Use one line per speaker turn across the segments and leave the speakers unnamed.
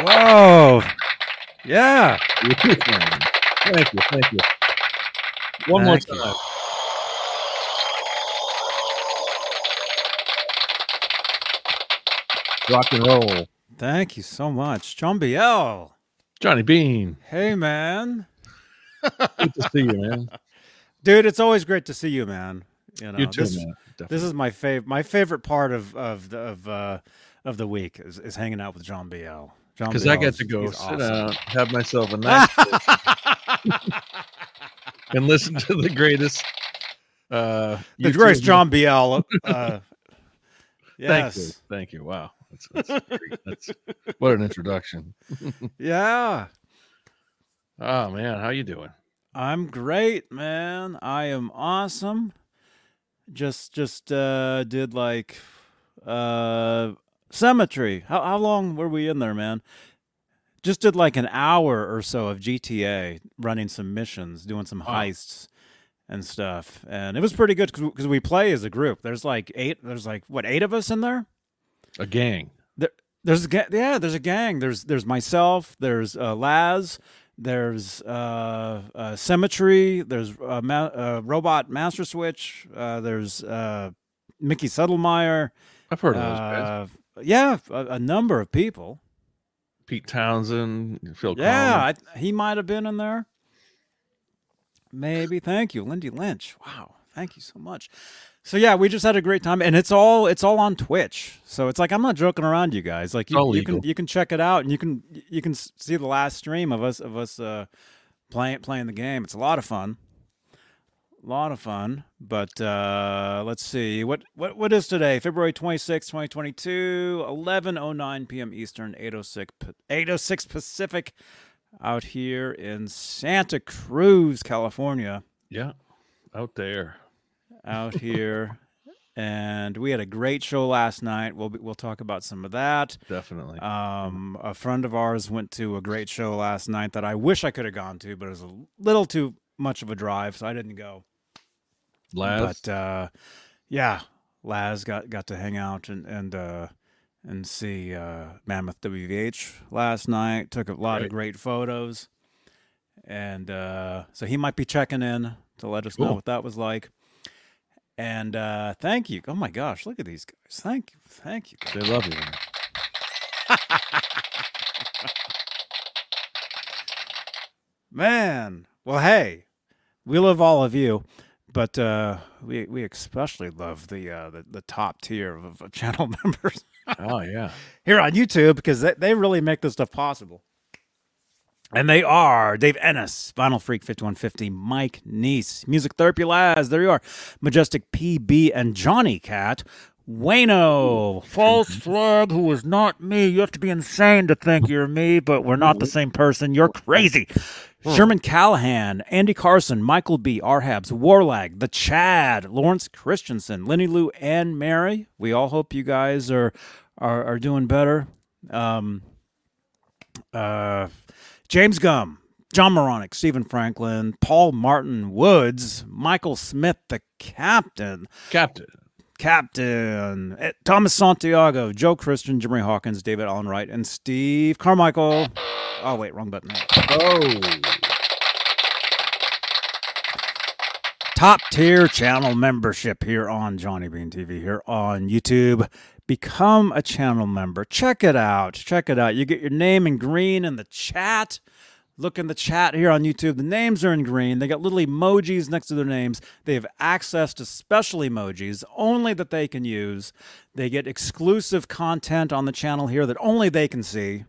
Whoa. Yeah.
thank you, thank you. One
Thank you.
more time. Rock and roll.
Thank you so much. John Biel.
Johnny Bean.
Hey, man.
Good to see you, man.
Dude, it's always great to see you, man. You, know,
you too,
this,
man.
This is my favorite. My favorite part of of the of uh, of the week is, is hanging out with John Biel. John,
Because I
Biel
get
is-
to go
he's
sit
awesome.
down, have myself a nice and listen to the greatest. Uh,
the
YouTube-
greatest John Biel. Uh,
Thank
yes.
you. Thank you. Wow. That's, that's, great. that's what an introduction.
Yeah.
Oh man, how you doing?
I'm great, man. I am awesome. Just just uh did like uh cemetery. How how long were we in there, man? Just did like an hour or so of GTA running some missions, doing some
Oh.
heists and stuff. And it was pretty good cuz we play as a group. There's like eight there's like what, eight of us in there?
A gang.
There's a ga- yeah, there's a gang. There's there's myself. There's uh, Laz. There's uh, uh, Symmetry. There's uh, ma- uh, Robot Master Switch. Uh, there's uh, Mickey Settlemeyer.
I've heard of those guys.
Uh, yeah, a, a number of people.
Pete Townsend, Phil.
yeah, I, he might have been in there. Maybe. Thank you, Lindy Lynch. Wow, thank you so much. So yeah, we just had a great time, and it's all it's all on Twitch. So it's like I'm not joking around, you guys. Like
It's all
you, you can
legal.
you can check it out, and you can you can s- see the last stream of us of us uh, playing playing the game. It's a lot of fun, a lot of fun. But uh, let's see what what what is today? February 26, 2022, 11:09 p.m. Eastern, 8:06 pa- 8:06 Pacific, out here in Santa Cruz, California
Yeah, out there.
out here, and we had a great show last night. We'll be, we'll talk about some of that.
Definitely.
Um, a friend of ours went to a great show last night that I wish I could have gone to, but it was a little too much of a drive, so I didn't go.
Laz.
But uh, yeah, Laz got got to hang out and and uh, and see uh, Mammoth WVH last night. Took a lot
Right.
of great photos, and uh, so he might be checking in to let us know
Cool.
what that was like. And uh, thank you. Oh my gosh, look at these guys. Thank you, thank you.
they love you. man.
Man, well, hey, we love all of you, but uh, we we especially love the uh, the, the top tier of, of channel members
Oh yeah.
here on YouTube because they, they really make this stuff possible. And they are Dave Ennis, Vinyl Freak 5150, Mike Neese, Music Therapy Laz, there you are, Majestic PB, and Johnny Cat, Wayno, False Flag, who is not me. You have to be insane to think you're me, but we're not the same person. You're crazy. Hmm. Sherman Callahan, Andy Carson, Michael B. Arhabs, Warlag, The Chad, Lawrence Christensen, Lenny Lou, and Mary. We all hope you guys are are, are doing better. Um, uh, James Gum, John Moronic, Stephen Franklin, Paul Martin Woods, Michael Smith, the captain,
Captain.
captain, eh, Thomas Santiago, Joe Christian, Jimmy Hawkins, David Allen Wright, and Steve Carmichael. Oh, wait, wrong button.
Oh.
top tier channel membership here on Johnny Bean TV here on YouTube. Become a channel member. Check it out. Check it out. You get your name in green in the chat. Look in the chat here on YouTube. The names are in green. They got little emojis next to their names. They have access to special emojis only that they can use. They get exclusive content on the channel here that only they can see.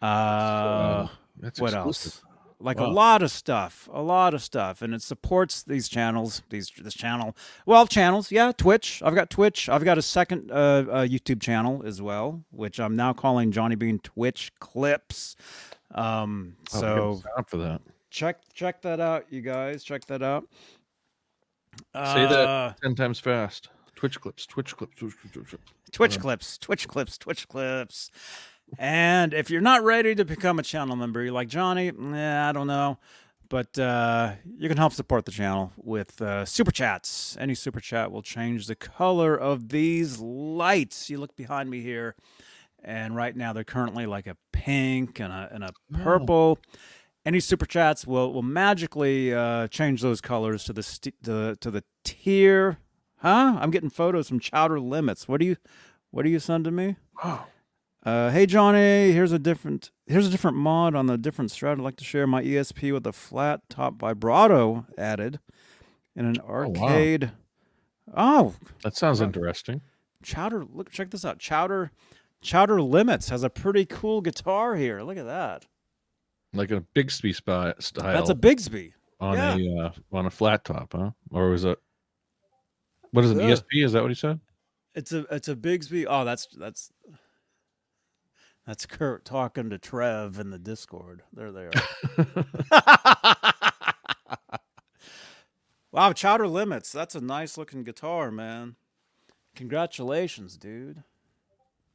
Uh,
That's
what
exclusive.
else? Like a
Wow.
lot of stuff, a lot of stuff, and it supports these channels. These this channel, well, channels, yeah. Twitch. I've got Twitch. I've got a second uh, uh, YouTube channel as well, which I'm now calling Johnny Bean Twitch Clips. Um,
Oh, we
so
gotta stop for that.
check check that out, you guys. Check that out.
Say that
Uh,
ten times fast. Twitch clips. Twitch clips. Twitch clips. Twitch clips. Uh,
Twitch
Yeah.
clips, Twitch clips, Twitch clips. And if you're not ready to become a channel member, you're like Johnny, nah, I don't know, but uh, you can help support the channel with uh, super chats. Any super chat will change the color of these lights. You look behind me here, and right now they're currently like a pink and a, and a purple. Any super chats will will magically uh, change those colors to the st- to, the- to the tier. Huh? I'm getting photos from Chowder Limits. What do you what are you sending me?
Wow.
Uh, hey Johnny, here's a different here's a different mod on the different strat. I'd like to share my ESP with a flat top vibrato added in an
wow.
arcade. Oh,
That sounds
Wow.
interesting.
Chowder, look, check this out. Chowder, Chowder Limits has a pretty cool guitar here. Look at that.
Like a Bigsby spy style
That's a Bigsby.
on a uh, on a flat top, huh? Or was it? What is it?
Ugh.
ESP? Is that what he said?
It's a it's a Bigsby. Oh, that's that's that's Kurt talking to Trev in the Discord. There they are. wow, Chowder Limits. That's a nice looking guitar, man. Congratulations, dude.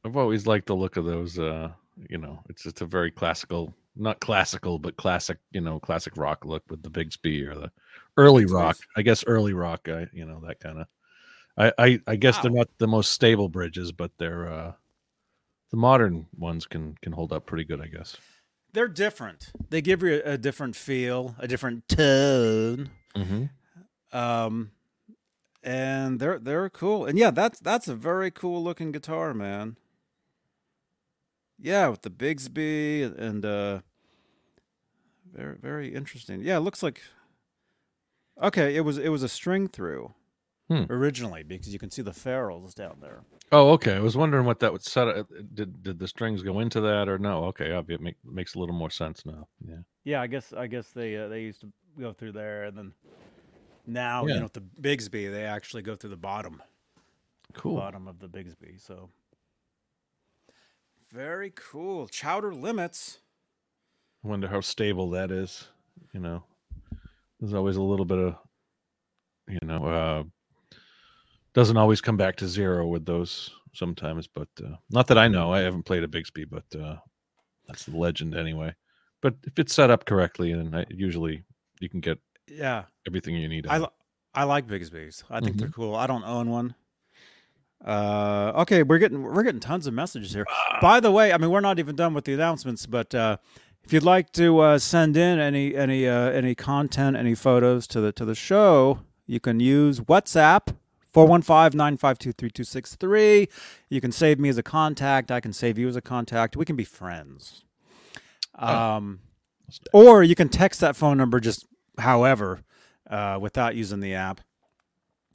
I've always liked the look of those. Uh, you know, it's just a very classical, not classical, but classic. You know, classic rock look with the Bigsby or the early
Bigsby's.
rock. I guess early rock. I you know that kind of. I, I I guess they're
Wow.
not the most stable bridges, but they're uh, the modern ones can can hold up pretty good. I guess.
They're different. They give you a, a different feel, a different tone.
Mm-hmm.
um and they're they're cool and yeah that's that's a very cool looking guitar man yeah with the bigsby and uh very very interesting yeah it looks like okay it was it was a string through
Hmm.
originally because you can see the ferrules down there
Oh, okay. I was wondering what that would set. uh, Did did the strings go into that or no? Okay, ob- it make, makes a little more sense now. Yeah.
yeah i guess i guess they uh, they used to go through there and then now
Yeah.
you know with the bigsby they actually go through the bottom
Cool.
bottom of the Bigsby. So very cool. Chowder limits.
I wonder how stable that is. You know, there's always a little bit of, you know, uh, doesn't always come back to zero with those sometimes, but uh, not that I know. I haven't played a Bigsby, but uh, that's the legend anyway. But if it's set up correctly, then I, usually you can get
Yeah,
everything you need.
I
out
li- I like Bigsby's. I think they're
Mm-hmm.
cool. I don't own one. Uh, okay, we're getting we're getting tons of messages here. By the way, I mean we're not even done with the announcements, but uh, if you'd like to uh, send in any any uh, any content, any photos to the to the show, you can use WhatsApp 415-952-3263. You can save me as a contact. I can save you as a contact. We can be friends. Um,
Let's do
or you can text that phone number just however uh, without using the app.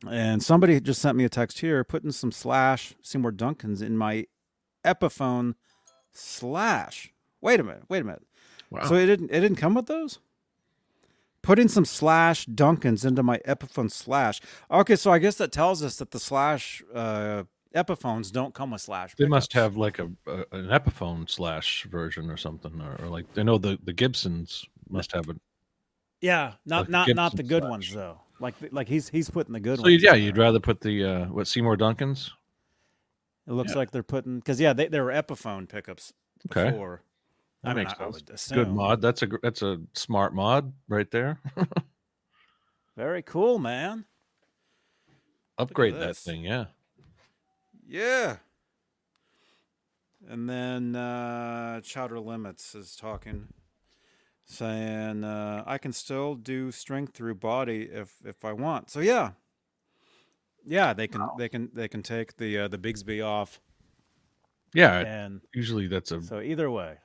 And somebody just sent me a text here putting some slash Seymour Duncan's in my Epiphone slash. Wait a minute. Wait a minute.
Wow.
So it didn't it didn't come with those? Putting some slash Duncans into my Epiphone slash. Okay, so I guess that tells us that the slash uh, Epiphones don't come with slash.
They must
pickups.
have like a, a an Epiphone slash version or something, or, or like I know the the Gibsons must have it.
Yeah, not
like
not not
Gibson
the good
slash.
ones though. Like like he's he's putting the good
So
ones.
yeah,
in
you'd
there.
rather put the uh, what Seymour Duncan's.
It looks
yeah.
like they're putting because yeah, they they were Epiphone pickups
Okay,
before.
That
I mean,
makes
I, I
sense.
would assume.
good mod. That's a gr- that's a smart mod right there.
Very cool, man.
Upgrade that
this.
thing. Yeah.
Yeah. And then uh, Chowder Limits is talking, saying uh, I can still do strength through body if if I want. So yeah, yeah, they can they can they can take the uh, the Bigsby off,
Yeah.
and
Usually that's a
so either way,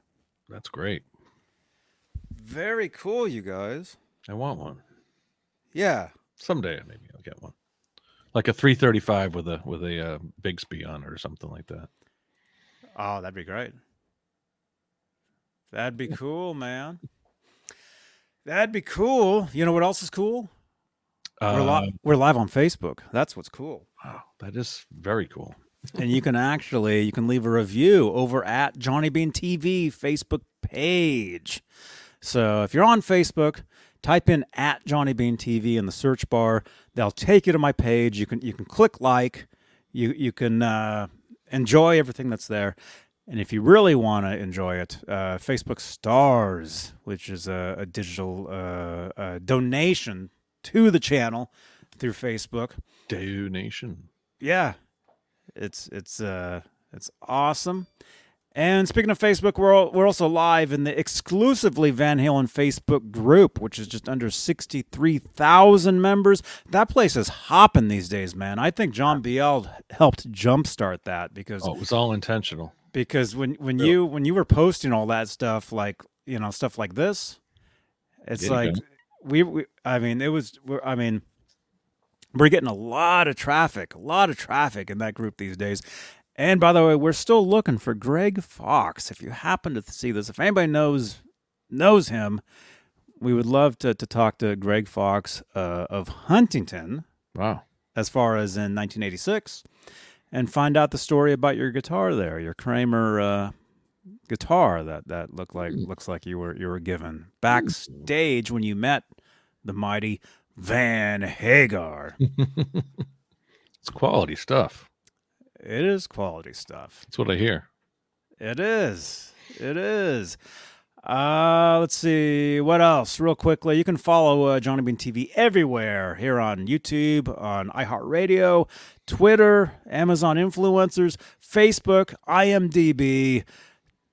that's great.
very cool, you guys.
I want one
Yeah,
someday. Maybe I'll get one. Like a 335 with a with a uh, Bigsby on it or something like that.
Oh, that'd be great. That'd be cool, man. That'd be cool. You know what else is cool? we're,
Uh,
li- we're live on Facebook. That's what's cool.
wow, that is very cool.
and you can actually you can leave a review over at Johnny Bean TV Facebook page. So if you're on Facebook, type in at Johnny Bean TV in the search bar. They'll take you to my page. You can you can click like. You you can uh, enjoy everything that's there. And if you really want to enjoy it, uh, Facebook Stars, which is a, a digital uh, uh, donation to the channel through Facebook,
Donation.
yeah it's it's uh it's awesome And speaking of Facebook, we're, al- we're also live in the exclusively Van Halen Facebook group, which is just under 63,000 members. That place is hopping these days, man. I think John Biel helped jumpstart that because
Oh, it was all intentional.
because when when
Yeah.
you when you were posting all that stuff like you know stuff like this it's
Yeah, you
like we, we i mean it was we're, i mean we're getting a lot of traffic a lot of traffic in that group these days and by the way we're still looking for greg fox if you happen to see this if anybody knows knows him we would love to, to talk to greg fox uh, of huntington
Wow.
as far as in 1986 and find out the story about your guitar there, your Kramer uh, guitar that that looked like
Hmm.
looks like you were you were given backstage when you met the mighty Van Hagar.
It's quality stuff.
it is quality stuff.
That's what I hear.
It is. It is. Uh, let's see what else, real quickly. You can follow uh, Johnny Bean TV everywhere here on YouTube, on iHeartRadio, Twitter, Amazon Influencers, Facebook, IMDb,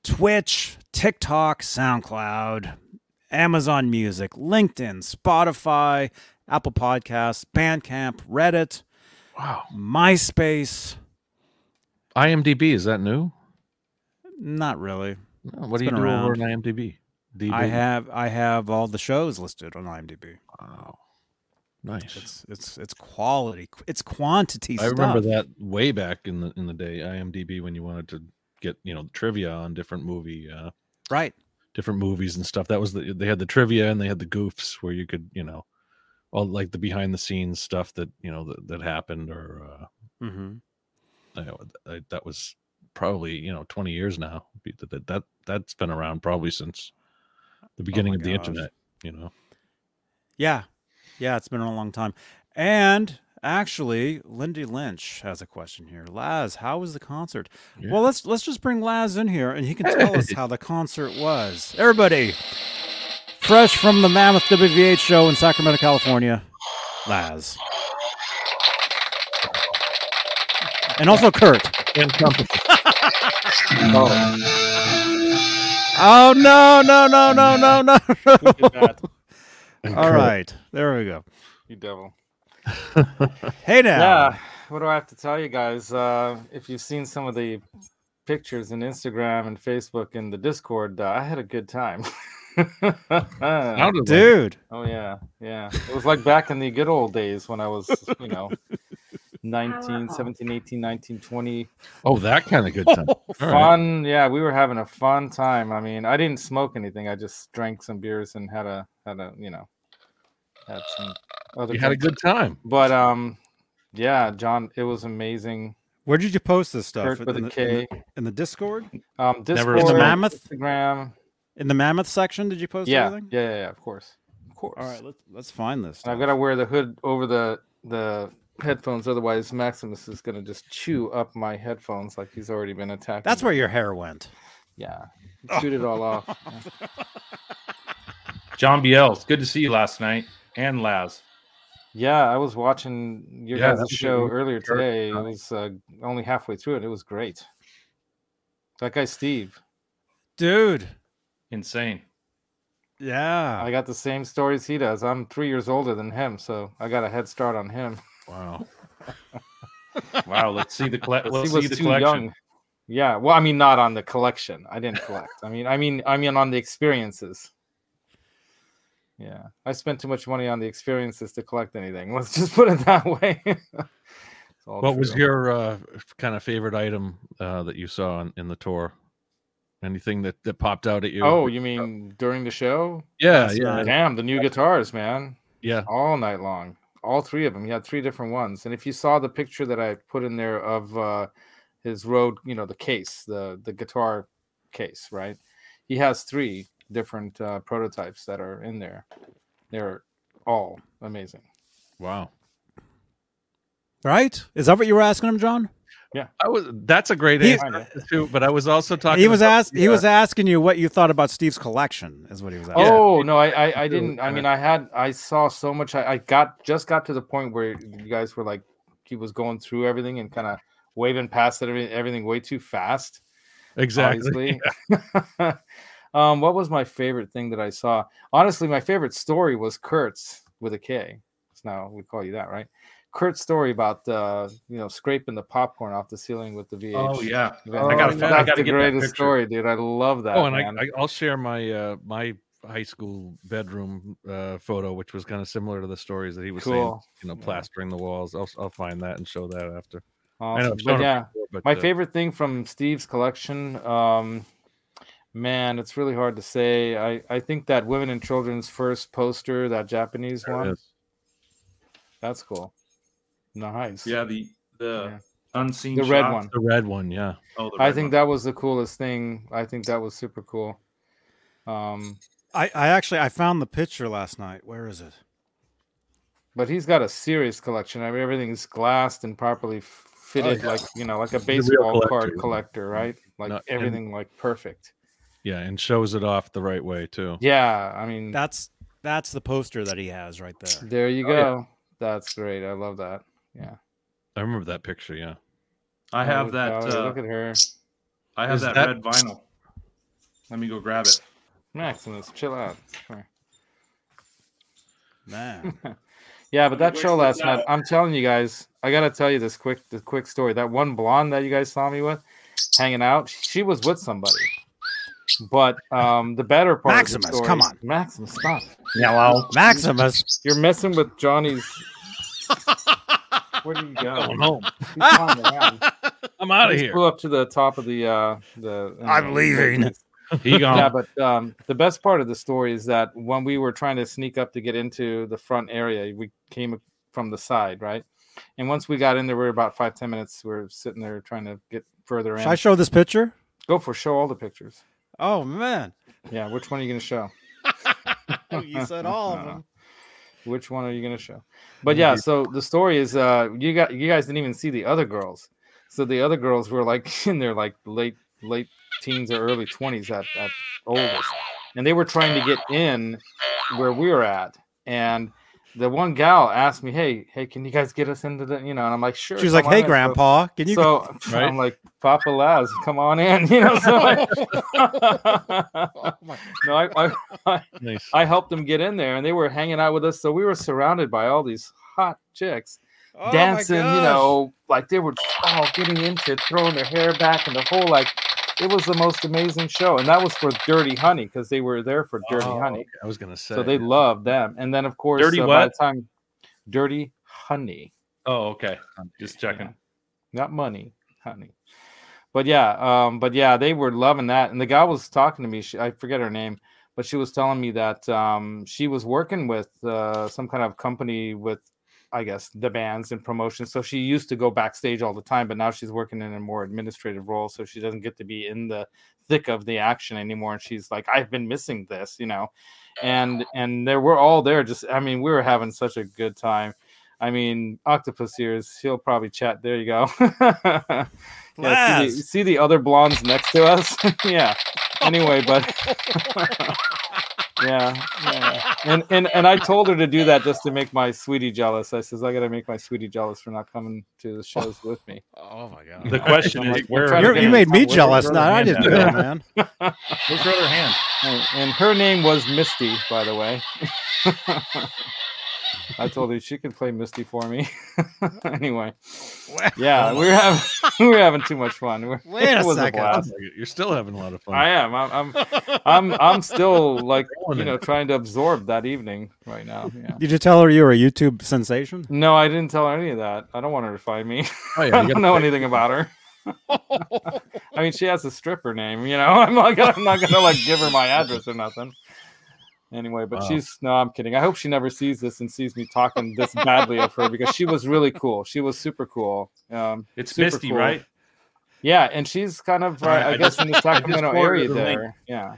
Twitch, TikTok, SoundCloud, Amazon Music, LinkedIn, Spotify, Apple Podcasts, Bandcamp, Reddit,
Wow.
MySpace.
IMDb is that new?
Not really.
No, what
It's
do you
been
do over on
around.
IMDb? DB?
I have I have all the shows listed on IMDb.
Wow. Nice.
It's it's it's quality. It's quantity.
I remember
stuff.
that way back in the in the day, IMDb, when you wanted to get you know trivia on different movie, uh,
Right.
different movies and stuff. That was the they had the trivia and they had the goofs where you could you know, all like the behind the scenes stuff that you know that, that happened or uh,
Mm-hmm.
I, I, that was probably you know 20 years now be- that that, that that's been around probably since
Oh
the beginning of the
gosh.
internet you know
Yeah, yeah. It's been a long time. And actually, Lindy Lynch has a question here. Laz, how was the concert?
Yeah.
Well, let's let's just bring Laz in here, and he can tell us how the concert was. Everybody, fresh from the Mammoth WVH show in Sacramento, California, Laz, and also Kurt.
and company
Oh no no no no no no!
Who did that?
All right, there we go.
You devil.
Hey now,
Yeah. What do I have to tell you guys? Uh, if you've seen some of the pictures in Instagram and Facebook and the Discord, uh, I had a good time. oh
dude.
yeah, yeah. It was like back in the good old days when I was, you know, 19, 17, 18, 19, 20.
oh that kind of good time All right.
Fun. Yeah, we were having a fun time. I mean, I didn't smoke anything. I just drank some beers and had a had a, you know, had some other
you had a
drinks.
good time
But um, yeah, John, it was amazing.
Where did you post this stuff?
Kurt with
in,
a
the, in, the,
K.
in the Discord,
Um,
Never
Discord,
In the
Mammoth?
Instagram.
in the Mammoth section? Did you post
Yeah, yeah,
everything?
yeah, yeah, of course, of course.
All right, let's let's find this.
And I've
stuff.
got to wear the hood over the the headphones, otherwise Maximus is gonna just chew up my headphones like he's already been attacked.
That's where your hair went.
Yeah, shoot it all off. Yeah.
John Biel, it's good to see you last night. And Laz.
Yeah, I was watching your
Yeah,
guys'
that's what
show
we-
earlier
Kurt,
today. It
Johnny.
was uh, only halfway through it. It was great. That guy Steve.
Dude,
Insane.
yeah.
I got the same stories he does. I'm three years older than him, so I got a head start on him.
wow
Wow, let's see the colle- let's
he was
see the
too
collection.
young. Yeah, well, I mean, not on the collection. I didn't collect. I mean, I mean, I mean, on the experiences. Yeah, I spent too much money on the experiences to collect anything. Let's just put it that way. It's all
what was
true.
your uh, kind of favorite item uh, that you saw in, in the tour anything that, that popped out at you
Oh, you mean during the show?
yeah
That's
yeah
not-
Damn, the new guitars, man.
yeah
all night long. All three of them. He had three different ones. And if you saw the picture that I put in there of uh, his road, you know, the case, the the guitar case, right? He has three different uh, prototypes that are in there. They're all amazing.
wow
right? Is that what you were asking him, John?
I was that's a great
He-
answer too but I was also talking
He was
about- uh,
asked. He
yeah.
was asking you what you thought about Steve's collection. Is what he was asking.
Oh no, I I, I didn't. I
kinda-
mean, I had I saw so much. I, I got just got to the point where you guys were like, he was going through everything and kind of waving past it, every- everything way too fast.
Exactly.
obviously. um, what was my favorite thing that I saw? Honestly, my favorite story was Kurt's with a K. So now we call you that, right? Kurt's story about uh, you know scraping the popcorn off the ceiling with the VH.
Oh yeah,
Yeah,
I gotta,
that's
I gotta
the
get that
greatest
picture.
story, dude. I love that.
Oh, and
man.
I, I, I'll share my uh, my high school bedroom uh, photo, which was kind of similar to the stories that he was saying.
cool.
You know,
Yeah.
plastering the walls. I'll I'll find that and show that after. I
Awesome.
know, I've shown
But
it
yeah,
before, but,
my
uh,
favorite thing from Steve's collection, um, man, it's really hard to say. I, I think that women and children's first poster, that Japanese
there it
one,
is.
that's cool. Nice.
yeah. The the
Yeah.
unseen,
The red
shot.
one.
the red one. Yeah,
Oh, the
I
red
think
one.
that was the coolest thing. I think that was super cool. Um,
I, I actually I found the picture last night. Where is it?
but he's got a serious collection. I mean, everything's glassed and properly f- fitted,
Oh, yeah.
like you know, like a
a real
baseball
collector,
card
yeah.
collector, right? Like
No, and-
everything, like perfect.
yeah, and shows it off the right way too.
Yeah, I mean,
That's that's the poster that he has right there.
there you
Oh,
go.
yeah.
That's great. I love that.
I remember that picture. Yeah,
I have
Oh,
that.
golly,
Uh,
look at her,
I have
Is
that,
that-
red vinyl. Let me go grab it.
Maximus. Chill out. Come
Man.
here. yeah, but that show
Wasted
last night. I'm telling you guys, I gotta tell you this quick, the quick story. That one blonde that you guys saw me with, hanging out, she was with somebody. But um, the better part. of the
Maximus,
story-
come on.
Maximus, stop.
Hello.
Maximus.
You're messing with Johnny's. Where do you go?
going home.
He's climbing around.
I'm out of
He's
here.
flew up to the top of the uh, the.
I'm leaving.
He gone.
Yeah, but um, the best part of the story is that when we were trying to sneak up to get into the front area, we came from the side, right? And once we got in there, we were about five ten minutes. We are sitting there trying to get further
Should I
in.
show this picture?
Go for show all the pictures.
Oh man.
Yeah, which one are you going to show?
you said all of them.
Which one are you gonna show? But yeah, so the story is uh you got you guys didn't even see the other girls. So the other girls were like in their like late late teens or early twenties at, at oldest. And they were trying to get in where we were at. And the one gal asked me, Hey, hey, can you guys get us into the you know? And I'm like, sure.
She was like,
come on
Hey
in." So-
grandpa, can you
so
Right?
I'm like, Papa Laz, come on in, you know. So I- no, I, I,
nice.
I helped them get in there, and they were hanging out with us. So we were surrounded by all these hot chicks
Oh, my
dancing, you
gosh.
know, like they were all getting into it, throwing their hair back, and the whole like it was the most amazing show. And that was for Dirty Honey because they were there for Dirty
Oh,
Honey,
okay, I was gonna say.
so they loved them. And then of course,
Dirty
uh, by
what?
the time Dirty Honey,
Oh, okay. Just checking.
not money, honey. But yeah, um, but yeah, they were loving that. And the guy was talking to me. She, I forget her name, but she was telling me that um, she was working with uh, some kind of company with, I guess, the bands and promotion. So she used to go backstage all the time, but now she's working in a more administrative role, so she doesn't get to be in the thick of the action anymore. And she's like, I've been missing this, you know. And and there we're all there. Just I mean, we were having such a good time. I mean, octopus ears. He'll probably chat. There you go. yeah, see, the,
Laz.
see the other blondes next to us. yeah. Anyway, but yeah, yeah. And and and I told her to do that just to make my sweetie jealous. I says I got to make my sweetie jealous for not coming to the shows with me.
Oh my
The
god.
question
I'm
is
like, we're
where
trying
You're,
to
you made me
Where's
jealous.
your
No, I
hand
didn't do
at?
that, man.
Where's your other hand?
And, and her name was Misty, by the way. I told her she could play Misty for me. anyway, yeah, we were having we were having too much fun. We-
Wait a
it was
second.
blast.
You're still having a lot of fun.
I am. I'm. I'm. I'm. I'm still like you
Rolling in
know trying to absorb that evening right now. Yeah.
Did you tell her you were a YouTube sensation?
No, I didn't tell her any of that. I don't want her to find me.
oh,
I
you
don't
gotta
know
pay-
anything about her. I mean, she has a stripper name, you know. I'm like, I'm not gonna like give her my address or nothing. Anyway, but
Wow.
she's no, I'm kidding. I hope she never sees this and sees me talking this badly of her because she was really cool. She was super cool. Um,
It's
Super
Misty,
cool.
right?
yeah, and she's kind of, uh,
All right,
I,
I
guess,
just-
in the Sacramento
forwarded
area
the link.
there. Yeah,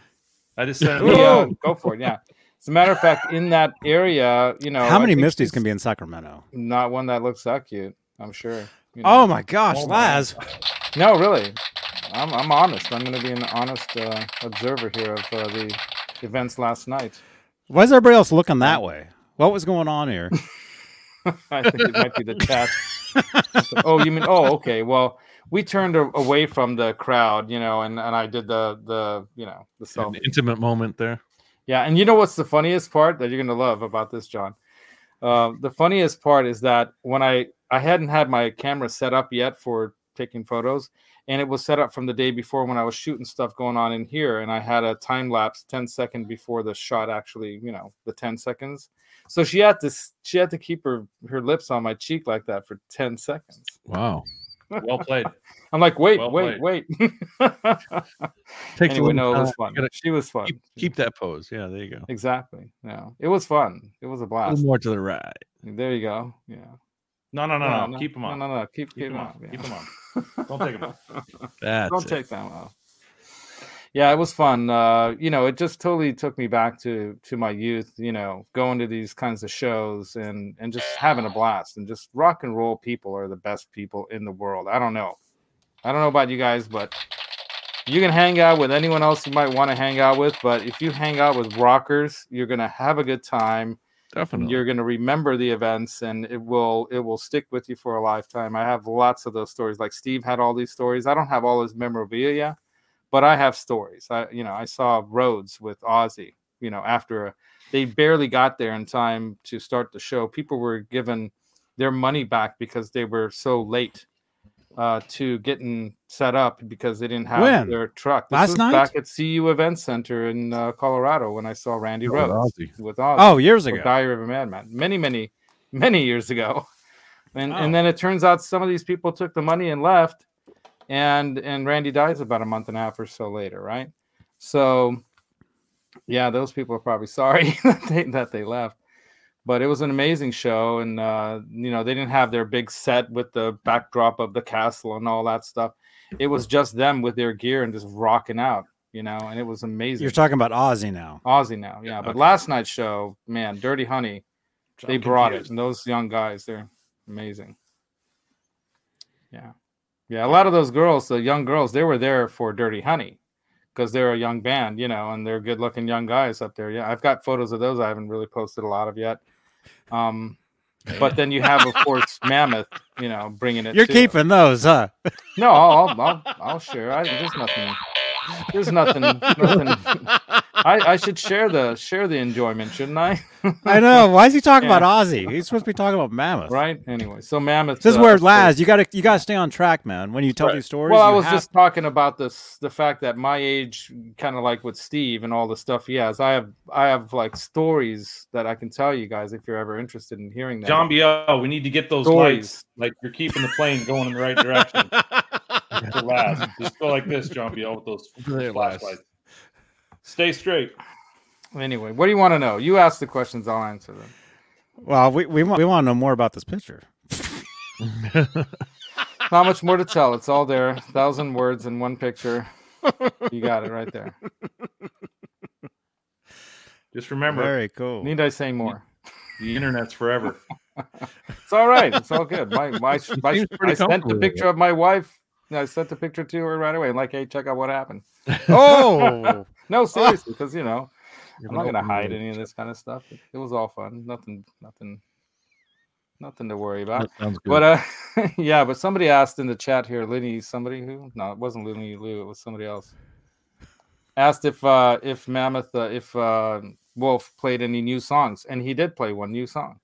I just sent it.
Yeah,
Whoa.
go for it. Yeah. As a matter of fact, in that area, you know,
How
I
many
think
Misties
she's
can be in Sacramento?
Not one that looks that cute. I'm sure. you know.
Oh my gosh,
Oh my
Laz.
No, really. I'm, I'm honest. I'm going to be an honest uh, observer here of uh, the events last night.
Why is everybody else looking that way? What was going on here?
I think it might be the chat. oh, you mean? Oh, okay. Well, we turned a- away from the crowd, you know, and and I did the the you know the
An
selfie.
intimate moment there.
Yeah, and you know what's the funniest part that you're gonna love about this, John? Uh, the funniest part is that when I I hadn't had my camera set up yet for taking photos, and it was set up from the day before when I was shooting stuff going on in here, and I had a time lapse 10 second before the shot actually, you know, the 10 seconds. So she had to s- she had to keep her her lips on my cheek like that for 10 seconds.
Wow.
Well played.
I'm like, wait,
Well
wait, wait.
Takes
anyway,
a
no,
little
it was
time.
fun.
You gotta
she was fun.
keep, keep that pose. Yeah, there you go.
Exactly. Yeah, it was fun. It was a
A
blast.
little more to the right.
There you go. Yeah.
No, no, no, no. Keep them on.
No, no, no.
Keep
Keep, keep,
them
them
on.
off. yeah.
Keep them on. Don't take them off.
That's
Don't
it.
take them off. Yeah, it was fun. Uh, you know, it just totally took me back to to my youth. You know, going to these kinds of shows and and just having a blast and just rock and roll people are the best people in the world. I don't know, I don't know about you guys, but you can hang out with anyone else you might want to hang out with. But if you hang out with rockers, you're gonna have a good time.
Definitely.
you're going to remember the events and it will it will stick with you for a lifetime i have lots of those stories like steve had all these stories i don't have all his memorabilia but i have stories i you know i saw rhodes with ozzy you know after a, they barely got there in time to start the show people were given their money back because they were so late uh, to getting set up because they didn't have
When?
their truck.
Last
was
night?
back at CU Event Center in uh, Colorado when I saw Randy
Oh, with
Rhodes
Ozzy.
with Ozzy
Oh, years
or
ago.
Diary of a Madman, many, many, many years ago. And
Oh.
and then it turns out some of these people took the money and left, and and Randy dies about a month and a half or so later, right? So, yeah, those people are probably sorry that they that they left. But it was an amazing show, and uh, you know they didn't have their big set with the backdrop of the castle and all that stuff. It was just them with their gear and just rocking out, you know, and it was amazing.
You're talking about Ozzy now.
Aussie now, yeah. But
okay.
last night's show, man, Dirty Honey, they
I'm
brought
confused.
it. And those young guys, they're amazing. Yeah. Yeah. A lot of those girls, the young girls, they were there for Dirty Honey because they're a young band, you know, and they're good looking young guys up there. Yeah. I've got photos of those I haven't really posted a lot of yet. Um, but then you have, of course, Mammoth, you know, bringing it.
You're
too.
keeping those, huh?
No, I'll, I'll, I'll, I'll share. I, there's nothing. There's nothing. nothing. I, I should share the share the enjoyment, shouldn't I?
I know. Why is he talking
Yeah.
about Ozzy? He's supposed to be talking about Mammoth.
right. Anyway, so Mammoth.
This is
uh,
where
of course-
Laz, you gotta you gotta stay on track, man. When you tell
Right.
these stories,
Well, I
you
was
have-
just talking about this the fact that my age, kind of like with Steve and all the stuff he has, I have I have like stories that I can tell you guys if you're ever interested in hearing them.
John Biel, we need to get those lights.
stories.
Like you're keeping the plane going in the right direction. to last. Just go like this, John Biel, with those
There it was.
flashlights. Stay straight.
Anyway, what do you want to know? You ask the questions, I'll answer them.
well, we, we want we want to know more about this picture.
Not much more to tell. It's all there. Thousand words in one picture. You got it right there.
Just remember,
Very cool.
Need I say more?
the internet's forever.
It's all right. It's all good. My, my, my
seems pretty
I sent
comfortable
the
with
picture of my wife. I sent the picture to her right away. Like, hey, check out what happened.
oh,
No, seriously, because you know,
You
I'm not
have an
gonna
open
hide
wound.
any of this kind of stuff. It, it was all fun. Nothing, nothing, nothing to worry about.
That sounds good.
But uh, yeah, but somebody asked in the chat here, Lenny, somebody who? No, it wasn't Lenny Lou. It was somebody else. Asked if uh if Mammoth uh, if uh Wolf played any new songs, and he did play one new song,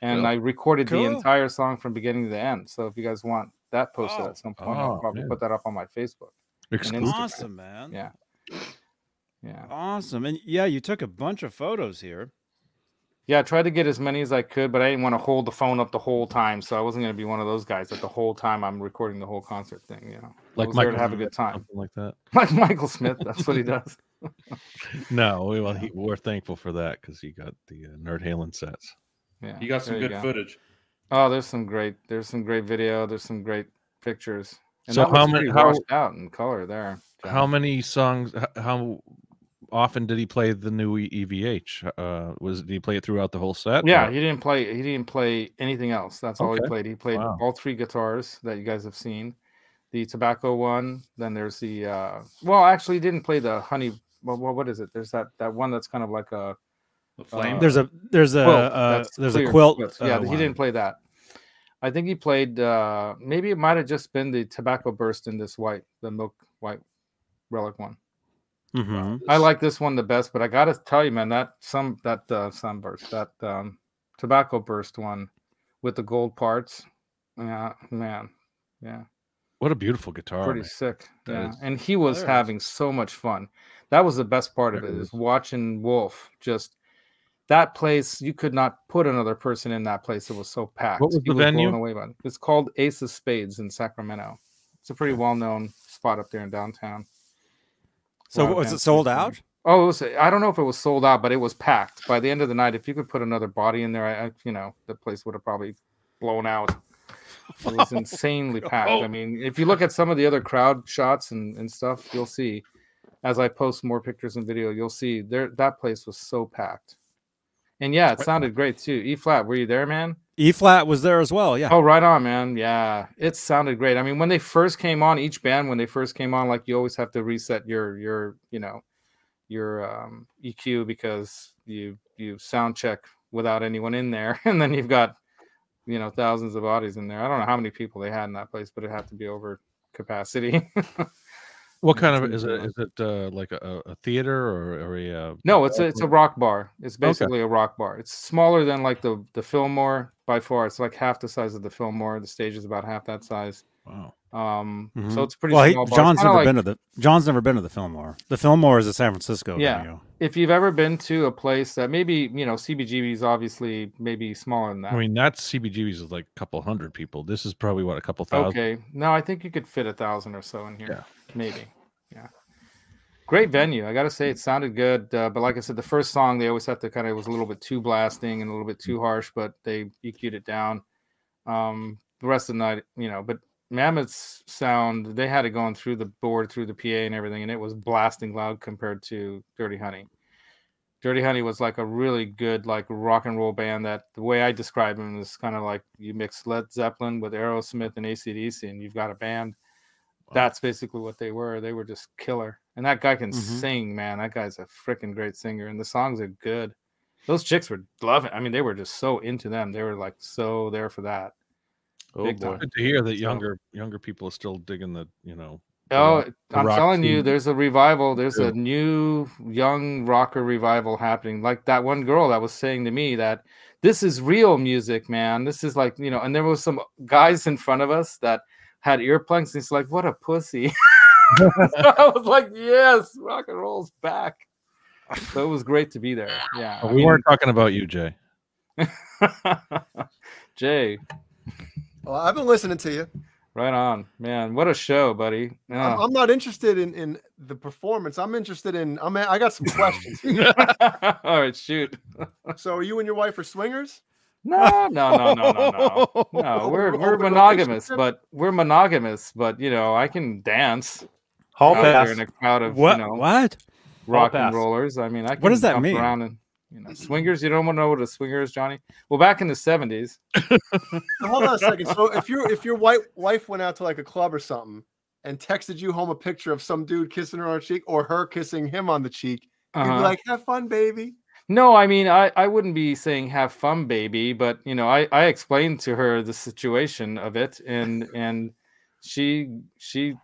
and
Cool.
I recorded
Cool.
the entire song from beginning to end. So if you guys want that posted
Oh.
at some point, I'll
Oh,
probably
man.
put that up on my Facebook.
Exclusive.
Instagram.
awesome, man.
Yeah. Yeah.
Awesome. And yeah, you took a bunch of photos here.
Yeah, I tried to get as many as I could, but I didn't want to hold the phone up the whole time, so I wasn't going to be one of those guys that the whole time I'm recording the whole concert thing. You know, I
Like
was there
Michael
to have a
Smith.
good time,
Something like that.
like Michael Smith. That's what he does.
No, we, well, he, we're thankful for that because he got the uh, Nerd Halen sets.
Yeah,
You got some
there
good
go.
footage.
Oh, there's some great, there's some great video, there's some great pictures. And
So
that
how
looks
ma-
pretty
how-
washed out in color there. John.
How many songs? h- How often did he play the new E- EVH? Uh, was did he play it throughout the whole set?
Yeah,
or-
he didn't play. He didn't play anything else. That's all he
Okay.
played. He played
Wow.
all three guitars that you guys have seen. The tobacco one. Then there's the. Uh, well, actually, he didn't play the honey. Well, well, what is it? There's that that one that's kind of like a
The flame.
Uh,
There's a there's a
quilt
uh,
that's
there's a
clear
quilt.
quilt.
uh,
yeah, he
one.
didn't play that. I think he played. Uh, maybe it might have just been the tobacco burst in this white, the milk white relic one.
Mhm.
I like this one the best, but I gotta tell you, man, that some that uh, sunburst, that um, tobacco burst one with the gold parts. Yeah, man, yeah,
What a beautiful guitar.
pretty
man.
sick.
That
yeah,
is
and he was
hilarious.
having so much fun. That was the best part of
That
it
is.
is watching Wolf just that place. You could not put another person in that place. It was so packed.
was
He
the venue?
blown away by it. It's called Ace of Spades in Sacramento. It's a pretty well-known spot up there in downtown.
So
Wow,
what was
man,
it sold
pretty cool.
out?
Oh, it was, I don't know if it was sold out, but it was packed. By the end of the night, if you could put another body in there, I, I you know, the place would have probably blown out. It was insanely packed. I mean, if you look at some of the other crowd shots and, and stuff, you'll see as I post more pictures and video, you'll see there that place was so packed. And yeah, it sounded great too. E flat, were you there, man?
E flat was there as well. Yeah.
Oh, right on, man. Yeah, it sounded great. I mean, when they first came on, each band when they first came on, like you always have to reset your your you know your um, EQ because you you sound check without anyone in there, and then you've got you know thousands of bodies in there. I don't know how many people they had in that place, but it had to be over capacity.
What kind of
That's
is it? Is it uh, like a, a theater or, or a? Uh,
no, it's a it's a rock bar. It's
Okay.
basically a rock bar. It's smaller than like the the Fillmore by far. It's like half the size of the Fillmore. The stage is about half that size.
wow.
Um, so
Mhm.
it's a pretty.
Well, he,
small bar. It's
John's
kinda
never
like-
been to the John's never been to the Fillmore. The Fillmore is a San Francisco
Yeah.
venue.
if you've ever been to a place that maybe you know CBGB's obviously maybe smaller than that.
I mean, that's CBGB's is like a couple hundred people. This is probably what a couple thousand.
okay, no, I think you could fit a thousand or so in here, maybe. Yeah, great venue. I gotta say, it sounded good. Uh, but like I said, the first song they always have to kind of was a little bit too blasting and a little bit too harsh, but they EQ'd it down. Um, the rest of the night, you know, but Mammoth's sound they had it going through the board, through the PA, and everything, and it was blasting loud compared to Dirty Honey. Dirty Honey was like a really good like rock and roll band that the way I describe them is kind of like you mix Led Zeppelin with Aerosmith and ACDC and you've got a band. That's basically what they were. They were just killer. And that guy can
Mhm.
Mm-hmm.
sing, man. That guy's a freaking great singer and the songs are good. Those chicks were loving. I mean, they were just so into them. They were like so there for that.
Oh,
Big
boy.
time.
Good to hear that
So-
younger younger people are still digging the you know. the
Oh,
rock- the
I'm
rock
telling you,
scene.
there's a revival. There's
Yeah.
a new young rocker revival happening. Like that one girl that was saying to me that this is real music, man. This is like, you know, and there was some guys in front of us that had earplugs. And he's like, what a pussy. So I was like, yes, rock and roll's back. So it was great to be there. Yeah.
Oh,
I
we weren't talking about you, Jay.
mean, Jay,
Well, I've been listening to you.
right on, man. What a show, buddy.
I'm,
Yeah.
I'm not interested in in the performance. I'm interested in. I'm. I got some questions. here.
All right, shoot.
so, you and your wife are swingers?
No, no, no, no, no, no. No,
Open-
we're we're
open
monogamous,
relationship?
but we're monogamous, but you know, I can dance
Hall
out
pass.
there in a crowd of
What?
you know
what?
rock
pass.
and rollers. I mean, I can
does that
jump
mean?
around and you know swingers. You don't want to know what a swinger is, Johnny. Well, back in the seventies,
So hold on a second. So if your if your white wife went out to like a club or something and texted you home a picture of some dude kissing her on the cheek or her kissing him on the cheek,
Uh-huh.
you'd be like, "Have fun, baby."
No, I mean, I, I wouldn't be saying have fun, baby, but you know, I, I explained to her the situation of it and and she she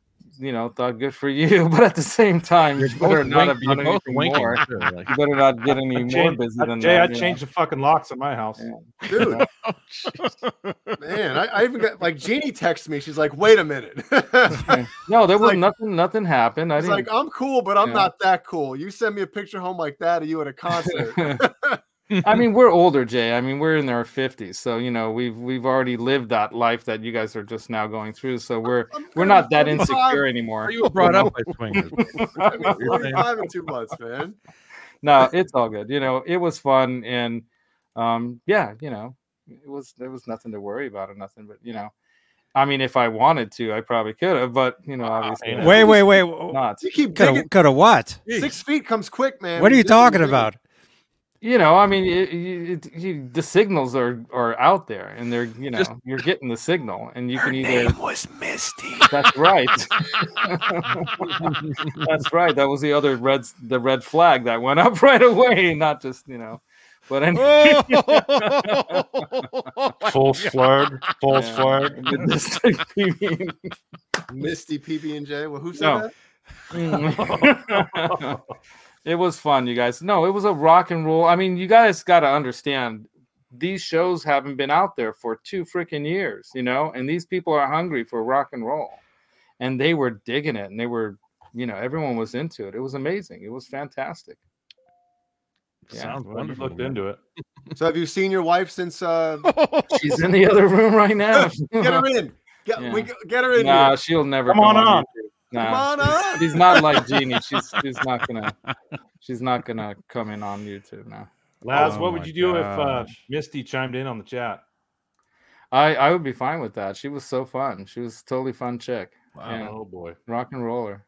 you know thought good for you, but at the same time you better not have done anything more.
sure, like,
You better not get any more
Change-
busy
I-
than
Jay,
that.
I'd
you know.
change the fucking locks at my house.
Yeah. Oh,
Dude, man, I, I even got like Jeannie texts me. She's like, "Wait a minute." It's
No, there was
like-
nothing. Nothing happened. I
like,
didn't.
"I'm cool, but I'm
Yeah.
not that cool." You send me a picture home like that of you at a concert.
I mean, we're older, Jay. I mean, we're in our fifties, so you know we've we've already lived that life that you guys are just now going through. So we're
I'm
we're
gonna
not
be
that
45
insecure anymore.
you were brought up by swingers.
I'm gonna be
You're saying-
45 in two months, man.
no, it's all good. You know, it was fun, and um, yeah, you know, it was there was nothing to worry about or nothing. But you know, I mean, if I wanted to, I probably could have. But you know, obviously,
ain't Yeah. it?
Wait, wait, wait. wait.
not.
You keep digging.
Could have, could have what?
Six feet comes quick, man.
What are
You
you
dig and
talking
dig.
about?
you know, I mean, it, it, it, you, the signals are are out there, and they're you know,
Just-
you're getting the signal, and you can either.
was Misty.
That's right. That's right. That was the other red the red flag that went up right away, not just you know. But anyway,
Full slurred, full
Yeah.
slurred.
this type of meeting.
Misty PB and J. Well, who said
No.
that?
it was fun, you guys. No, it was a rock and roll. I mean, you guys got to understand these shows haven't been out there for two freaking years, you know, and these people are hungry for rock and roll. And they were digging it and they were, you know, everyone was into it. It was amazing. It was fantastic. Yeah,
Sounds
Well, you
wonderful.
looked
man.
into it.
So have you seen your wife since? uh
She's in the other room right now.
Get her in. Get,
Yeah.
we, get her in.
Nah,
here.
she'll never
Come
go
on on.
YouTube.
Come
Nah,
on up.
she's not like Jeannie. She's she's not gonna she's not gonna come in on YouTube now.
Laz,
Oh
what would
my
you do if uh,
gosh.
Misty chimed in on the chat?
I I would be fine with that. She was so fun. She was a totally fun chick, Yeah.
Oh boy.
rock and roller.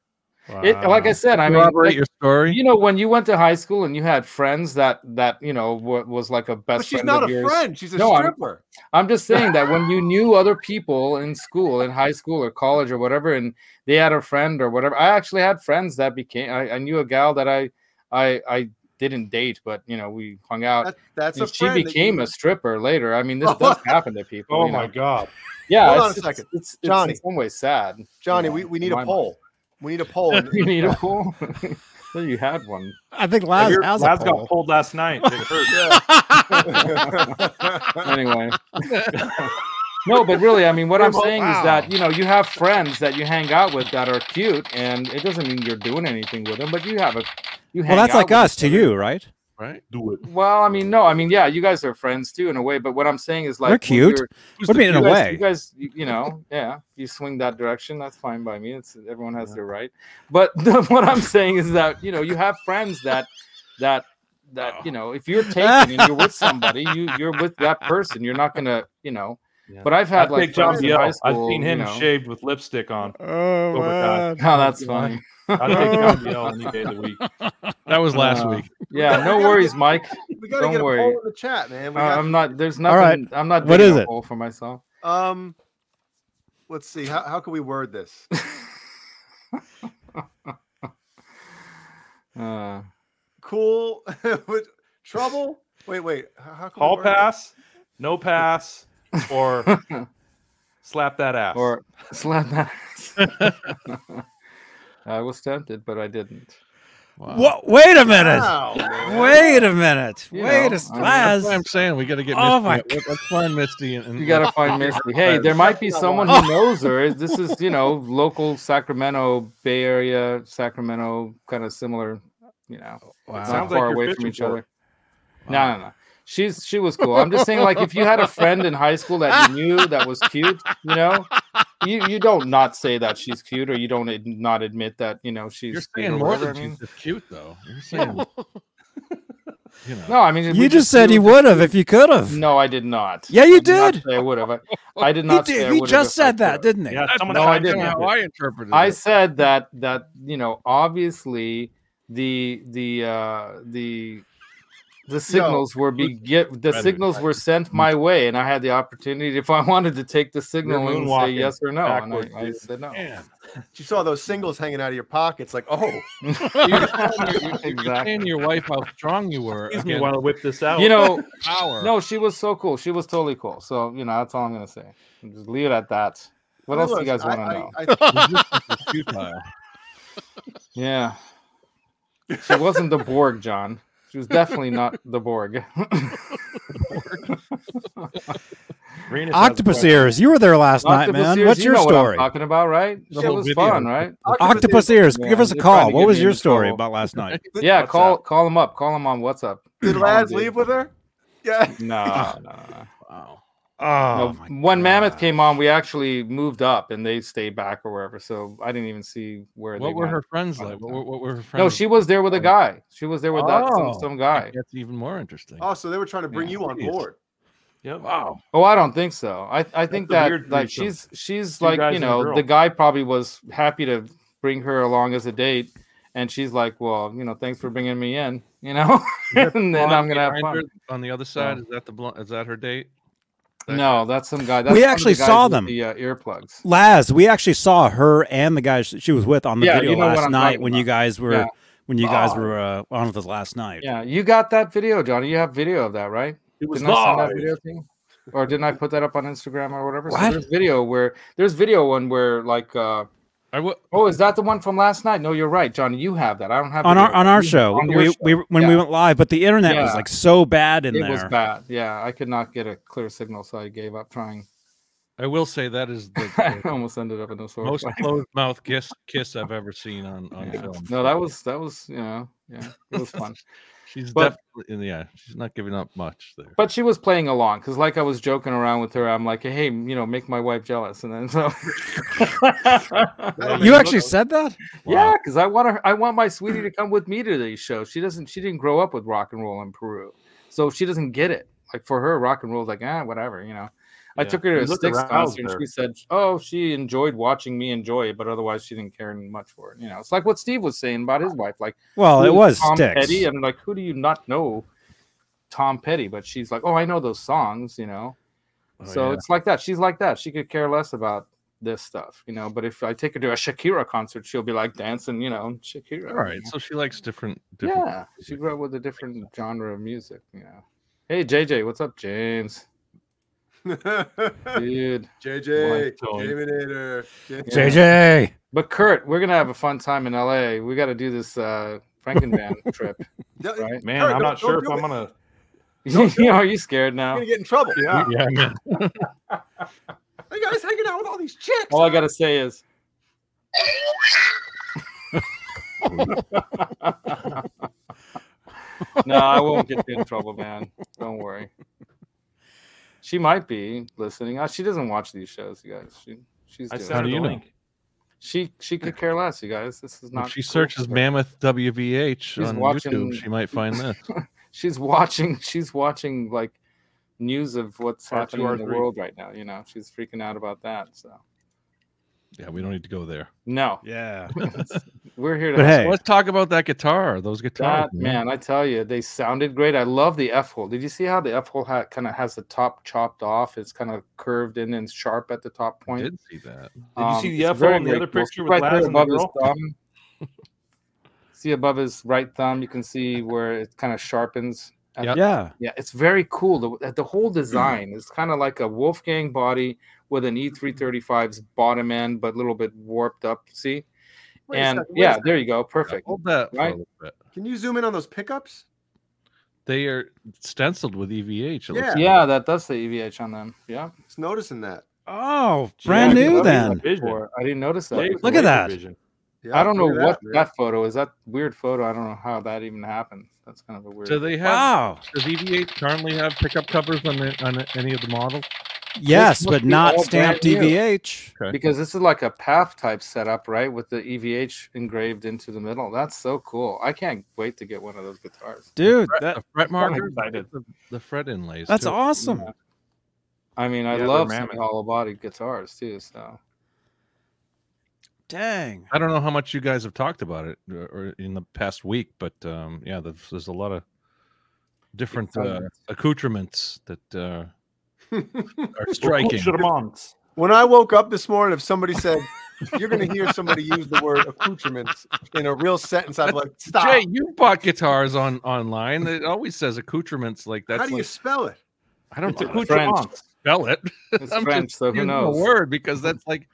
It like I
Wow.
said, I mean,
corroborate
like,
your story.
you know, when you went to high school and you had friends that that you know wa- was like a best
But she's
friend
not
of
a
yours.
friend. She's a
No, I'm-
stripper.
I'm just saying that when you knew other people in school, in high school or college or whatever, and they had a friend or whatever. I actually had friends that became. I, I knew a gal that I I I didn't date, but you know we hung out.
That, that's a
and she
friend. that you-
became a stripper later. I mean, this does happen to people.
Oh
you know?
my god.
Yeah,
Hold
it's,
on a
it's-
second.
It's, it's,
Johnny.
in some way sad.
Johnny,
Yeah,
we, we
in
need a
my
poll. We need a poll.
mind. you need a poll. well, you had one.
I think
Laz,
Laz, how's
Laz
a
got
poll?
pulled last night. It hurt.
Anyway. no, but really, I mean, what I'm
Remote-
saying is that you know you have friends that you hang out with that are cute, and it doesn't mean you're doing anything with them, but you have a you.
Well,
hang
that's
out
like
with
us
each
to
other.
you, right?
right?
Do it.
Well, I mean, no, I mean, yeah, you guys are friends too in a way, but what I'm saying is like
They're
when
cute.
you're-
Who's
What do
the
you mean in
you
a
guys,
way?
You guys, you, you know, yeah, you swing that direction, that's fine by me. It's everyone has their right. But the, what I'm saying is that you know you have friends that that that you know if you're taken and you're with somebody, you you're with that person. You're not gonna you know.
Yeah.
But I've
I
had
take
like
John
friends in high
Biel. I've
school,
seen
you
him
know.
shaved with lipstick on.
Oh,
man.
Oh, that's funny.
I take John Biel any day of the week.
That was last
Uh,
week.
Yeah, no worries, Mike.
we gotta
Don't
get a
worry. Uh,
poll in the chat, man. We got,
I'm not. There's
All
nothing.
right.
I'm not.
What
digging
is
a
it?
hole for myself.
um, let's see. How, how can we word this?
Uh,
Cool. with trouble. Wait, wait. How, how can we
Hall
word this?
pass, no pass, or slap that ass.
or slap that. ass. I was tempted, but I didn't.
Wow.
Wait a minute.
Wow, man.
Wait a minute.
You
Wait
know,
a
I mean,
That's
Laz.
what I'm saying. We got to get.
Oh
Misty.
my
Let- Let's find Misty and, and
You gotta find Misty. Hey, there might be someone who knows her. This is, you know, local Sacramento, Bay Area, Sacramento, kind of similar. You know,
Oh, Wow.
not
Sounds like
far
you're
away from
fishing
each
for
other. No, no, no. She's she was cool. I'm just saying, like, if you had a friend in high school that you knew that was cute, you know, you you don't not say that she's cute, or you don't ad- not admit that you know she's. cute
You're
or
saying more
whatever,
than
I mean.
she's just cute, though. You're saying, you know,
No, I mean we
You just said
do-
he would have if you could have.
No, I did not.
Yeah, you
I did not
did.
say I would have. I, I did
He
not. say I
did. He
would've
just
if I
said that,
could.
didn't he?
yeah, someone
No,
else
I
did
didn't.
it.
how I interpreted
I
it.
said that that you know obviously the the uh the the signals were be get, the
Rather-
signals were sent my way and I had the opportunity if I wanted to take the signal and say
moonwalking
yes or no and
backwards,
I, I
dude.
said no
Man,
You saw those singles hanging out of your pockets, like, oh,
you're
exactly
saying to your wife how strong you were.
Excuse me
against
while I whip this out.
you know
power.
no she was so cool she was totally cool so you know that's all I'm gonna say just leave it at that what else do you guys want to know
to know?
resistance is futile.
yeah she wasn't the Borg John she was definitely not the Borg
Renus has a
Octopus
question.
ears. You were there last night,
Octopus
man.
ears,
What's
you
your
know
story?
What I'm talking about, right?
The
Shit
whole
was
video.
fun, right?
Octopus ears.
Yeah,
Give us a
they're trying
call.
to
What
get
was
me
your
into
story
trouble.
about last night?
Yeah,
What's
call
up?
call him up. Call him on WhatsApp.
Did
Call
Laz
him,
leave
dude.
with her? Yeah.
No, no, no.
Wow.
Oh,
No,
my
when Mammoth
God.
came on, we actually moved up and they stayed back or wherever. So I didn't even see where they
What were
went.
her friends like? What were, what were her friends?
No, she was there with a guy. She was there with that some,
Oh.
some
like?
guy.
That's even more interesting.
Oh, so they were trying to bring you on
Jeez.
board.
Yep.
wow.
Oh, I don't think so. I I think
a
that
weird
like she's
threesome.
she's
Two guys
like you
and a
know
girl.
the guy probably was happy to bring her along as a date, and she's like, well, you know, thanks for bringing me in, you know, and then
Blonde
I'm gonna have
behind
fun.
her On the other side, is that the blonde, is that her date? that
No, that's some guy. That's
We
one of the
actually
guys
saw
with
them.
The uh, earplugs.
Laz, we actually saw her and the guys she was with on the
Yeah,
video
you know what
last
I'm
night
talking
when
about.
you guys were
Yeah.
when you guys were uh, on with us last night.
Yeah, you got that video, Johnny. You have video of that, right?
It was
Didn't I send
live.
that video to you? Or didn't I put that up on Instagram or whatever? So
What?
there's video where there's video one where like uh
I w-
oh is that the one from last night? No, you're right, Johnny. You have that. I don't have
On
video.
our on our
You-
show,
on your
we,
show.
we when we
Yeah.
went live, but the internet was
Yeah.
like so bad in
it
there.
was bad. Yeah, I could not get a clear signal, so I gave up trying.
I will say that is
I
the
almost ended up in a
the
sore
most
place.
closed mouth kiss kiss I've ever seen on on
Yeah.
film.
No, that was that was you know yeah it was fun.
She's
but-
definitely yeah. She's not giving up much there.
But she was playing along because, like, I was joking around with her. I'm like, hey, you know, make my wife jealous, and then so
You actually said that?
yeah, because I want her, I want my sweetie to come with me to these shows. She doesn't, she didn't grow up with rock and roll in Peru, so she doesn't get it. Like for her, rock and roll is like ah, whatever, you know. I
Yeah.
took her to a
You look
Styx
aroused
concert, and
there.
she said, "Oh, she enjoyed watching me enjoy it, but otherwise she didn't care much for it." You know, it's like what Steve was saying about his wife. Like,
Well,
who
it
is
was
Tom
sticks.
Petty, and like, who do you not know? Tom Petty, but she's like, oh, I know those songs, you know.
Oh,
so
yeah.
it's like that. She's like that. She could care less about this stuff, you know. But if I take her to a Shakira concert, she'll be like dancing, you know, Shakira.
all
you
right.
know?
So she likes different different
yeah, she grew up with a different genre of music, you know. Hey, JJ, what's up, James?
JJ,
Dude.
tone.
Jaminator.
Yeah.
JJ.
But Kurt, we're gonna have a fun time in LA. We got to do this uh, Frankenvan trip,
No, you're
right?
Man,
Kurt,
I'm
don't-
not
don't
sure if
do
I'm
it.
gonna.
Are you scared now?
gonna get in trouble.
Yeah.
Yeah, I mean,
Hey guys, hanging out with all these chicks.
All I gotta say is, no, I won't get you in trouble, man. Don't worry. She might be listening. Uh, She doesn't watch these shows, you guys. She she's
I
doing
sent her
do
the
you know?
link.
she she could care less, you guys. This is
if
not.
she
cool
searches
for her.
Mammoth WVH on
watching-
YouTube, she might find this.
She's watching. She's watching like news of what's
R2,
happening in the
R3.
world right now. You know, she's freaking out about that. So
yeah, we don't need to go there.
no,
Yeah.
we're here to.
But
have
hey,
Let's talk about that guitar. Those guitars,
That man, I tell you, they sounded great. I love the F hole. Did you see how the F hole ha- kind of has the top chopped off? It's kind of curved in and sharp at the top
I
point. Um,
did see that.
Did you see the
it's
F hole
very,
in the
very
other
cool.
picture
See
with Laz and the
above his
girl?
thumb. see above his right thumb, you can see where it kind of sharpens. at
Yep. Mm.
yeah.
yeah, it's very cool. The, the whole design is kind of like a Wolfgang body with an E335's bottom end, but a little bit warped up. See,
Wait a
and
second, wait a
yeah,
second.
there you go, perfect.
Hold that for a
Right?
little bit.
Can you zoom in on those pickups?
They are stenciled with EVH. It
Yeah.
looks
Yeah, that does the EVH on them. Yeah.
Just noticing that.
Oh,
Gee,
brand
I
Yeah, I
new
didn't
love you.
then.
Vision.
before. I didn't notice that.
Laser-
Look
laser
at that.
vision.
I don't know
look at
what
man.
that photo is. That weird photo. I don't know how that even happened. That's kind of a weird.
Do they have?
Wow.
Does EVH currently have pickup covers on, the, on any of the models?
Yes,
This
but
must be
not
all
stamped E
E
brand new.
DVH.
because this is like a path type setup, right? With the EVH engraved into the middle. That's so cool. I can't wait to get one of those guitars.
Dude,
Fret-
that,
the fret markers,
excited.
the, the fret inlays.
that's
too.
awesome.
I mean,
Yeah,
I
they're
love
mammoth.
hollow body guitars too. So
Dang.
I don't know how much you guys have talked about it uh, or in the past week, but um, yeah, there's, there's a lot of different uh,
Accoutrements.
accoutrements that uh, are striking.
Accoutrements.
When I woke up this morning, if somebody said, You're going to hear somebody use the word accoutrements in a real sentence, I'd be like, Stop.
Jay, you bought guitars on online. It always says accoutrements like that's.
How do you
like-
spell it?
I don't
It's
know how to
French.
accoutrements.
spell it.
It's
I'm
French, so who
using the
knows?
word because that's like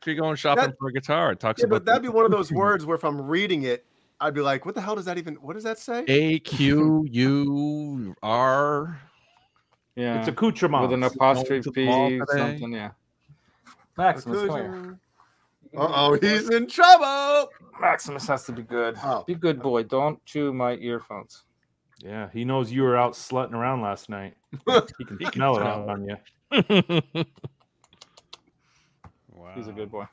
if you're going shopping
That-
for a guitar, it talks
Yeah,
about
but that'd be one of those words where if I'm reading it, I'd be like, What the hell does that even, what does that say?
A Q U R.
Yeah,
It's accoutrements.
with an
Going
apostrophe
to the
P
mall today.
something. Yeah. Maximus, come here.
Accoutrement. Uh-oh, he's in trouble.
Maximus has to be good.
Oh.
Be good boy. Don't chew my earphones.
Yeah, he knows you were out slutting around last night. He can smell it out on you.
Wow.
He's a good boy.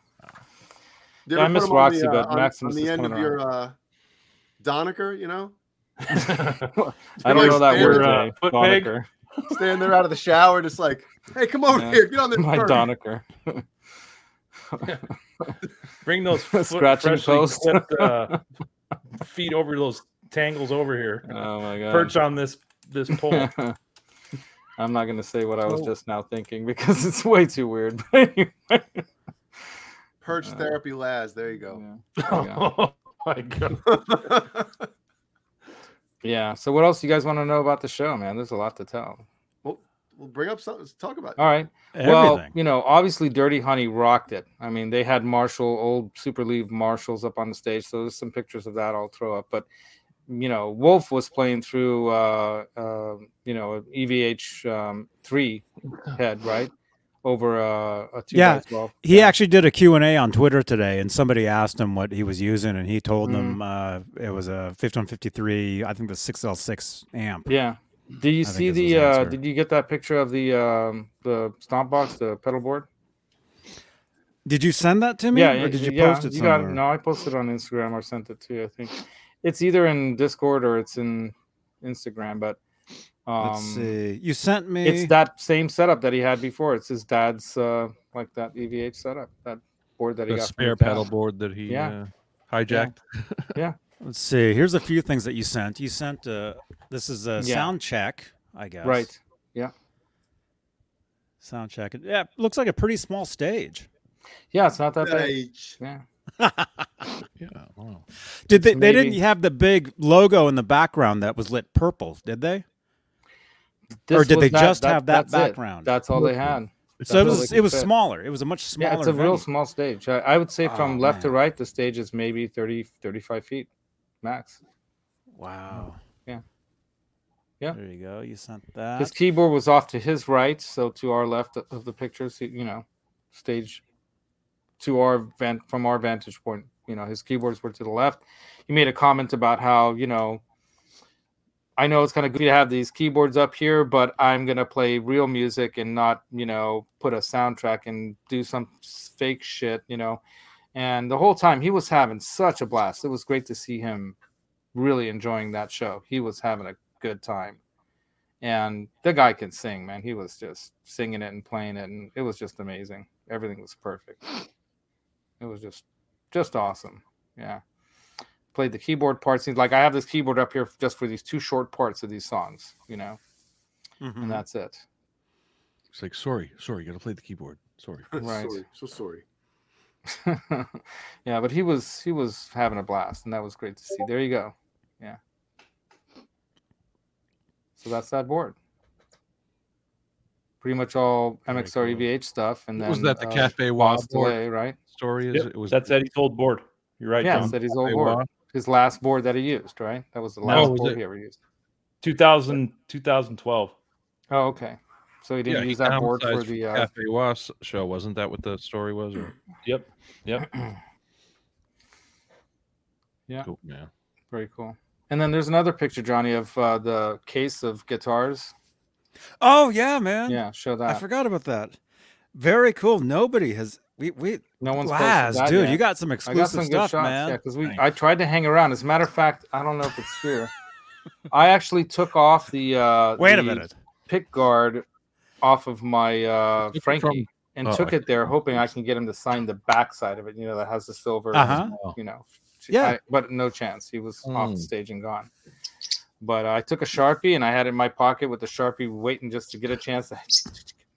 You
Yeah, I
ever put
miss
them on
Roxy,
the, uh,
but
on-
Maximus
on
is
the end of
coming
your uh, Doniker, you know,
I don't
like
know that
Spears,
word.
uh,
Jay.
foot peg.
Doniker.
standing there out of the shower, just like, hey, come over
Yeah.
here, uh, get on this.
My
bird."
Doniker.
Bring those foot
Scratching
freshly
post.
clipped, uh, feet over those tangles over here.
Oh my god.
Perch on this this pole.
I'm not going to say what I was just now thinking because it's way too weird. But anyway,
Perch
Uh,
therapy, Laz. There you go.
yeah.
oh my god!
That's
Yeah. So what else you guys want to know about the show, man? There's a lot to tell.
Well, we'll bring up something. Talk about. it.
All right. Well,
Everything.
you know, obviously Dirty Honey rocked it. I mean, they had Marshall, old Super League Marshalls up on the stage. So there's some pictures of that I'll throw up. But, you know, Wolf was playing through, uh, uh, you know, an EVH um, 3 head, right? Over uh, a 2
Yeah.
by 12
He actually did a Q&A on Twitter today and somebody asked him what he was using and he told
Mm-hmm.
them uh, it was a 5153, I think the 6L6 amp.
Yeah. Did you
think
see
this was
the,
the
uh,
answer.
did you get that picture of the, um, the stomp box, the pedal board?
Did you send that to me
yeah,
or did you
yeah,
post it
you got it.
somewhere?
no, I posted it on Instagram or sent it to you. I think it's either in Discord or it's in Instagram. But um,
Let's see. You sent me
it's that same setup that he had before. It's his dad's uh, like that EVH setup, that board that he
The
got from
spare
his dad.
pedal board that he
Yeah.
uh, hijacked.
Let's see. Here's a few things that you sent. You sent uh this is a
Yeah.
sound check, I guess.
Right.
Sound check. Yeah, looks like a pretty small stage.
Yeah, it's not that bad.
Stage.
Yeah.
Yeah. Wow.
Did they? They
Maybe.
didn't have the big logo in the background that was lit purple, did they? Or
This
did
was
they just have that
that's it.
background?
That's all they had.
so it
all
was.
they
It
could
was
fit.
smaller. It was a much smaller.
Yeah, it's a real
venue.
small stage. I, I would say from
Oh,
left to
man.
right, the stage is maybe 30, 35 feet max.
Wow.
Yeah. Yeah.
There you go. You sent that.
His keyboard was off to his right, so to our left of the pictures, he- you know, stage to our van- from our vantage point, you know, his keyboards were to the left. He made a comment about how, you know, I know it's kind of goofy to have these keyboards up here, but I'm gonna play real music and not, you know, put a soundtrack and do some s- fake shit, you know. And the whole time he was having such a blast. It was great to see him really enjoying that show. He was having a good time and the guy can sing man he was just singing it and playing it and it was just amazing everything was perfect it was just just awesome yeah played the keyboard parts he's like i have this keyboard up here just for these two short parts of these songs you know
Mm-hmm.
Mhm.
Mm-hmm.
and that's it
It's like, sorry, sorry, you got to play the keyboard. Sorry.
Right.
Sorry. So sorry.
yeah but he was he was having a blast and that was great to see there you go yeah so that's that board pretty much all
Very
mxr
cool.
evh E stuff and then
was that the
uh,
Cafe Waz
Boss
board
delay, right?
story? Is
Yep,
it was
that's Eddie's old board. You're right,
yeah,
John.
it's at his old
Cafe
board,
Waz?
his last board that he used, right? That was the
No,
last
was
board
it-
he ever used.
2000, 2012.
Oh, okay. So he didn't
Yeah, he
use that board for
downsized
the. Uh,
Cafe Was show. Wasn't that what the story was? Or...
Yep. Yep.
Yeah.
Cool, yeah.
Very cool. And then there's another picture, Johnny, of uh, the case of guitars.
Oh yeah, man.
Yeah, show
I
that.
forgot about that. Very cool. Nobody has. We we.
No one's posted
Laz,
that
dude,
yet.
you got some
I
exclusive
got some
stuff,
good shots.
man.
Yeah, because we
Thanks.
I tried to hang around. As a matter of fact, I don't know if it's here. I actually took off the uh,
Wait a
the
minute.
pick guard off of my uh,
took it
Frankie
from-
and
Oh,
took
I
it there, hoping I can get him to sign the backside of it. You know that has the silver.
Uh huh.
you know. sh-
Yeah. Hmm.
I- but no chance. He was off the
Mm.
stage and gone. But I took a sharpie and I had it in my pocket with the sharpie, waiting just to get a chance. To,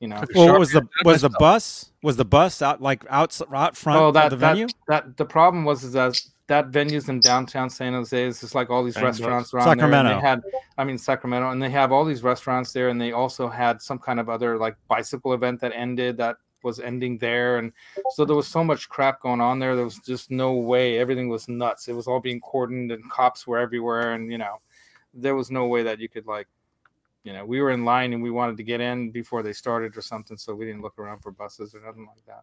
you know.
Took a
Well,
sharp
Oh, was the
haircut
was the
myself.
bus was the bus out like out out front
Oh,
of
that
the
that,
venue?
that the problem was is that that venues in downtown San Jose is just like all these
Thank
restaurants around there, and
Sacramento.
they had, I mean Sacramento, and they have all these restaurants there, and they also had some kind of other like bicycle event that ended that was ending there, and so there was so much crap going on there. There was just no way. Everything was nuts. It was all being cordoned, and cops were everywhere, and you know, there was no way that you could like. You know, we were in line and we wanted to get in before they started or something, so we didn't look around for buses or nothing like that.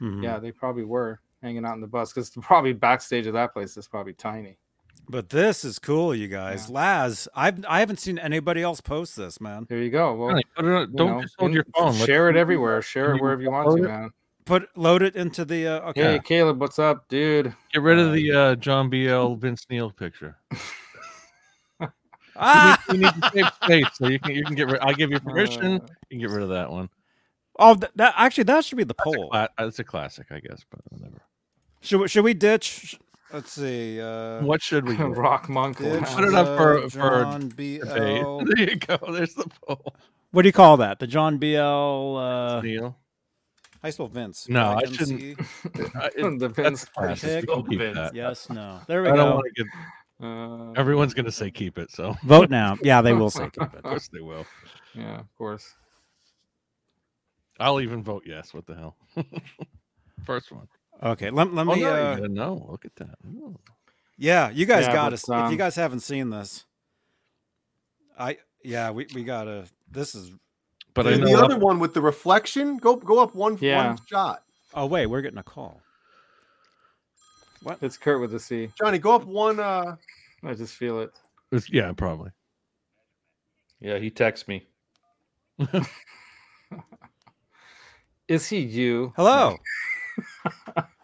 Mhm.
Yeah, they probably were hanging out in the bus because probably backstage of that place is probably tiny.
But this is cool, you guys. Laz, I've I haven't seen anybody else post this, man.
There you go. Well,
Johnny, put it on-
you
don't
know,
just hold
in-
your phone. Let's-
Share it everywhere. Share
can
it
you
wherever you want to,
upload it?
man.
Put load it into the uh, okay.
Hey, Caleb, what's up, dude?
Get rid of the uh, John BL Vince Neil picture.
Ah!
You need to save space, so you can you can get rid. I'll give you permission.
Uh,
You can get rid of that one.
Oh, th- that actually that should be the
That's a,
poll.
cla- uh, that's a classic, I guess, but whatever.
Should we, should we ditch? Let's see. Uh,
What should we do?
Rock Monk.
ditch
Lounge.
Put it up for-
the
for
John
Debate.
BL.
There you go. There's the poll.
What do you call that? The John BL. Uh,
Neil.
I spell Vince.
No, I
can
shouldn't-
see.
I- it-
The
that's
Vince
classic.
pick.
We can keep
Vince.
that.
Yes, no. There we
I don't
go.
want to get.
Uh,
Everyone's gonna say keep it, so
Vote now. Yeah, they will say keep
of
it.
course they will.
yeah, of course.
I'll even vote yes. What the hell? First one.
Okay, let, let
Oh,
me.
no, you
uh,
gotta know. Look at that. Ooh.
yeah, you guys
Yeah,
got
but,
us. if
um,
you guys haven't seen this, I yeah, we we gotta. This is.
But I
And
know
the
up-
other one with the reflection, go go up one,
Yeah.
one shot.
Oh wait, we're getting a call. What?
It's Kurt with a C.
Johnny, go up one. Uh,
I just feel it.
it's- yeah, probably.
Yeah, he texts me.
Is he you?
Hello.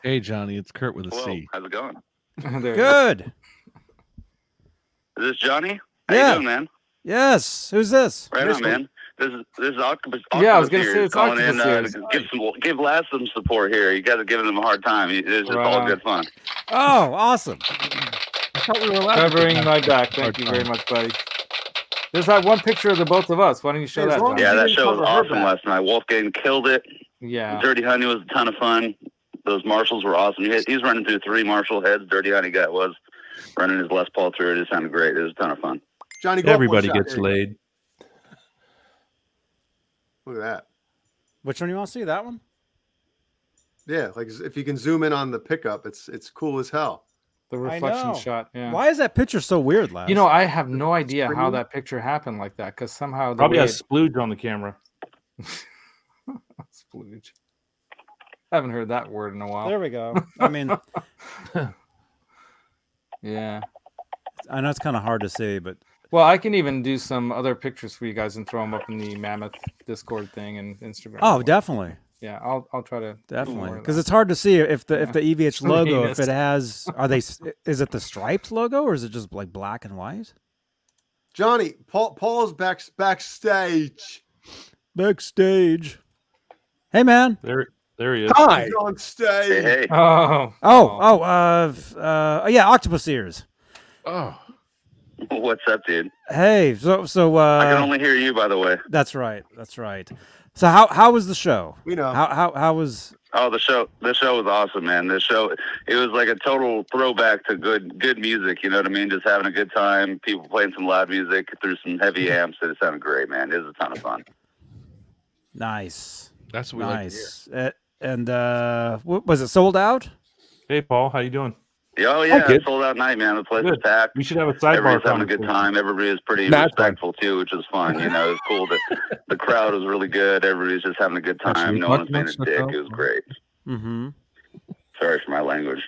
Hey Johnny, it's Kurt with a C.
Hello, how's it going?
there you
Good.
Is this Johnny? How
Yeah.
you doing, man?
Yes. Who's this?
Right
Yes,
on,
man.
man. This is this is Octopus. Octopus
Yeah, I was gonna
here
say it's
calling in,
Octopus
uh, to
here.
give some give Laz some support here. You guys are giving him a hard time. It's just
Right
all
on.
good fun.
Oh, awesome.
go. Covering my back. Thank you very much, buddy. There's that one picture of the both of us. Why don't you show
As
that?
long
Johnny?
Yeah,
as-
that
didn't
show
cover
was
her
awesome
back.
last night. Wolfgang killed it.
Yeah.
Dirty Honey was a ton of fun. Those marshals were awesome. He, he's running through three marshal heads. Dirty Honey guy was running his Les Paul through it. It sounded great. It was a ton of fun.
Johnny, go
Everybody
up one shot.
gets
There you go.
laid.
Look at that.
Which one do you want to see? That one?
Yeah, like if you can zoom in on the pickup, it's it's cool as hell.
The
I
reflection
know.
shot. Yeah.
Why is that picture so weird, Laz?
You know, I have no idea how
Screen?
that picture happened like that because somehow the
Probably
way
has
it-
splooge on the camera.
splooge. I haven't heard that word in a while.
there we go. I mean,
Yeah.
I know it's kind of hard to see, but
Well, I can even do some other pictures for you guys and throw them up in the Mammoth Discord thing and Instagram.
oh, definitely,
yeah. I'll I'll try to
definitely,
more of
because
that.
it's hard to see if the if the EVH
Yeah. E
logo if
Heinous.
it has are they s- is it the striped logo or is it just like black and white?
Johnny, Paul Paul's back backstage.
Backstage. Hey man.
There, there he is.
Hi,
Hi.
on
Hey,
stage.
hey.
Oh.
Oh oh uh f- uh yeah, octopus ears.
Oh,
What's up, dude?
Hey, so so
I can
uh
only hear you, by the way.
that's right, that's right. So how how was the show?
We know.
How how how was
Oh, the show! The show was awesome, man. The show it was like a total throwback to good good music. You know what I mean? Just having a good time. People playing some loud music through some heavy amps. and It sounded great, man. It was a ton of fun.
nice,
that's what we like. to hear.
nice. Uh, and uh w- was it sold out?
Hey, Paul, how you doing?
Yeah, Oh yeah,
good.
sold out night, man. The place was
Good.
packed.
We should have a sidebar
Everybody's having a good
conversation.
time. Everybody was pretty
That's fun.
respectful too, which was fun. You know, it was cool. That the crowd was really good. Everybody's just having a good time. No one was being a dick. It was great.
Mm-hmm.
Sorry for my language.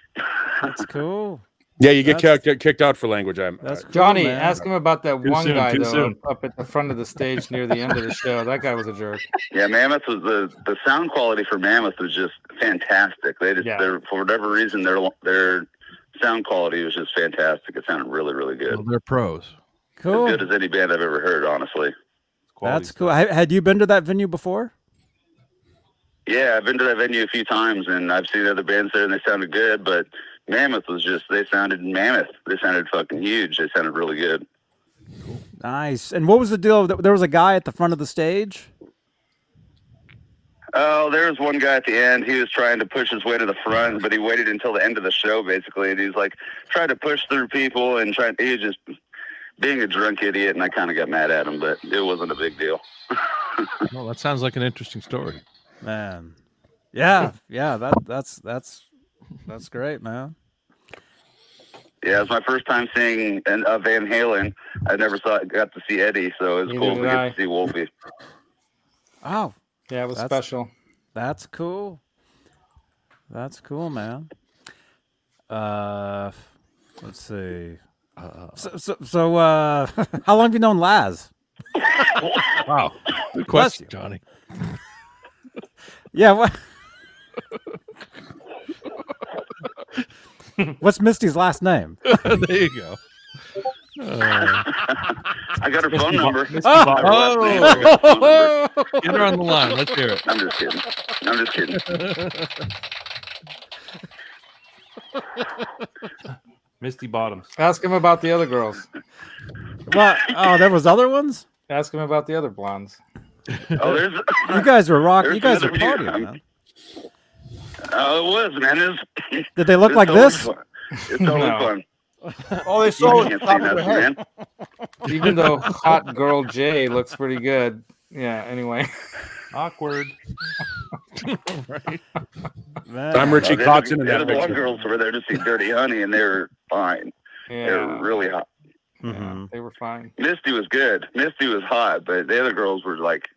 That's cool.
Yeah, you get
That's-
kicked, get kicked out for language. I'm
That's cool,
Johnny,
man.
ask him about that
Too
one
soon,
guy
too
though
soon.
up at the front of the stage near the end of the show. That guy was a jerk.
Yeah, Mammoth was the the sound quality for Mammoth was just fantastic. They just
Yeah.
they're, for whatever reason their their sound quality was just fantastic. It sounded really really good,
Well, they're pros.
Cool.
as good as any band I've ever heard, honestly.
Quality
That's cool. Ha- Had you been to that venue before?
Yeah, I've been to that venue a few times and I've seen other bands there and they sounded good, but Mammoth was just they sounded Mammoth. They sounded fucking huge. They sounded really good.
Nice. And what was the deal? Th- There was a guy at the front of the stage.
Oh, there was one guy at the end. He was trying to push his way to the front, but he waited until the end of the show, basically. And he's like, trying to push through people and trying. He was just being a drunk idiot, and I kind of got mad at him, but it wasn't a big deal.
Well, Oh, that sounds like an interesting story.
Man. Yeah, yeah. That that's that's that's great, man.
Yeah, it was my first time seeing an, uh, Van Halen. I never saw got to see Eddie, so it was
Neither
cool to
did I.
get to see Wolfie.
Oh,
Yeah, it was
That's-
special.
that's cool. That's cool, man. Uh, let's see. So, so, so uh, how long have you known Laz?
Wow, good
Bless
question,
you.
Johnny.
Yeah. What? What's Misty's last name?
there you go. Uh,
I got her phone number.
Oh,
Her last name, I got her phone number.
get her on the line. Let's hear it.
I'm just kidding. I'm just kidding.
Misty Bottoms.
Ask him about the other girls.
what? Oh, there was other ones.
Ask him about the other blondes.
Oh, there's.
You guys were rock. You
There's
guys were
another view.
partying.
I'm-
Man.
Oh, it was man. It was,
Did they look
It's
like
totally
this?
fun. It's totally
No.
fun.
All Oh, they saw
You
was the
can't see
top of her
nothing,
head.
man.
Even though hot girl J looks pretty good. Yeah. Anyway,
Awkward.
I'm Richie
Now,
Kotzen
the
in
other-
that
The other
picture.
girls were there to see Dirty Honey, and they were fine.
yeah,
They were really hot.
yeah,
Mm-hmm.
Mhm.
they were fine.
Misty was good. Misty was hot, but the other girls were like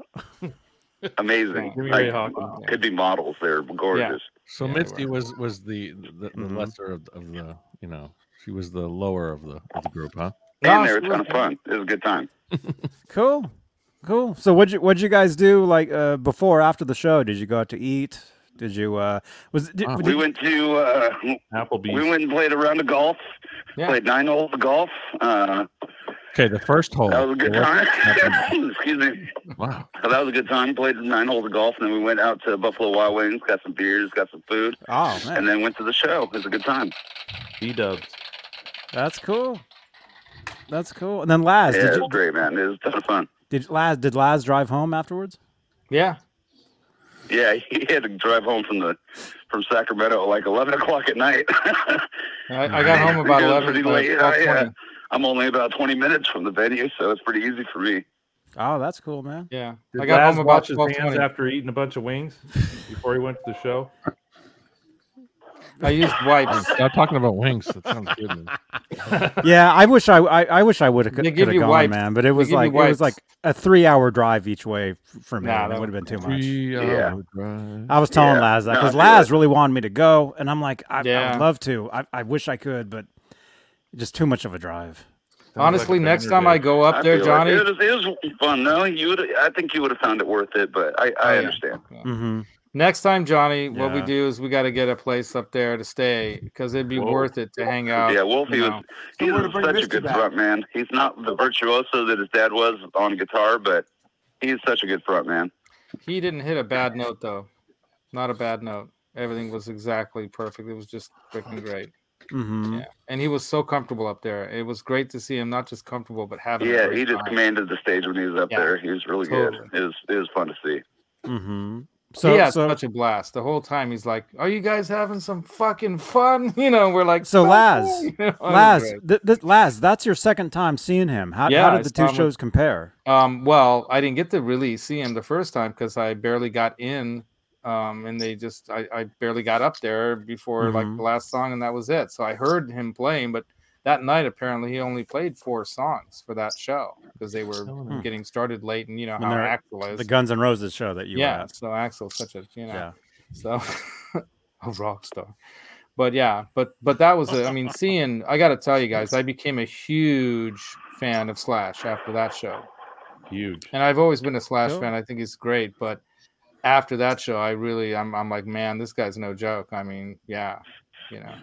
amazing.
Give me
Like,
Ray Hawkins.
could be models. They were gorgeous.
So
Yeah, they
Misty
were.
was was the the, the
Mhm.
lesser of, of the you know she was the lower of the of the group, huh?
And they were a ton of
Absolutely.
fun. It was a good time.
Cool. Cool. So what'd you what'd you guys do like uh before after the show? Did you go out to eat? Did you uh was did,
Uh,
did-
We went to uh, we
Applebee's.
went and played a round of golf.
Yeah.
Played nine holes of golf. Uh,
Okay, the first hole.
that was a good
there
time.
nothing.
Excuse me.
wasn't- Wow.
So that was a good time. Played nine holes of golf, and then we went out to Buffalo Wild Wings, got some beers, got some food,
Oh man.
and then went to the show. It was a good time.
B Dubs.
That's cool. That's cool. And then Laz,
Yeah,
did
it
you
was great, man. It was a ton of fun.
did Laz did Laz drive home afterwards?
Yeah.
Yeah, he had to drive home from the from Sacramento at like eleven o'clock at night.
I, I got home about
It was
11.
pretty
but
late. I, uh,
12:20.
I'm only about twenty minutes from the venue, so it's pretty easy for me.
Oh, that's cool, man.
Yeah.
Did
I got
Laz
home about
wash his hands
12:20.
after eating a bunch of wings before he went to the show? Oh,
I used wipes.
Stop talking about wings. That sounds good. Man.
Yeah, I wish I I, I wish I would have could
They
have
give you
gone,
wipes.
man. But it was
give you
like it was
wipes.
like a three hour drive each way f- for me.
Nah,
and it
that
would have been too much.
Three
Yeah.
hour drive.
I was telling
Yeah.
Laz that
No,
because
I feel
Laz
it.
really wanted me to go, and I'm like, I, I
Yeah.
would love to. I, I wish I could, but just too much of a drive.
Honestly,
like a
next
Thunder
time
Day.
I go
I
up there,
feel like
Johnny,
it, was, it was fun though. You would, I think you would have found it worth it, but I, I
Oh, yeah.
understand.
Mm-hmm.
Next time, Johnny, what we
Yeah.
do is we got to get a place up there to stay because it'd be
Whoa.
worth it to hang out.
yeah, Wolfie
you
was
know.
he
Somewhere
was
to bring
such a
Misty
good
back.
front man. He's not the virtuoso that his dad was on guitar, but he's such a good front man.
He didn't hit a bad note though, not a bad note. Everything was exactly perfect. It was just freaking great.
Mm-hmm.
Yeah, and he was so comfortable up there. It was great to see him not just comfortable but having. a
Yeah,
great
he just
time.
commanded the stage when he was up
Yeah.
there. He was really
Totally.
good. It was it was fun to see.
Mm-hmm. So
he had
so
such a blast the whole time. He's like, "Are you guys having some fucking fun?" You know, we're like,
So,
"Okay."
Laz,
You know, it was
Laz,
great.
th- th- Laz, that's your second time seeing him. How,
Yeah,
how
I
did the
saw
two
him with-
shows compare?
Um, well, I didn't get to really see him the first time because I barely got in, um, and they just I, I barely got up there before like
Mhm.
the last song, and that was it. So I heard him playing, but that night apparently he only played four songs for that show because they were
Hmm.
getting started late, and you know
When
how
they're-
Axel is.
The Guns N' Roses show that you
Oh, yeah,
were at.
so Axel's such a you know
Yeah.
so a rock star but yeah but but that was a, i mean seeing i gotta tell you guys i became a huge fan of slash after that show
Huge.
and i've always been a slash
Cool.
fan i think he's great but after that show i really i'm, I'm like man this guy's no joke i mean yeah you know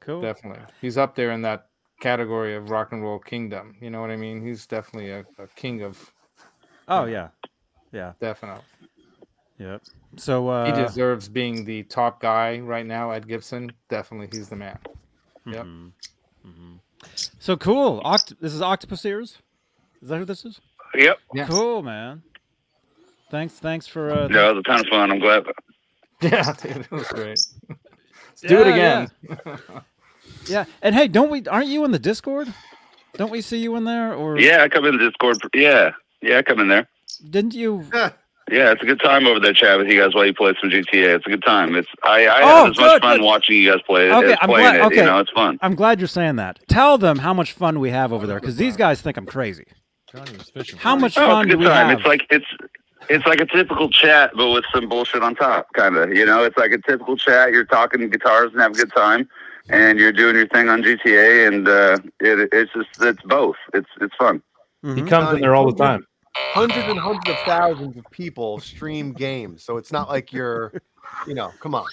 Cool.
definitely he's up there in that category of rock and roll kingdom you know what i mean he's definitely a, a king of
Oh yeah. Yeah.
definitely
Yep. So uh,
he deserves being the top guy right now at gibson definitely he's the man Yep.
mhm.
Mm-hmm.
Mhm. So cool. Oct- this is Octopus Ears. Is that who this is?
Yep.
Yes.
Cool, man. Thanks. Thanks for. Uh,
No, it was a ton of fun. I'm glad.
Yeah, dude, it was great. Let's do it
Yeah,
again.
Yeah, and hey, don't we? Aren't you in the Discord? Don't we see you in there? Or
Yeah, I come in the Discord. Yeah, yeah, I come in there.
didn't you?
Yeah, it's a good time over there, chat with you guys while you play some GTA. It's a good time. It's I, I
Oh,
have as much
good,
fun
good.
watching you guys play
Okay,
as
I'm
playing
glad-
it.
okay.
You know, it's fun.
I'm glad you're saying that. Tell them how much fun we have over there, because these guys think I'm crazy.
Johnny was fishing.
How
for
much
Oh,
fun
it's a
do
good
we
time.
have?
It's like it's it's like a typical chat, but with some bullshit on top, kind of. You know, it's like a typical chat. You're talking guitars and have a good time, and you're doing your thing on GTA, and uh, it, it's just it's both. It's it's fun.
He
Mhm.
comes in there all the time.
Hundreds and hundreds of thousands of people stream games, so it's not like you're, you know, come on.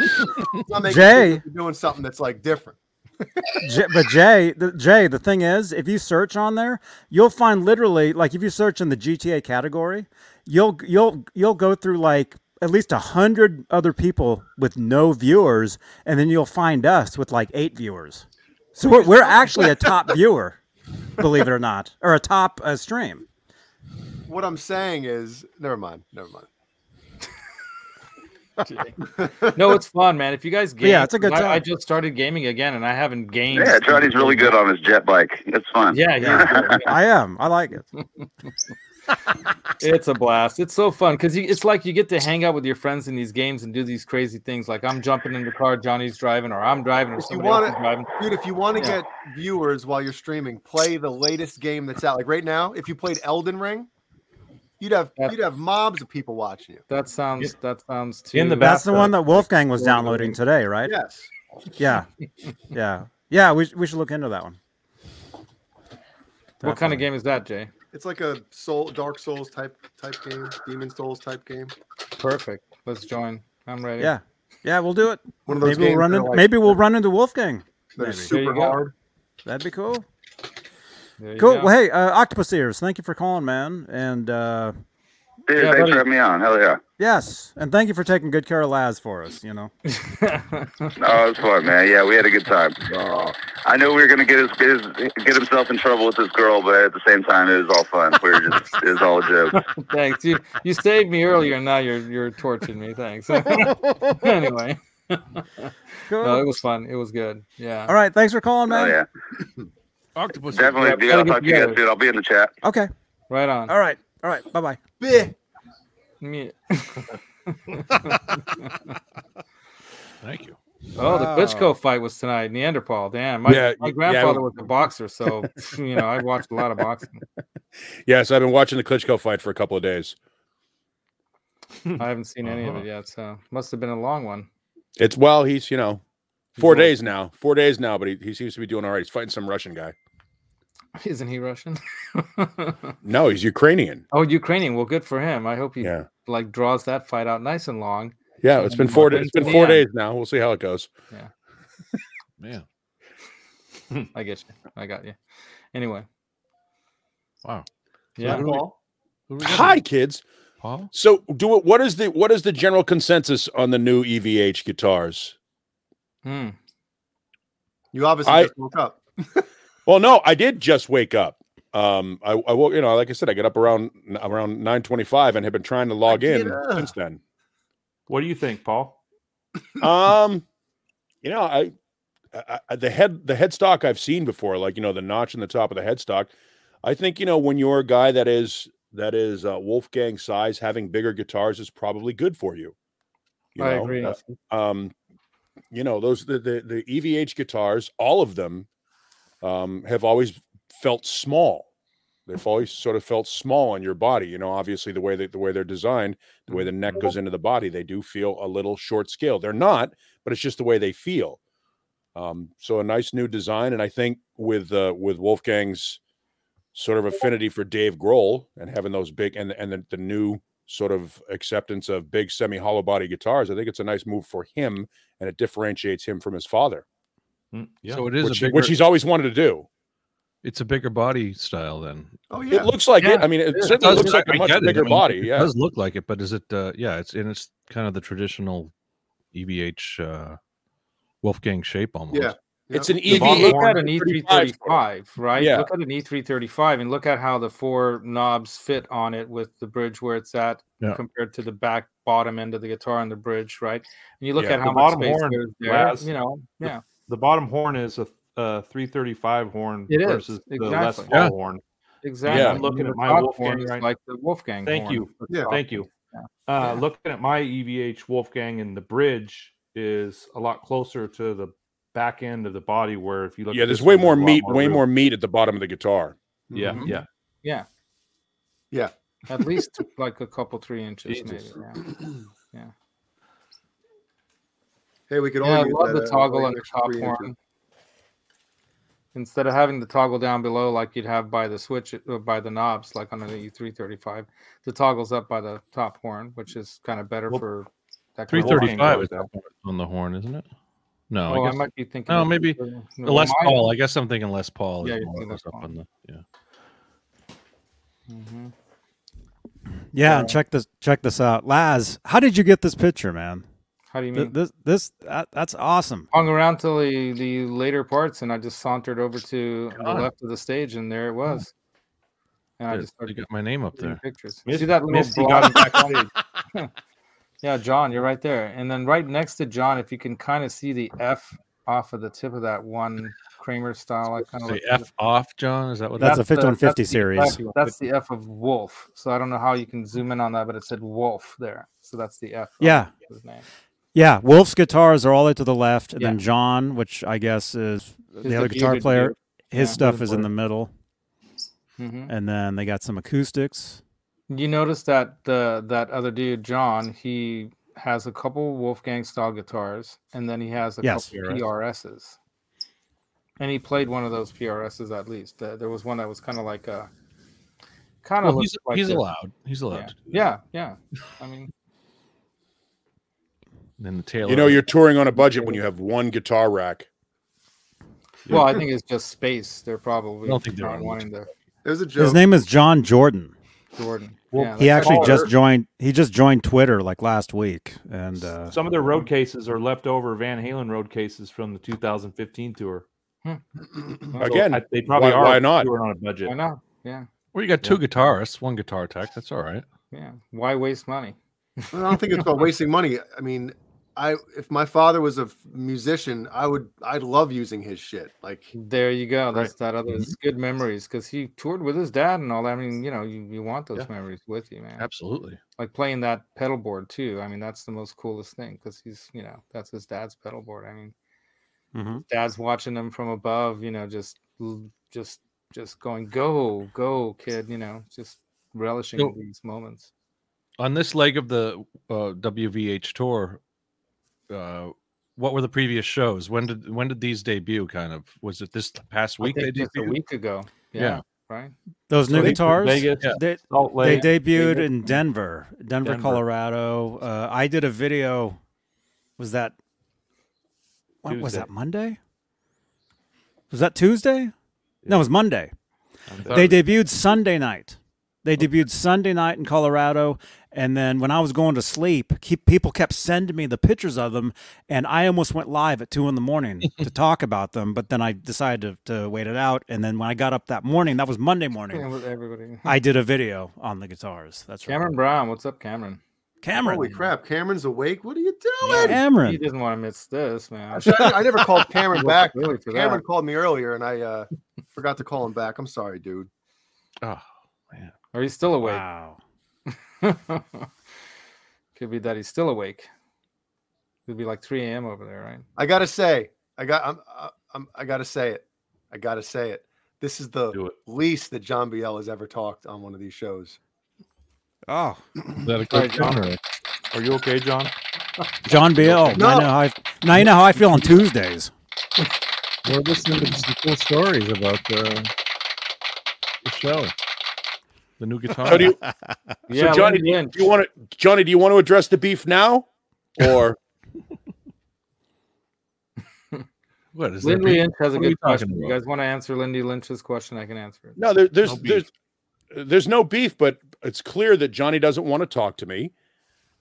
It's not making
Jay.
sense if you're doing something that's like different.
J- but Jay, the, Jay, the thing is, if you search on there, you'll find literally like if you search in the GTA category, you'll you'll you'll go through like at least a hundred other people with no viewers, and then you'll find us with like eight viewers. So we're, we're actually a top viewer, believe it or not, or a top uh, stream.
What I'm saying is, never mind, never mind.
no, it's fun, man. If you guys game,
Yeah, it's a good
I- I,
time.
just started gaming again, and I haven't gamed.
Yeah, Johnny's really good on his jet bike. It's fun.
Yeah, yeah.
I am. I like it.
It's a blast. It's so fun because it's like you get to hang out with your friends in these games and do these crazy things. Like I'm jumping in the car, Johnny's driving, or I'm driving, or
If you
somebody else
want
is driving.
to, dude, if you want to
Yeah.
get viewers while you're streaming, play the latest game that's out. Like right now, if you played Elden Ring, you'd have you'd have mobs of people watching you.
That sounds that sounds too.
That's the one that Wolfgang was downloading today, right?
Yes.
Yeah. Yeah. Yeah. We, sh- we should look into that one.
What kind of game is that, Jay?
It's like a soul, Dark Souls type type game, Demon Souls type game.
Perfect. Let's join. I'm ready.
Yeah. Yeah. We'll do it.
One of those
maybe we'll
games
run
that are
in,
like-
Maybe we'll run into Wolfgang.
That are
Maybe.
super hard.
That'd be cool.
There you
Cool.
go.
Well, hey, uh, Octopus Ears, thank you for calling, man. And uh,
Dude,
Yeah,
thanks
buddy.
for having me on. Hell yeah.
yes, and thank you for taking good care of Laz for us. You know,
Oh, it was fun, man. Yeah, we had a good time. I know we were gonna get his, his get himself in trouble with this girl, but at the same time, it was all fun. We were just it was all a joke.
Thanks. You you saved me earlier, and now you're you're torturing me. Thanks. anyway. No, it was fun. It was good. Yeah.
all right, thanks for calling,
Oh
man.
yeah,
Octopus.
definitely, dude. I'll talk to you guys, dude. I'll be in the chat.
Okay.
Right on.
All right. All right. Bye bye.
Me-
Thank you.
Oh, the
Wow.
Klitschko fight was tonight. Neanderthal. Damn. My,
Yeah,
my
yeah,
grandfather
it-
was a boxer, so you know I watched a lot of boxing.
Yes, I've been watching the Klitschko fight for a couple of days.
I haven't seen any
Uh-huh.
of it yet, so must have been a long one.
It's well, he's you know, four days now, four days now, but he, he seems to be doing all right. He's fighting some Russian guy.
Isn't he Russian?
No, he's Ukrainian.
oh, Ukrainian. Well, good for him. I hope he
Yeah.
like draws that fight out nice and long.
Yeah, it's been
Mm,
four.
okay,
da- It's been
so
four
yeah.
days now. We'll see how it goes.
Man.
I get you. I got you. Anyway.
Wow.
Yeah.
Who do we- who do we got?
Hi, kids.
Paul.
So, do it. What is the what is the general consensus on the new EVH guitars?
Hmm.
You obviously
I-
just woke up.
Well, no, I did just wake up. Um, I, I woke, you know, like I said, I got up around around nine twenty five and have been trying to log
get
in
up.
since then.
What do you think, Paul?
Um, you know, I, I, I the head the headstock I've seen before, like you know, the notch in the top of the headstock. I think you know when you're a guy that is that is uh, Wolfgang size, having bigger guitars is probably good for you. You
I
know,
agree.
uh, um, you know those the, the the EVH guitars, all of them, um, have always felt small. They've always sort of felt small on your body. You know, obviously the way that the way they're designed, the way the neck
Mm-hmm.
goes into the body, they do feel a little short scale. They're not, but it's just the way they feel. Um, so a nice new design, and I think with uh, with Wolfgang's sort of affinity for Dave Grohl and having those big and and the, the new sort of acceptance of big semi hollow body guitars, I think it's a nice move for him, and it differentiates him from his father,
Mm, yeah.
So it is
which,
a
he-
bigger,
which he's always wanted to do.
it's a bigger body style then.
Oh yeah.
It looks like it.
Yeah,
I mean, it
is.
It
certainly
does
looks
look-
like a
I
much
get it. I
bigger
mean,
body.
It
Yeah,
does look like it, but is it? Uh, yeah, it's and it's kind of the traditional EVH uh, Wolfgang shape almost.
Yeah.
it's an
E
If you
EVH.
look at an
E35.
E335, right?
Yeah.
Look at an E335 and look at how the four knobs fit on it with the bridge where it's at
Yeah.
compared to the back bottom end of the guitar and the bridge, right? And you look
Yeah.
at
The
how much
bottom
space
horn
there's there,
last-
you know, yeah.
The bottom horn is a, a 335 horn
It is,
versus the Les
exactly.
Paul
Yeah.
horn.
Exactly.
Yeah.
And
Looking
then
at
the
my
top
Wolfgang
horn is
right-
like the Wolfgang.
Thank
horn.
you.
That's
Yeah.
all.
Thank you.
Yeah.
Uh,
Yeah.
Looking at my EVH Wolfgang and the bridge is a lot closer to the back end of the body. Where if you look,
Yeah,
at
there's
this
way
one,
more
a lot
meat, way
room.
more meat at the bottom of the guitar.
Yeah,
Mm-hmm.
Mhm.
yeah.
At least like a couple three inches,
Jesus.
maybe. Yeah.
Hey, we could
Yeah,
all
I
use
love
that,
the
uh,
toggle on the
extra
top
three inches.
horn. Instead of having the toggle down below like you'd have by the switch uh, by the knobs, like on an E335, the toggle's up by the top horn, which is kind of better
Well,
for that kind of thing.
335 is on the horn, isn't it? No,
Oh, I,
I guess
might be thinking.
No,
of-
maybe
no,
the Les
mine-
Paul. I guess I'm thinking Les Paul.
Yeah,
is
you're
more
thinking Les
up
Paul.
on the- yeah.
Mhm.
Yeah, and check this check this out, Laz. How did you get this picture, man?
How do you
Th-
mean? Oh,
This this uh, that, that's awesome.
Hung around till the, the later parts, and I just sauntered over to the
God.
left of the stage, and there it was. And I
There,
just
they
started
got my name up
taking
there.
pictures.
Miss-
See that little
Misty
blonde
got it backstage.
Yeah, John, you're right there. And then right next to John, if you can kind of see the F off of the tip of that one Kramer style, I kind of
Say F off, John. Is that what
That's a
it is?
5150
that's the
series.
F- that's the F of Wolf. So I don't know how you can zoom in on that, but it said Wolf there. So that's the F. of
Yeah.
His name.
Yeah, Wolf's guitars are all the way to the left, and then
Yeah.
John, which I guess is
Is
the other
the
guitar
muted
player,
dude.
his
Yeah.
stuff
Muted
is in
player.
the middle,
Mm-hmm.
hmm
and then they got some acoustics.
You notice that the that other dude, John, he has a couple Wolfgang style guitars, and then he has a
Yes.
couple PRSs. And he played one of those PRSs at least. Uh, there was one that was kind of like a kind of
Well, he's,
like
he's
this.
allowed. He's allowed.
Yeah.
to do that.
yeah, yeah. I mean,
And then the tail.
You know, you're touring on a budget when you have one guitar rack.
well, I think it's just space. They're probably
I don't think they're
not
on
wanting the
There's a joke.
His name is John Jordan.
Jordan.
Well,
yeah,
He
that's-
actually
Oh,
just
sure.
joined. He just joined Twitter like last week, and uh,
Some of their
hmm.
road cases are leftover Van Halen road cases from the 2015 tour.
Again,
I- they probably
why-
are
why not?
touring on a budget.
Hmm. why not? Yeah,
well, you got two guitarists, one guitar tech. That's all right.
yeah. Why waste money?
I don't think it's about wasting money. I mean, I if my father was a f- musician, I would I'd love using his shit. Like
There you go. That's that other
Mm-hmm.
it's good memories because he toured with his dad and all that. I mean, you know, you, you want those
Yeah.
memories with you, man.
Absolutely.
Like playing that pedal board too. I mean, that's the most coolest thing because he's, you know, that's his dad's pedal board. I mean,
mhm.
dad's watching him from above, you know, just l- just just going, go, go, kid, you know, just relishing
Go.
these moments.
On this leg of the uh, WVH tour, uh, what were the previous shows? When did when did these debut? Kind of was it this past
I
week they
think just a
debuted?
week ago. Yeah.
Yeah.
Right.
those new
They-
guitars.
Vegas,
Yeah.
They,
Salt
they
Lake.
debuted in Denver, Denver,
Denver.
Colorado. Uh, I did a video. Was that? What was
Tuesday.
that Monday? Was that Tuesday?
Yeah.
No, it was Monday. They debuted Sunday night. They debuted Sunday night in Colorado, and then when I was going to sleep, keep, people kept sending me the pictures of them, and I almost went live at two in the morning to talk about them. But then I decided to, to wait it out, and then when I got up that morning, that was Monday
Yeah,
morning.
with everybody.
I did a video on the guitars. That's right,
Cameron Brown, what's up, Cameron?
Cameron.
holy crap, Cameron's awake. What are you doing?
He
Cameron.
doesn't want to miss this, man.
Actually, I, I never called Cameron back.
Really for that.
Cameron called me earlier, and I uh, forgot to call him back. I'm sorry, dude.
Oh,
Are you still awake?
Wow.
Could be that he's still awake. It'd be like 3 a.m. over there, right?
I gotta say, I got I'm, I- I'm I gotta say it. I gotta say it. This is the
Do it.
least that John BL has ever talked on one of these shows.
Oh,
is that a
Sorry,
good
John.
genre?
Are you okay, John?
John Beal. Now,
No.
you know how I, now you know how I feel on Tuesdays.
We're listening to some cool stories about the, the show, the new guitar.
So do you,
Yeah,
Johnny,
let me in.
do you want to, Johnny? Do you want to address the beef now, or
what is
Lindy
that?
Lynch has a
What are we
good
talking
question. You
about?
guys want to answer Lindy Lynch's question? I can answer it.
no? There, there's
No beef.
there's there's no beef, but it's clear that Johnny doesn't want to talk to me.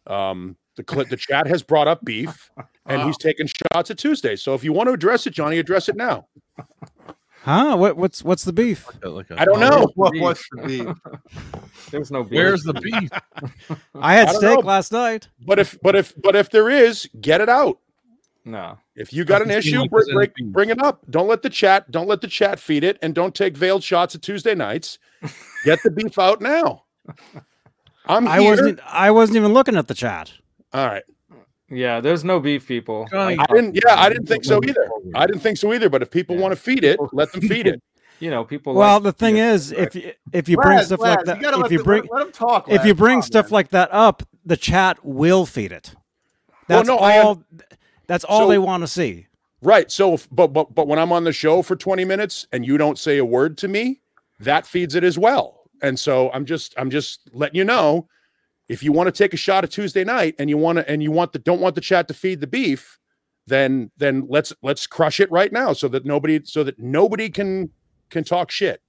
Um, the cl- the chat has brought up beef, and he's taking shots at Tuesday. So if you want to address it, Johnny, address it now.
Huh? What, what's what's the beef?
Like a-
I don't know.
What
Beef.
what's the beef?
There's no beef.
Where's the beef?
I had
I don't
steak
know.
last night.
But if but if but if there is, get it out.
no?
If you got an
Doesn't seem
issue,
like
bring,
there's
bring,
anything-
bring it up. Don't let the chat don't let the chat feed it, and don't take veiled shots at Tuesday nights. Get the beef out now. I'm here.
I wasn't. I wasn't even looking at the chat.
All right.
Yeah, there's no beef, people.
Johnny,
I didn't. Yeah, I didn't think so either. I didn't think so either. But if people
Yeah.
want to feed it, let them feed it.
You know, people.
Well,
like-
the thing
yeah,
is, if you, if you bring
Laz,
stuff
Laz,
like that,
gotta
if
let
you
the-
bring
let, let him talk.
if you
Laz.
bring
Come on,
stuff
man.
like that up, the chat will feed it.
Well,
That's
no, I
all. That's all
So-
they want to see.
Right. So, if, but but but when I'm on the show for 20 minutes and you don't say a word to me, that feeds it as well. And so I'm just I'm just letting you know if you want to take a shot at Tuesday night and you want to and you want the don't want the chat to feed the beef, then then let's let's crush it right now so that nobody so that nobody can can talk shit.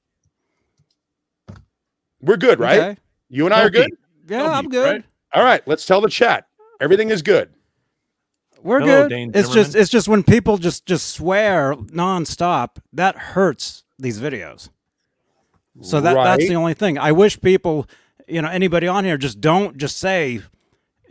We're good, right?
Okay.
You and I
No
are good.
Yeah,
No
I'm
beef,
good.
right?
All right, let's tell the chat. Everything is good.
We're
Hello,
good.
Dane
it's just
Zimmerman.
it's just when people just just swear nonstop, that hurts these videos. So that that's
Right.
the only thing. I wish people, you know, anybody on here just don't just say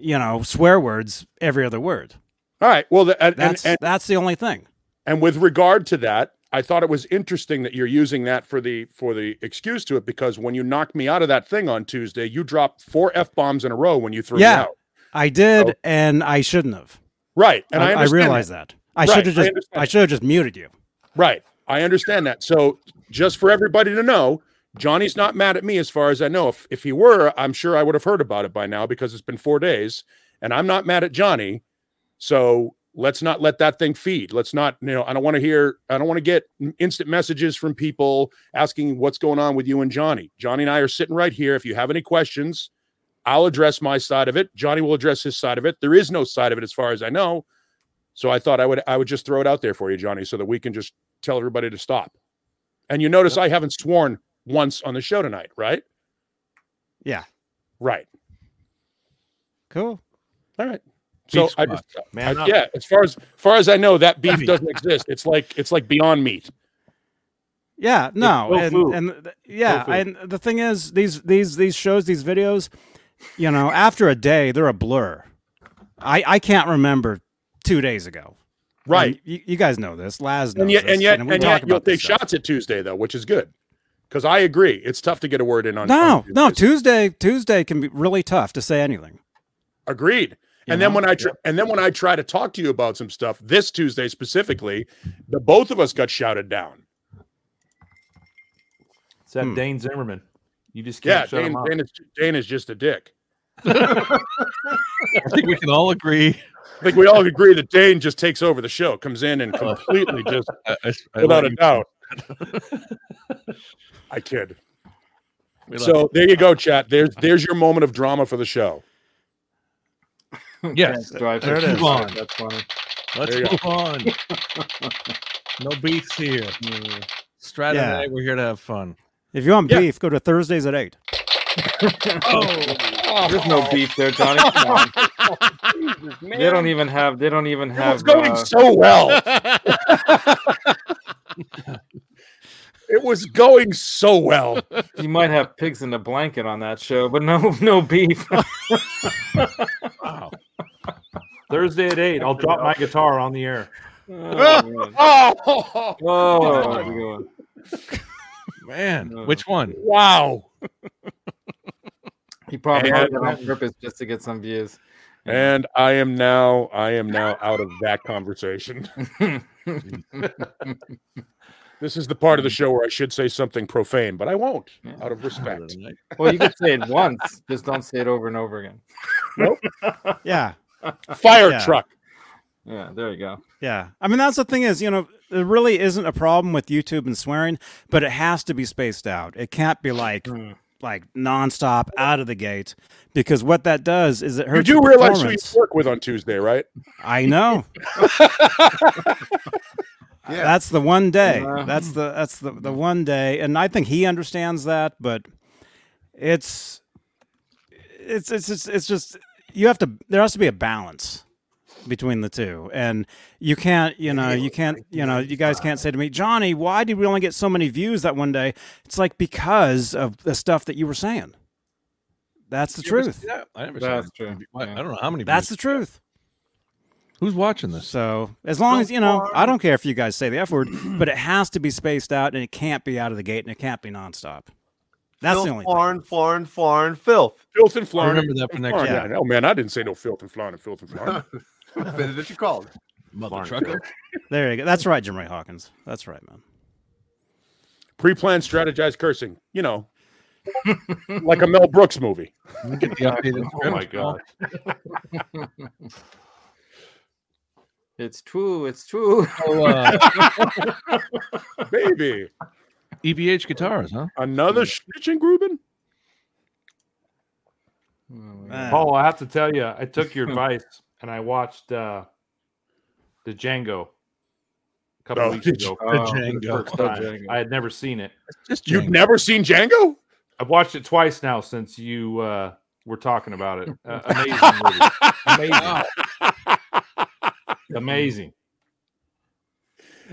you know, swear words every other word.
All right. Well, the, and,
That's
and,
that's the only thing.
And with regard to that, I thought it was interesting that you're using that for the for the excuse to it because when you knocked me out of that thing on Tuesday, you dropped four f bombs in a row when you threw me
Yeah,
out.
I did, and I shouldn't have.
Right, and I,
I, I,
understand
realize that. I
Right,
should have
I
just
understand.
I, should have just muted you.
Right, I understand that. So just for everybody to know, Johnny's not mad at me as far as I know. If if he were, I'm sure I would have heard about it by now because it's been four days, and I'm not mad at Johnny. So let's not let that thing feed. Let's not, you know, I don't want to hear, I don't want to get instant messages from people asking what's going on with you and Johnny. Johnny and I are sitting right here. If you have any questions, I'll address my side of it. Johnny will address his side of it. There is no side of it as far as I know. So I thought I would I would just throw it out there for you, Johnny, so that we can just tell everybody to stop. And you notice I haven't sworn once on the show tonight, right?
Yeah.
Right.
Cool.
All right. So
Beef
I
squad.
just
Man
I-
up.
yeah, as far as far as I know, that beef doesn't exist. It's like it's like Beyond Meat.
Yeah, no, and,
tofu.
and th- yeah,
Tofu.
and the thing is, these these these shows, these videos, you know, after a day, they're a blur. I I can't remember two days ago.
Right.
And you, you guys know this. Laz knows
And yet,
this,
and yet, and,
and we talk
yet, you'll
about this
take
stuff.
shots at Tuesday though, which is good. Because I agree, it's tough to get a word in on. on
No, no,
Tuesdays.
Tuesday Tuesday can be really tough to say anything.
Agreed.
You
and
know?
then when I tr- and then when I try to talk to you about some stuff this Tuesday specifically, the both of us got shouted down.
It's that
Hmm.
Dane Zimmerman. You just
Yeah,
can't shut
Dane,
him up.
Dane, is, Dane is just a dick.
I think we can all agree.
I think we all agree that Dane just takes over the show, comes in and completely just
Oh. I, I, I
without
let
a
you-
doubt. I kid.
we let-
So there you go, chat. There's there's your moment of drama for the show.
yes,
Drive
there it is.
Move on. That's funny.
let's
There you go.
move on. No beefs here. Strata
Yeah.
and I, we're here to have fun.
If you want
Yeah.
beef, go to Thursdays at eight.
There's no beef there, Johnny. Come on. They
e-
don't even have. They don't even
It was
have.
going
uh,
so well. it was going so well.
you might have pigs in the blanket on that show, but no, no beef.
Wow.
Thursday at eight, I'll drop my guitar on the air.
oh, man.
Oh
Whoa, good one. Oh.
Man,
No.
which one?
wow.
He probably
And-
had that on purpose just to get some views.
And I am now I am now out of that conversation. this is the part of the show where I should say something profane, but I won't out of respect.
Well, you could say it once, just don't say it over and over again.
Yeah.
Fire
Yeah.
truck.
Yeah, there you go.
Yeah. I mean, that's the thing is, you know, there really isn't a problem with YouTube and swearing, but it has to be spaced out. It can't be like like nonstop out of the gate because what that does is it
You
hurts
do
your
realize who you
performance.
work with on Tuesday, right?
I know.
Yeah.
That's the one day.
Uh,
that's the that's the, the one day and I think he understands that, but it's it's it's it's, it's just you have to there has to be a balance between the two and you can't you know you can't you know you guys can't say to me johnny why did we only get so many views that one day it's like because of the stuff that you were saying that's the
You ever
truth
see that? I never
That's
saw that.
true.
I I
Yeah.
don't know how many.
that's
views-
the truth
who's watching this.
so as long as you know i don't care if you guys say the f word but it has to be spaced out and it can't be out of the gate and it can't be nonstop that's
filth,
the only thing.
foreign, foreign, foreign, filth.
Filth and
I
Florin.
remember that for next
Florin,
year.
Yeah.
yeah. Oh man, I didn't say no filth and Florin and filth and Florin.
Offended that you called.
Mother trucker.
there you go that's right jim ray hawkins that's right man
Pre-planned, strategized cursing. You know, like a Mel Brooks movie.
Get the updated
Oh my god.
It's true. It's true.
Oh, uh,
Oh, uh,
Baby,
EVH guitars, huh?
another snitching Gruben.
Uh,
Paul, I have to tell you, I took your advice and I watched uh the Django a couple
Oh,
weeks
did
ago.
Oh,
for the
Django.
first time.
Oh, Django.
I had never seen it.
Just
You've
Django.
never seen Django?
I've watched it twice now since you uh were talking about it. Uh, amazing movie. Amazing. amazing.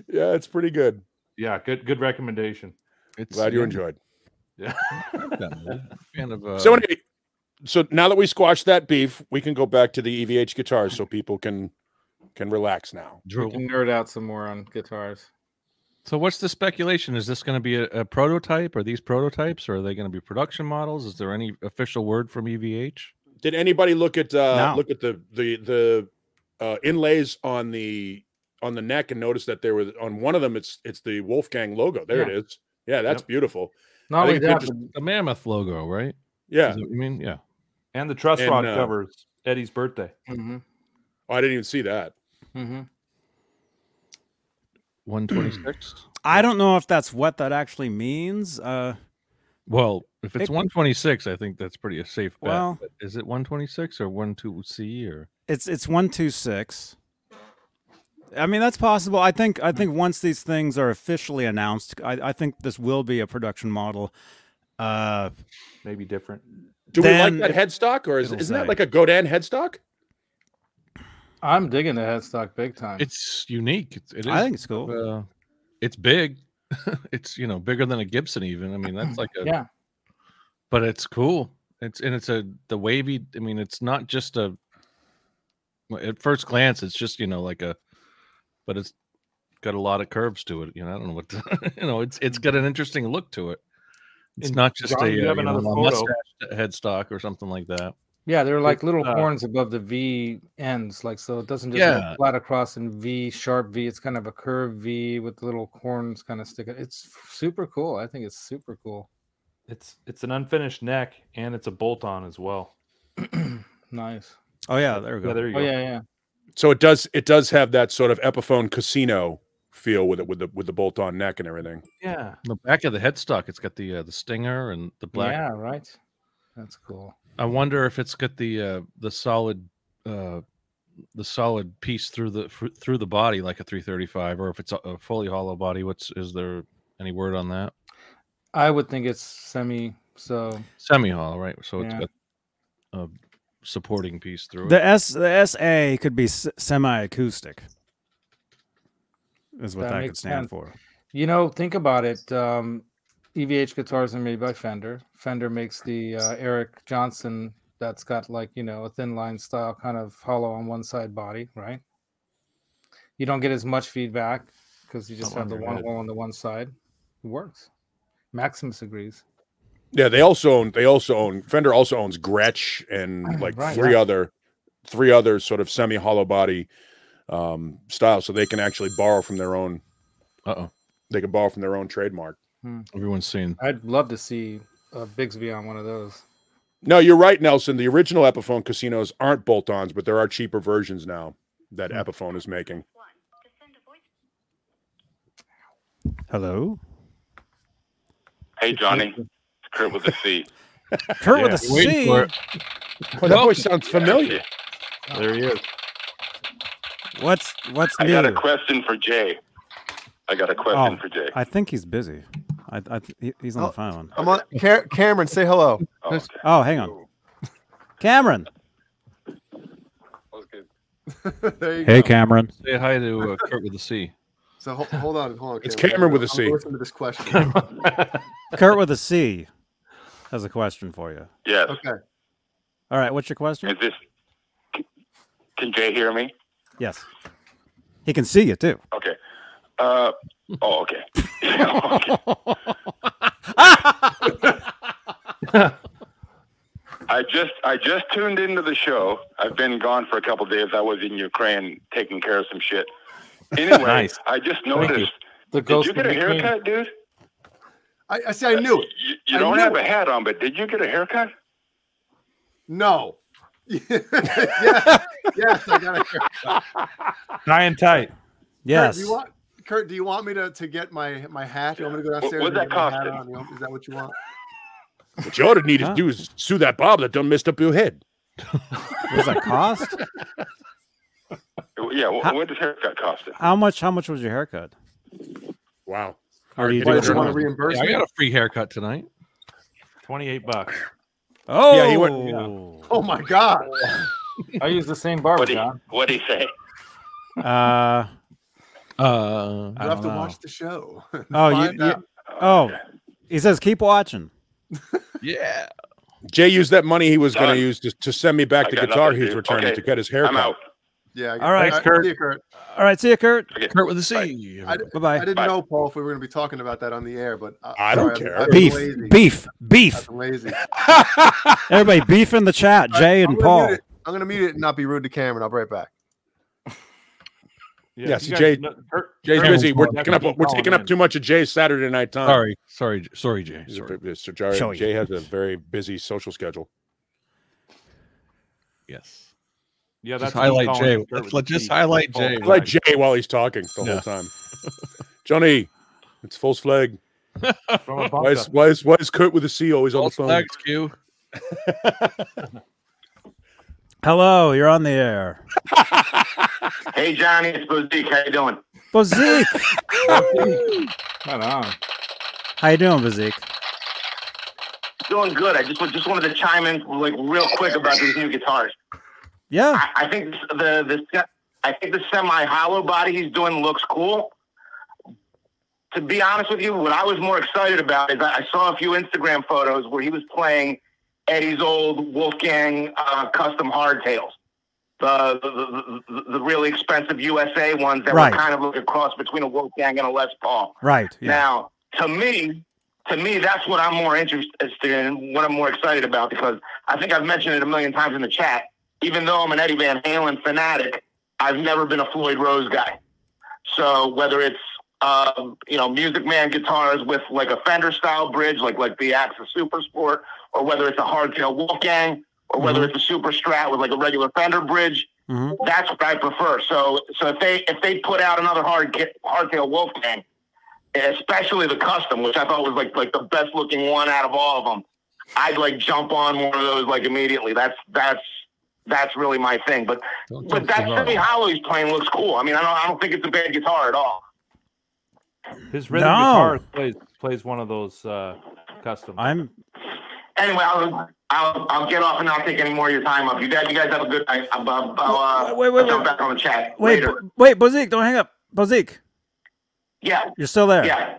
Yeah, it's pretty good.
Yeah, good good recommendation.
It's-
Glad you
yeah,
enjoyed.
Yeah.
that movie. Fan of, uh,
so anyway, so now that we squashed that beef, we can go back to the EVH guitars so people can can relax now.
We can nerd out some more on guitars.
So what's the speculation? Is this going to be a, a prototype? Are these prototypes? Or are they going to be production models? Is there any official word from E EVH?
Did anybody look at uh,
No.
look at the the the uh, inlays on the on the neck and notice that there was on one of them it's it's the Wolfgang logo. There it is. Yeah, that's beautiful. I
Not only
think they
that,
just-
The mammoth logo, right?
yeah.
Is that what you mean? Yeah.
And the truss
And,
rod
uh,
covers Eddie's birthday.
but,
Mm-hmm.
hmm
Oh, I didn't even see that.
hmm
126.
I don't know if that's what that actually means. Uh,
well, if
Pick-
it's 126, I think that's pretty a safe bet.
Well-
but is it 126 or 12C or
It's it's one two six. I mean that's possible. I think I think once these things are officially announced, I, I think this will be a production model. Uh,
Maybe different.
Do
Then
we like that headstock or is,
it'll
isn't
say.
that like a Godin headstock?
I'm digging the headstock big time.
It's unique. It's, it is.
I think it's cool.
uh, it's big. it's you know bigger than a Gibson even. I mean that's like a
Yeah.
But it's cool. It's and it's a the wavy. I mean it's not just a. well, At first glance, it's just you know like a, but it's got a lot of curves to it. You know I don't know what to, you know. It's it's got an interesting look to it. It's
And
not just
John,
a,
you
uh,
have
you know,
another
a
photo.
mustache headstock or something like that.
Yeah, they're like
It's,
little
uh,
horns above the V ends, like so it doesn't just go
Yeah.
flat across and V sharp V. It's kind of a curved V with little horns kind of sticking. It's super cool. I think it's super cool.
It's it's an unfinished neck and it's a bolt on as well.
nice.
Oh yeah, there we
Yeah,
go.
there you
Oh
go.
yeah, yeah.
So it does it does have that sort of Epiphone casino feel with it with the with the bolt on neck and everything.
yeah.
On the back of the headstock, it's got the uh, the stinger and the black
Yeah, right. That's cool.
I wonder if it's got the uh, the solid uh, the solid piece through the fr- through the body like a 335, or if it's a, a fully hollow body. What's is there any word on that?
I would think it's semi. So
Semi hollow, right? So it's
Yeah.
got a supporting piece through
The
it.
S the SA could be semi acoustic. Is what
That
that, could
makes sense.
stand for.
you know, think about it. Um, EVH guitars are made by Fender. Fender makes the uh, Eric Johnson that's got like you know a thin line style kind of hollow on one side body, right? You don't get as much feedback because you just
Not
have the
on your
one
head.
hole on the one side. It works. Maximus agrees.
Yeah, they also own they also own Fender also owns Gretsch and like
Ah, Right,
three
yeah.
other three other sort of semi hollow body um styles so they can actually borrow from their own
Uh oh,
they can borrow from their own trademark.
everyone's
Mm.
seeing.
Hmm. I'd love to see uh, Bigsby on one of those.
No, you're right, Nelson. The original Epiphone casinos aren't bolt-ons, but there are cheaper versions now that Epiphone is making.
Hello,
Hey, Johnny. It's Kurt with a C.
Kurt with a
you're waiting
C.
for it.
Oh, that voice sounds familiar.
There he is.
What's what's
I
new?
got a question for Jay. I got a question
Oh,
for Jay.
I think he's busy. I, I th- he- he's on
Oh.
the phone.
I'm on Ca- Cameron. Say hello.
Oh,
Chris-
okay.
Oh, hang on, Cameron.
That was good.
there you
Hey,
go.
Cameron.
Uh, Say hi to uh, Kurt with a C.
So ho- hold on, hold on.
It's Cameron with a
I'm
C.
Listen to this question.
Kurt with a C has a question for you.
Yes.
Okay.
All right, what's your question?
Is this? Can Jay hear me?
Yes. He can see you too.
Okay. Uh, oh, okay. okay. I just I just tuned into the show. I've been gone for a couple days. I was in Ukraine taking care of some shit. Anyway,
Nice.
I just noticed.
The
Did
ghost
you
of
get a
Ukraine.
haircut, dude?
I, I see. I knew it.
You, you
I
don't
knew
have a
it.
hat on, but did you get a haircut?
No. yeah. Yes, I got it.
High and tight.
Kurt,
Yes.
do you want Kurt? Do you want me to, to get my my hat? You want me to go downstairs?
what's
and
that
get my hat
costing?
on? You want- Is that what you want?
What you ought to need
Huh.
to do is sue that Bob that done messed up your head.
What does that cost?
Yeah. wh-
Huh?
What does haircut cost?
How much? How much was your haircut?
Wow.
Or do
Alright,
you do
Why
it
did you
your
want
own?
to reimburse
Yeah, I
me?
got a free haircut tonight.
28 bucks.
Oh,
Yeah, you went-
Oh my god!
I use the same barber,
What do
John.
What do you say?
Uh,
Uh,
You
I
have
don't
to
know.
watch the show.
Oh, you,
Find
you-
out.
oh, he says keep watching.
yeah.
Jay used that money he was going
Done.
to use to to send me back
I
the
got
guitar
nothing,
he's
dude.
returning
Okay,
to get his hair
I'm
cut.
out.
Yeah. I
All right,
I,
Kurt.
See you, Kurt.
All right, see you, Kurt.
Kurt with a C.
I-
Bye bye.
I didn't
Bye.
know, Paul, if we were going to be talking about that on the air, but I,
I don't
sorry,
care.
I've- I've been
Beef,
lazy.
beef, beef.
I've been lazy.
Everybody, beef in the chat. Jay
I'm
and
gonna
Paul.
mute it. I'm going to mute it and not be rude to Cameron. I'll be right back.
Yeah,
if
see,
you guys
Jay-
know- Kurt-
Jay's
Kurt-
busy. We're
Kurt-
taking up
Kurt-
we're
Kurt-
taking up too much of Jay's Saturday night time.
Sorry, sorry, J- sorry, Jay. Sorry.
Mr. Jarrett,
Sorry.
Jay has a very busy social schedule.
Yes.
Yeah, that's
Just highlight
Colin
Jay.
Kurt
Let's
with
let-
the
just
T.
highlight
Colin.
Jay.
Let Jay while he's talking the
Yeah.
whole time. Johnny, it's false flag.
From a
Why
bunker.
is, why is why is Kurt with a C always on the
False
Oh.
phone?
flags, Q.
Hello, you're on the air.
Hey, Johnny, it's Boutique. How you doing?
Bazik,
Right on.
how you doing, Bazik?
Doing good. I just just wanted to chime in like real quick about these new guitars.
Yeah,
I, I think the the se- I think the semi hollow body he's doing looks cool. To be honest with you, what I was more excited about is I I saw a few Instagram photos where he was playing Eddie's old Wolfgang uh, custom hardtails, the the, the the the really expensive USA ones that
Right.
were kind of like a cross between a Wolfgang and a Les Paul.
right. Yeah.
Now, to me, to me, that's what I'm more interested in, what I'm more excited about, because I think I've mentioned it a million times in the chat. Even though I'm an Eddie Van Halen fanatic, I've never been a Floyd Rose guy. So whether it's um, you know Music Man guitars with like a Fender style bridge, like like the Axis Super Sport, or whether it's a hardtail Wolfgang, or whether it's a Super Strat with like a regular Fender bridge,
hmm
that's what I prefer. So so if they if they put out another hard ki- hardtail Wolfgang, especially the custom, which I thought was like like the best looking one out of all of them, I'd like jump on one of those like immediately. That's that's that's really my thing. But
Don't
but
talk
that
too
semi
loud.
hollow he's playing looks cool. I mean I don't I don't think it's a bad guitar at all.
His rhythm
No.
guitar plays plays one of those uh, custom.
I'm
Anyway, I'll I'll, I'll get off and not take any more of your time up. You guys, you guys have a good night. I'll, I'll, I'll, uh,
Wait, wait,
I'll jump
wait.
back on the chat
wait,
later.
Bo- wait, Bozik, don't hang up. Bozik,
Yeah,
you're still there.
yeah.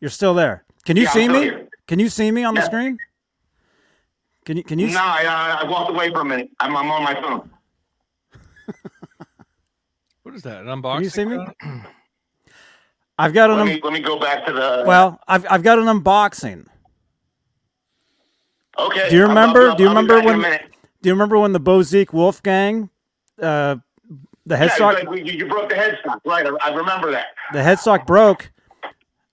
You're still there. Can you
Yeah, I'm
see
still
me?
here.
Can you see me on the
Yeah.
screen? Can you? Can you?
No, I, uh, I walked away for a minute. I'm, I'm on my phone.
What is that? An unboxing?
see me? I've got an.
Let
um,
me let me go back to the.
well, I've I've got an unboxing.
okay.
do you
I'll-
remember-
I'll-
do you
I'll be
remember
back in a
when-
minute.
Do you remember when the Bozik Wolfgang, uh, the
Yeah,
headstock,
it's like you, you broke the headstock, right? I, I remember that.
the headstock broke?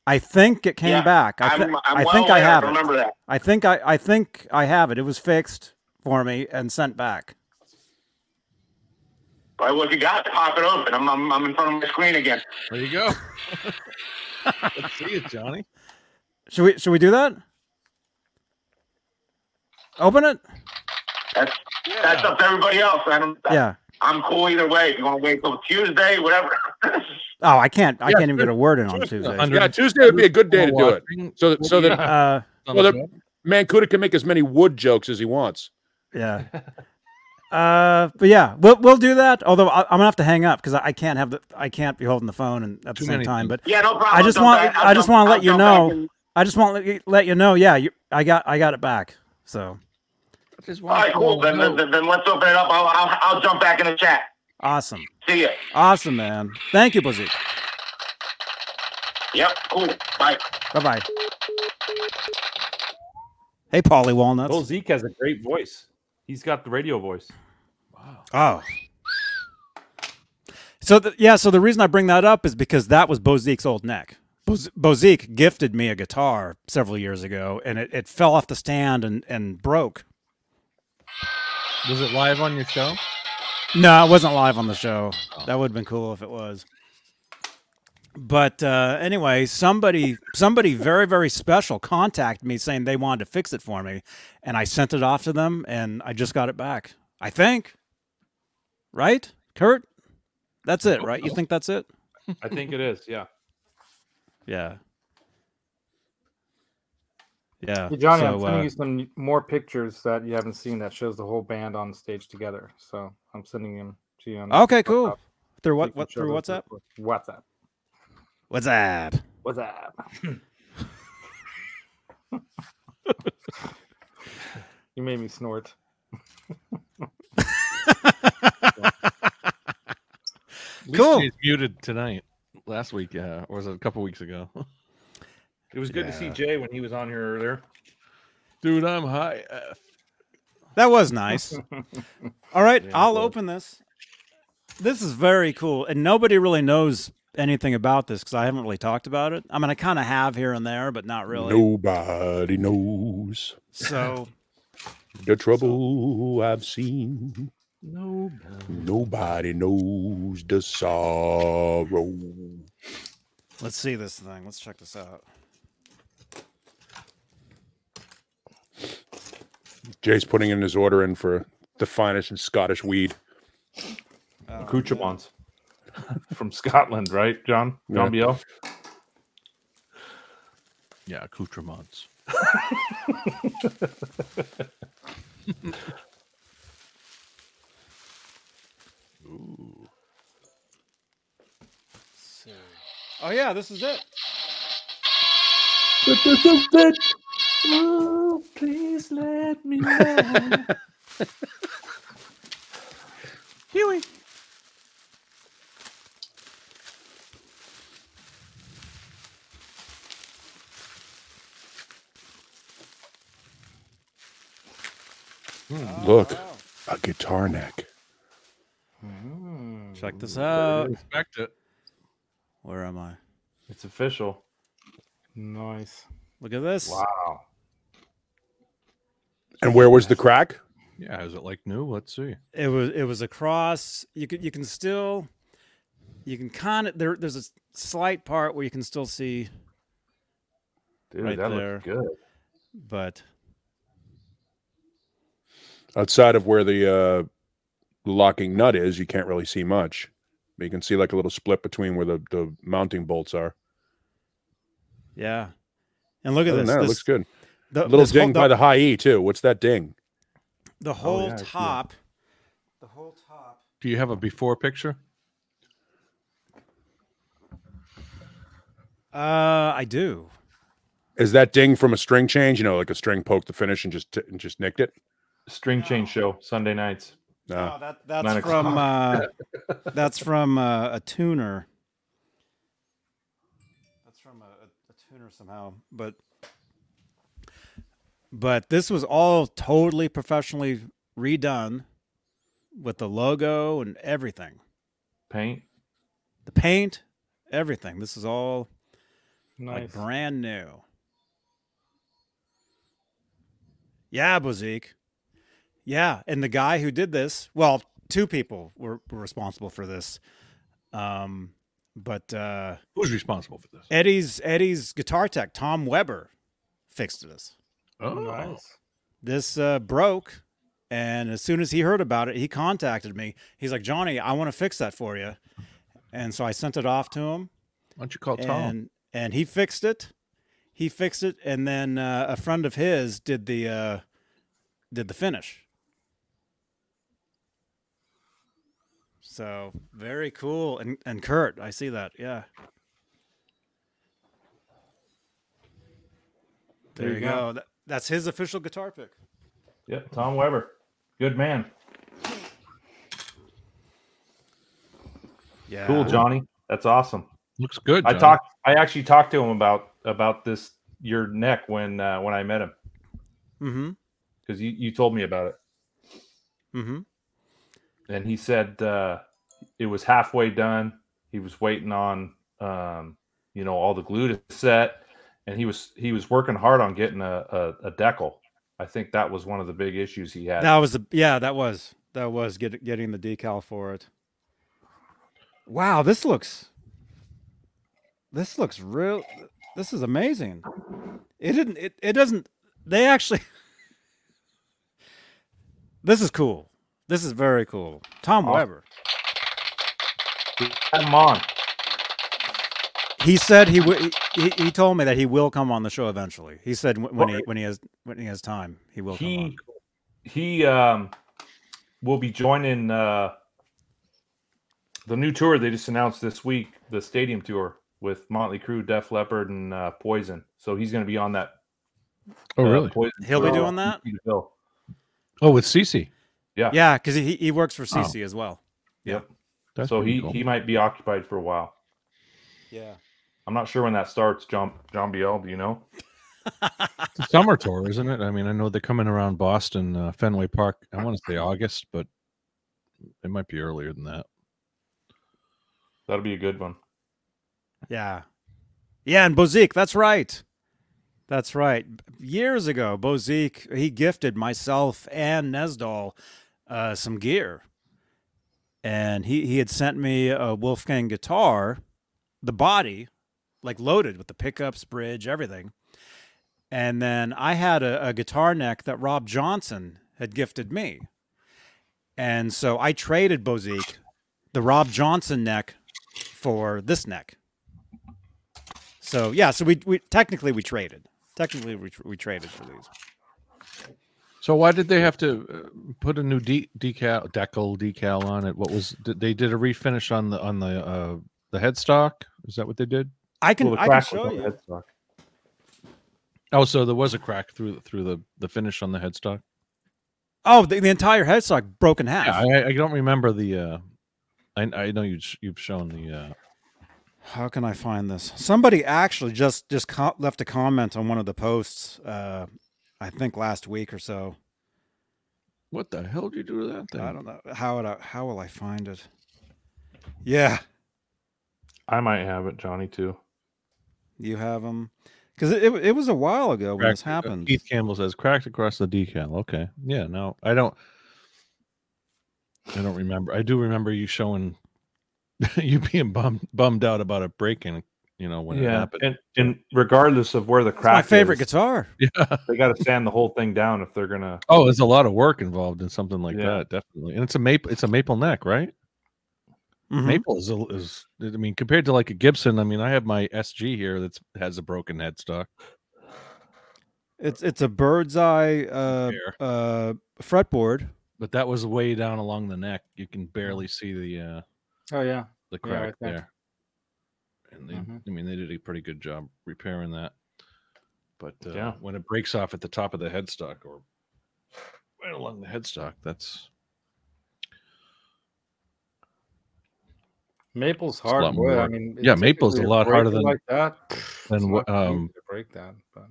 I think it came
Yeah,
back. I,
I'm,
thi-
I'm
I
well
think I
aware.
have it.
Remember that.
I think I, I think I have it. It was fixed for me and sent back.
All right, what you got? Pop it open. I'm, I'm, I'm in front of my screen again.
There you go. Let's see it, Johnny.
Should we should we do that? Open it?
That's that's up to everybody else. I don't.
Yeah.
I'm cool either way. If you want to wait till Tuesday, whatever.
Oh, I can't I
Yeah,
can't even get a word in on Tuesday.
Under-
Yeah, Tuesday would be a good day to do it.
Watching-
So that so that
Uh,
well, that Mancuda can make as many wood jokes as he wants.
yeah. Uh, but yeah, we'll we'll do that. Although I, I'm gonna have to hang up because I, I can't have the I can't be holding the phone and at the
Too
same
many
time. But
yeah, no problem.
I just
I'll
want-
jump back- I'll
I just
jump-
wanna let
I'll
you
jump back
know-
and-
I just want to let you, let you know. Yeah, you, I got I got it back. So
Just
All right, cool. Then, then, then let's open it up. I'll, I'll, I'll jump back in the chat.
awesome,
See ya.
awesome, man. Thank you, Bazik.
Yep. Cool. Bye.
Bye bye. Hey, Polly
Bill
Walnuts.
Zeke has a great voice. He's got the radio voice.
Oh. So the, yeah, so the reason I bring that up is because that was Bozeek's old neck. Boz- Bozeek gifted me a guitar several years ago, and it, it fell off the stand and, and broke.
Was it live on your show?
No, it wasn't live on the show.
Oh.
That would have been cool if it was. But uh, anyway, somebody somebody very very special contacted me saying they wanted to fix it for me, and I sent it off to them, and I just got it back. I think, right, Kurt? That's it, right? You think that's it?
I think it is. Yeah.
Yeah. Yeah.
Hey, Johnny, I'm
so,
sending
uh,
you some more pictures that you haven't seen that shows the whole band on stage together. So I'm sending them to you. On
okay, cool.
WhatsApp.
Through
You
what?
can
What?
show
Through
those to
WhatsApp?
people. WhatsApp.
WhatsApp.
WhatsApp. You made me snort.
Cool.
He's muted tonight. Last week, uh, or was it a couple weeks ago?
It was good to see
Yeah.
Jay when he was on here earlier.
Dude, I'm high. F.
That was nice. All right, I'll open this. This is very cool, and nobody really knows anything about this because I haven't really talked about it. I mean, I kind of have here and there, but not really.
Nobody knows
So
the trouble I've seen.
No.
Nobody knows the sorrow.
let's see this thing. Let's check this out.
Jay's putting in his order in for the finest in Scottish weed.
accoutrements Oh, from Scotland, right, John? John Biel?
Yeah, accoutrements. Ooh.
Oh yeah, this is it.
Oh, please let me know.
Huey.
Look, a guitar neck.
Check this
Uh,
out.
expect it.
Where am I?
it's official.
Nice.
Look at this.
Wow.
And where was the crack?
Yeah, is it like new? Let's see.
It was it was a cross. You can you can still you can kind of there. There's a slight part where you can still see,
Dude,
Right
that
there.
looks good.
but
Outside of where the uh, locking nut is, you can't really see much. But you can see like a little split between where the, the mounting bolts are.
yeah. And look at
Other
this.
than that, it
this-
looks good.
the-
A little
this whole-
ding by the Oh, high E too. What's that ding?
the whole
yeah, I see it.
top the whole top
Do you have a before picture?
uh i do
Is that ding from a string change? You know, like a string poked the finish and just t- and just nicked it.
String chain show Sunday nights.
No,
oh, that, that's
Nine
from uh that's from uh, a tuner that's from a, a tuner somehow but but this was all totally professionally redone with the logo and everything
Paint.
the paint everything this is all
Nice.
like brand new. Yeah, Bozique. Yeah, and the guy who did this, well, two people were, were responsible for this. Um, but uh,
Who's responsible for this?
Eddie's Eddie's guitar tech, Tom Weber, fixed this.
Oh,
nice.
This uh, broke, and as soon as he heard about it, he contacted me. He's like, Johnny, I want to fix that for you. And so I sent it off to him.
why don't you call Tom?
and and he fixed it. He fixed it, and then uh, a friend of his did the uh, did the finish. So very cool, and and Kurt, I see that. Yeah. There, you go. That, that's his official guitar pick.
Yep, Tom Weber. Good man.
Yeah.
Cool, Johnny. That's awesome.
Looks good.
I
John.
talked. I actually talked to him about about this your neck when uh, when I met him
Mm-hmm.
because you you told me about it.
Mm-hmm.
and he said uh, it was halfway done. He was waiting on um, you know all the glue to set, and he was he was working hard on getting a, a, a decal. I think that was one of the big issues he had.
That was the yeah. That was that was get, getting the decal for it. Wow, this looks. This looks real. This is amazing. It didn't. It, it doesn't. They actually. This is cool. This is very cool.
Oh.
Tom
Awesome.
Weber.
Had him on.
He said he would. He, he told me that he will come on the show eventually. He said when, when he when he has when he has time he will come on.
He he um, will be joining uh, the new tour they just announced this week, the stadium tour with Motley Crue, Def Leppard, and uh, Poison. So he's going to be on that.
Oh,
uh,
really?
Poison
He'll be
tour.
doing that.
Peter Hill.
Oh, with Cece.
Yeah. Oh.
Yeah, because he, he works for CC as well.
Yep.
That's
so
pretty
he,
cool.
he might be occupied for a while.
Yeah.
I'm not sure when that starts, John John Biel. Do you know?
It's a summer tour, isn't it? I mean, I know they're coming around Boston, uh, Fenway Park. I want to say August, but it might be earlier than that.
That'll be a good one.
Yeah. Yeah, and Bozique, that's right. That's right. Years ago, Bozique, he gifted myself and Nesdal uh, some gear. And he, he had sent me a Wolfgang guitar, the body, like loaded with the pickups, bridge, everything. And then I had a, a guitar neck that Rob Johnson had gifted me. And so I traded Bozique, the Rob Johnson neck, for this neck. So yeah, so we, we technically we traded. Technically we, tr- we traded for these.
So why did they have to uh, put a new de- decal decal decal on it? What was did, they did a refinish on the on the uh, the headstock? Is that what they did?
I can
Well, the
I can
crack was
show
on the
you.
headstock.
Oh, so there was a crack through through the the finish on the headstock.
Oh, the, the entire headstock broken half.
Yeah, I, I don't remember the. Uh, I I know you you've shown the. Uh,
How can I find this? Somebody actually just just co- left a comment on one of the posts. Uh, I think last week or so.
what the hell did you do to that thing?
I don't know how it, how will I find it. Yeah,
I might have it, Johnny too.
you have them because it, it it was a while ago when this
Cracked- uh,
happened.
Keith Campbell says cracked across the decal. Okay. Yeah. No, I don't. I don't remember. I do remember you showing you being bummed bummed out about a break in. You know when it
yeah,
happened.
and, and regardless of where the
It's my
crack,
favorite
is,
guitar.
yeah.
they got to sand the whole thing down if they're gonna.
Oh, there's a lot of work involved in something like
Yeah.
that. Definitely. And it's a maple. It's a maple neck, right?
Mhm.
Maple is, a, is. I mean, compared to like a Gibson. I mean, I have my SG here that has a broken headstock.
It's it's a bird's eye uh,
Fair.
uh, fretboard.
but that was way down along the neck. You can barely see the uh
Oh yeah.
the
Yeah, right
crack
there.
there. Mm-hmm. And they,
Mhm.
I mean, they did a pretty good job repairing that. But uh,
Yeah.
when it breaks off at the top of the headstock or right along the headstock, that's
Maple's
a
hard
lot
wood. I
more-
mean,
yeah, maple's a
typically
lot
break
harder
it
than-
like that.
than
It's
what,
not easy
um,
to break that. But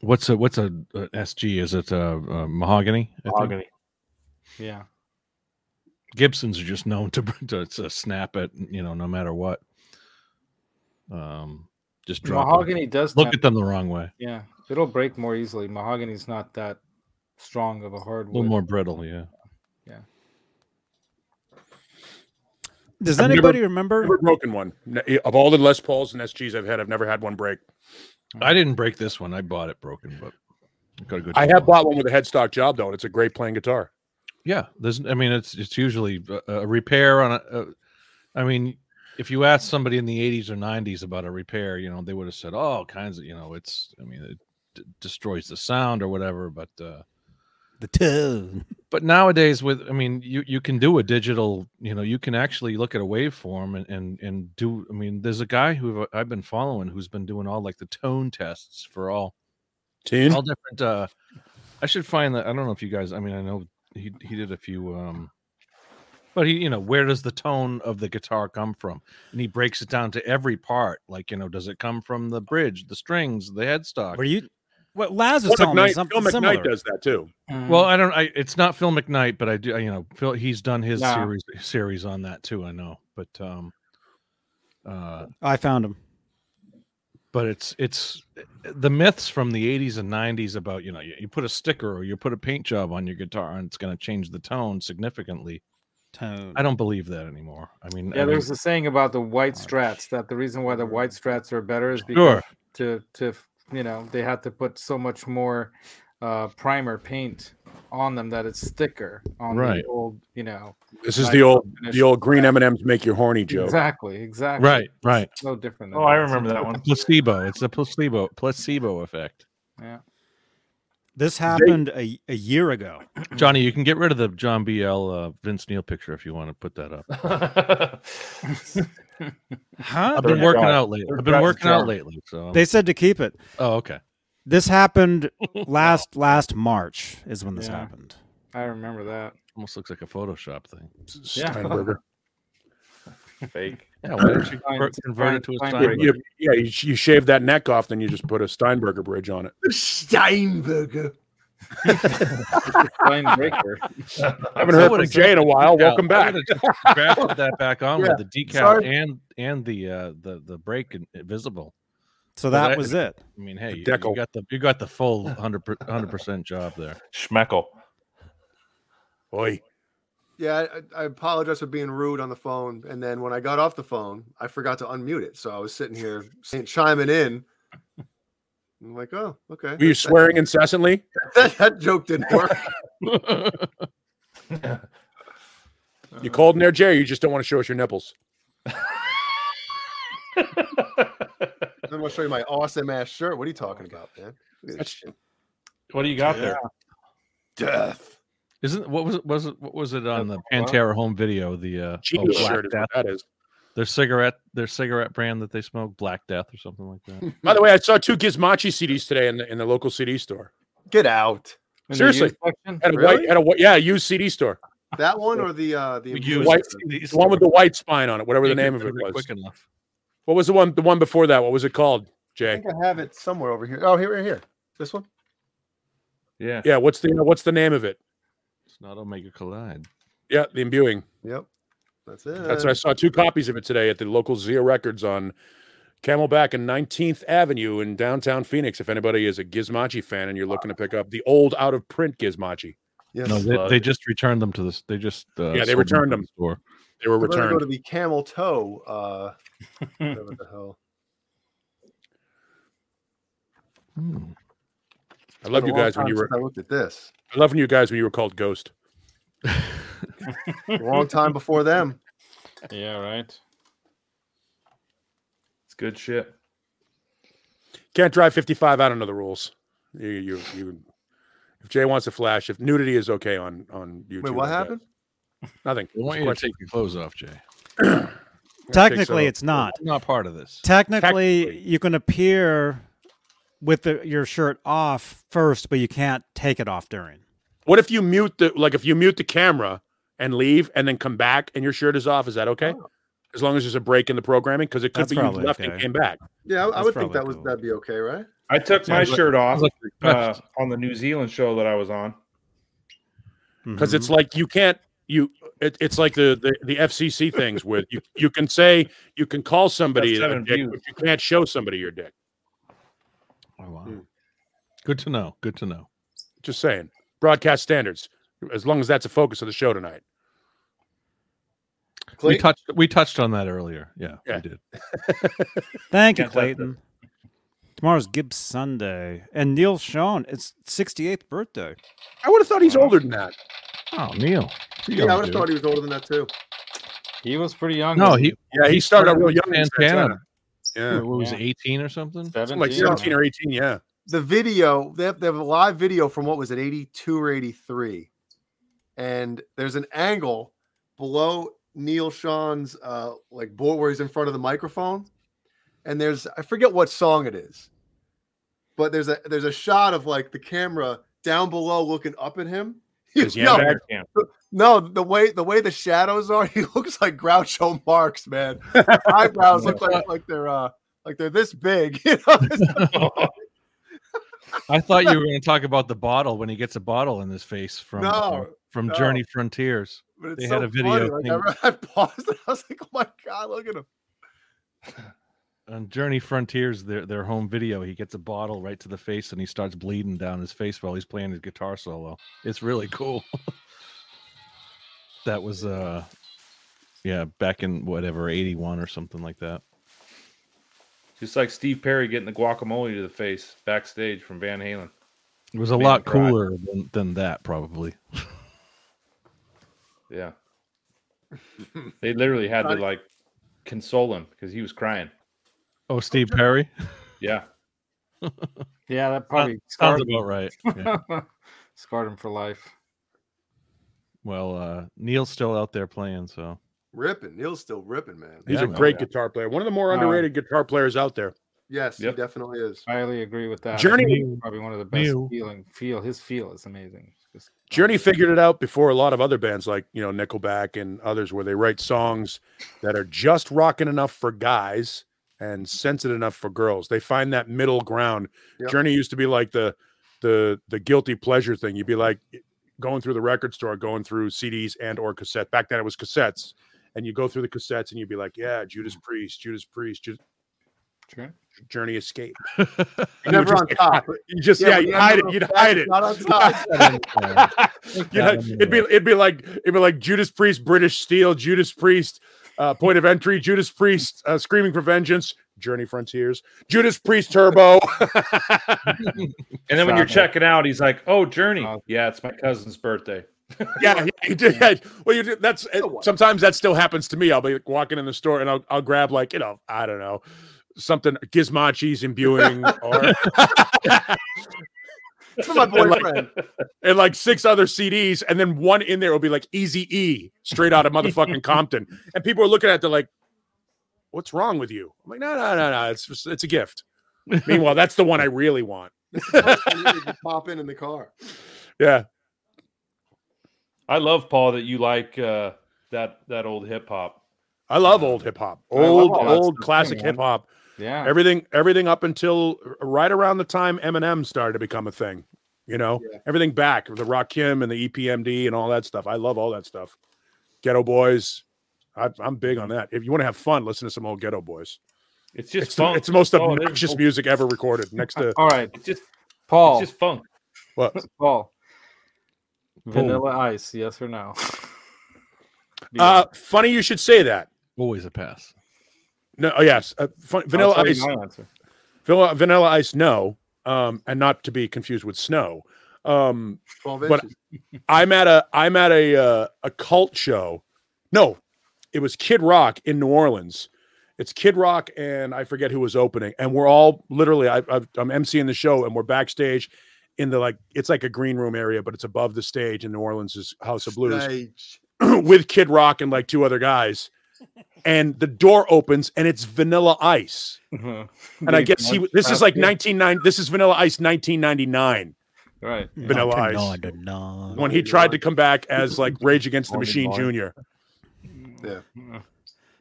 what's a what's a, a SG? Is it uh, uh, mahogany? I think?
Mahogany.
yeah,
Gibsons are just known to to, to snap at you know no matter what. Um, just drop 'em.
mahogany does
Look
tend-
at them the wrong way.
Yeah, it'll break more easily. Mahogany's not that strong of a
A
hardwood.
little more brittle, yeah.
uh, Does
I've never-
anybody remember?
Never broken one. Ne- Of all the Les Pauls and SGs I've had, I've never had one break.
I didn't break this one. I bought it broken, but I got a good.
I
deal on
have
it.
bought one with a headstock job though, and it's a great playing guitar.
Yeah, there's. I mean, it's it's usually a, a repair on a, a. I mean, if you asked somebody in the '80s or '90s about a repair, you know, they would have said "Oh, all kinds of. You know, it's. I mean, it d- destroys the sound or whatever. But uh
The tone.
but nowadays, with I mean, you you can do a digital. You know, you can actually look at a waveform and and and do. I mean, there's a guy who uh, I've been following who's been doing all like the tone tests for all
Tin.
all different uh i should find that i don't know if you guys i mean i know he he did a few um but he you know where does the tone of the guitar come from and he breaks it down to every part like you know does it come from the bridge the strings the headstock
Were you? Well, Laz was
Phil
telling me
McKnight, Phil
something similar.
McKnight does that too.
Mm.
Mm-hmm.
well i don't i it's not phil mcknight but i do you know phil he's done his
Nah.
series series on that too i know but um uh
I found him.
but it's it's the myths from the 80s and 90s about you know you, you put a sticker or you put a paint job on your guitar and it's going to change the tone significantly
Tone.
I don't believe that anymore. I mean, I
yeah,
mean,
there's a saying about the white strats that the reason why the white strats are better is because
sure.
to to you know they had to put so much more uh, primer paint on them that it's thicker on
Right.
the old you know
This is
I
the old
finished
the old green M and M's make you horny joke.
exactly exactly
Right, right.
so different than
Oh, I
that.
remember that one.
Placebo. It's a placebo placebo effect.
This happened a, a year ago.
Johnny, you can get rid of the John BL uh, Vince Neil picture if you want to put that up.
Huh?
I've been
Third
working
try.
out lately.
Third
I've
try's
been
a
working out
charm.
lately. So, I'm-
They said to keep it.
oh, okay.
This happened last last March is when this
Yeah.
happened.
I remember that.
Almost looks like a Photoshop thing.
Yeah. Steinberger.
Fake.
Yeah, why don't you
Stein-
convert, convert it to a
Stein-
Yeah,
Steinberg?
you, yeah, you, sh- you shave that neck off, then you just put a Steinberger bridge on it.
Steinberger.
Brian Breaker.
I haven't heard from
would've
Jay in a while. Welcome
I
back.
would've just grafted that back on with the decal
sorry.
and and the uh the the break in- visible.
So
Well,
that
that-
was it.
I mean, hey,
The
you, you
decal.
got the you got the full 100 percent job there.
Schmeckle.
Boy,
Yeah, I, I apologize for being rude on the phone. And then when I got off the phone, I forgot to unmute it. So I was sitting here saying, chiming in. I'm like, oh, okay.
were you swearing incessantly?
That, that joke didn't work.
You cold in there, Jay? Or you just don't want to show us your nipples.
I'm going to show you my awesome ass shirt. What are you talking about, man? Look at this shit.
What do you got there?
Death.
Isn't what was it was it what was it on the Pantera home video? The uh oh,
Genius
Black
shirt is
Death,
what that is.
their cigarette their cigarette brand that they smoke, Black Death or something like that.
By the way, I saw two Gizmachi CDs today in the, in the local CD store.
Get out.
In the
Seriously.
youth section?
Had a
Really?
white, had a white, yeah, used CD store.
That one or the uh the
Used
white-
CDs.
The one with the white spine on it, whatever the
They
name of
couldn't
it
do
was.
Quick enough.
What was the one? The one before that? What was it called,
I
Jay?
think I have it somewhere over here. Oh, here, right here. This one.
Yeah.
Yeah. What's the uh, What's the name of it?
It's not Omega Collide.
Yeah, the imbuing.
Yep. That's it.
That's I saw two copies of it today at the local Zia Records on Camelback and 19th Avenue in downtown Phoenix. If anybody is a Gizmachi fan and you're looking to pick up the old out of print Gizmachi,
Yes.
No, they, they just returned them to this. They just
Yeah,
uh,
they
sold to
returned
the
them.
store.
they were
We're gonna go
returned.
to the camel toe. Uh, whatever the hell.
Hmm.
I love
Been
you
a long
guys when
time
you were.
since I looked at this.
I love you guys when you were called Ghost.
A long time before them.
Yeah, right.
It's good shit.
Can't drive 55. I don't know the rules. You, you, you. If Jay wants to flash, if nudity is okay on on YouTube.
Wait, what
I guess.
happened?
Nothing.
We want
It's a
you to
question.
take your clothes off, Jay.
so.
Technically, it's not.
I'm not part of this.
Technically,
Technically.
you can appear with the, your shirt off first, but you can't take it off during.
What if you mute the like if you mute the camera and leave and then come back and your shirt is off? Is that okay?
Oh.
As long as there's a break in the programming, because it could
That's
be you
probably
left and
okay.
came back.
Yeah, I, I would
That's
think
probably
that was
cool.
that'd be okay, right?
I took my
Sounds like-
shirt off
Sounds like a
uh,
request.
on the New Zealand show that I was on.
Because it's like you can't you it, it's like the, the the FCC things with you you can say you can call somebody a
seven
dick,
views.
but you can't show somebody your dick.
Oh, wow. Good to know. Good to know.
Just saying. Broadcast standards. As long as that's a focus of the show tonight.
We
Clayton?
touched we touched on that earlier. Yeah,
Yeah.
we did.
Thank you,
Can't touch it.
Clayton. Tomorrow's Gibbs Sunday, and Neil Sean. It's 68th birthday.
I would have thought he's older than that.
Oh, Neil. You
Yeah, I would
young
have
dude.
thought he was older than that too.
He was pretty young.
no,
wasn't
he
Yeah, he,
He
started out
started
real
with
young. in
Santana.
Yeah.
what was
Yeah.
it, 18 or something?
Something like
17.
17 or 18, yeah.
The video they have, they have a live video from what was it, eighty two or eighty three, and there's an angle below Neil Sean's uh like board where he's in front of the microphone, and there's I forget what song it is, but there's a there's a shot of like the camera down below looking up at him.
His
Yo,
handbag?
No, the way the way the shadows are, he looks like Groucho Marx, man. The eyebrows look like like they're uh like they're this big. You know?
I thought you were going to talk about the bottle when he gets a bottle in his face from
No,
uh, from
no.
Journey Frontiers.
But it's
They
so
had a video
funny. Like,
thing.
I, re- I paused and I was like, "Oh my god, look at him!"
On Journey Frontiers, their their home video, he gets a bottle right to the face and he starts bleeding down his face while he's playing his guitar solo. It's really cool. that was uh yeah, back in whatever 81 or something like that.
Just like Steve Perry getting the guacamole to the face backstage from Van Halen.
It was a
Man
lot
cried.
cooler than, than that probably.
Yeah. They literally had to
Johnny-
like console him because he was crying.
Oh, Steve Perry?
Yeah.
Yeah, that probably scarred,
Sounds about right. Yeah.
scarred him for life.
Well, uh, Neil's still out there playing, so
Ripping, Neil's still ripping, man.
He's
Yeah,
a
no,
great
yeah.
guitar player. One of the more
Uh,
underrated guitar players out there.
Yes,
Yep.
he definitely is.
I highly agree with that.
Journey-
He's probably one of the best
Mew.
feeling feel. His feel is amazing.
Journey figured it out before a lot of other bands like you know Nickelback and others, where they write songs that are just rocking enough for guys and sensitive enough for girls. They find that middle ground.
Yep.
Journey used to be like the the the guilty pleasure thing. You'd be like eh, going through the record store, going through CDs and or cassette. Back then it was cassettes, and you go through the cassettes and you'd be like, yeah, Judas Priest, Judas Priest, Judas.
Sure.
Journey Escape.
Never on top.
You just yeah,
but
you
never
hide it.
on
You'd
top,
hide it.
Not on top.
You'd hide- it'd be it'd be like it'd be like Judas Priest, British Steel, Judas Priest, uh, Point of Entry, Judas Priest, uh, Screaming for Vengeance, Journey Frontiers, Judas Priest Turbo.
And then when you're
Stop it.
checking out, he's like, "Oh, Journey,
Oh.
yeah, it's my cousin's birthday."
yeah, you did. yeah. Well, you did. That's it- sometimes that still happens to me. I'll be like, walking in the store and I'll I'll grab like you know I don't know something Gizmachi's imbuing or
It's for my
Something like-
boyfriend.
and like six other CDs, and then one in there will be like Easy E, straight out of motherfucking Compton, and people are looking at it, they're like, "What's wrong with you?" I'm like, "No, no, no, no. It's just, it's a gift." Meanwhile, that's the one I really want.
Just pop in in the car.
Yeah,
I love Paul that you like uh, that that old hip hop.
I love old hip hop,
I love
old
all that
old
stuff,
classic
man.
hip hop.
Yeah.
Everything everything up until right around the time Eminem started to become a thing. You know,
Yeah.
everything back the Rakim and the E EPMD and all that stuff. I love all that stuff. Ghetto Boys, I, I'm big
Mm-hmm.
on that. If you want to have fun, listen to some old Ghetto Boys.
It's just
it's, the,
funk.
it's the most
That's all it is.
obnoxious music ever recorded. Next to
All right,
It's just
Paul.
it's just funk.
what?
Paul. Vanilla Ice, yes or no?
Uh, funny you should say that.
Always a pass.
No, oh, yes, uh, fun, Vanilla
I'll tell you
Ice.
my answer.
Vanilla, vanilla Ice, no, um, and not to be confused with Snow. Um,
12
But-
inches.
I'm at a I'm at a uh, a cult show. No, it was Kid Rock in New Orleans. It's Kid Rock and I forget who was opening, and we're all literally I, I've, I'm emceeing the show, and we're backstage in the like it's like a green room area, but it's above the stage in New Orleans is House of Blues.
Stage.
with Kid Rock and like two other guys. And the door opens and it's Vanilla Ice.
Mm-hmm.
And I guess he this is like 199 this is Vanilla Ice 1999
Right.
Vanilla Ice
no.
when he tried to come back as like Rage Against the
Morning,
Machine
morning.
Jr.
Yeah.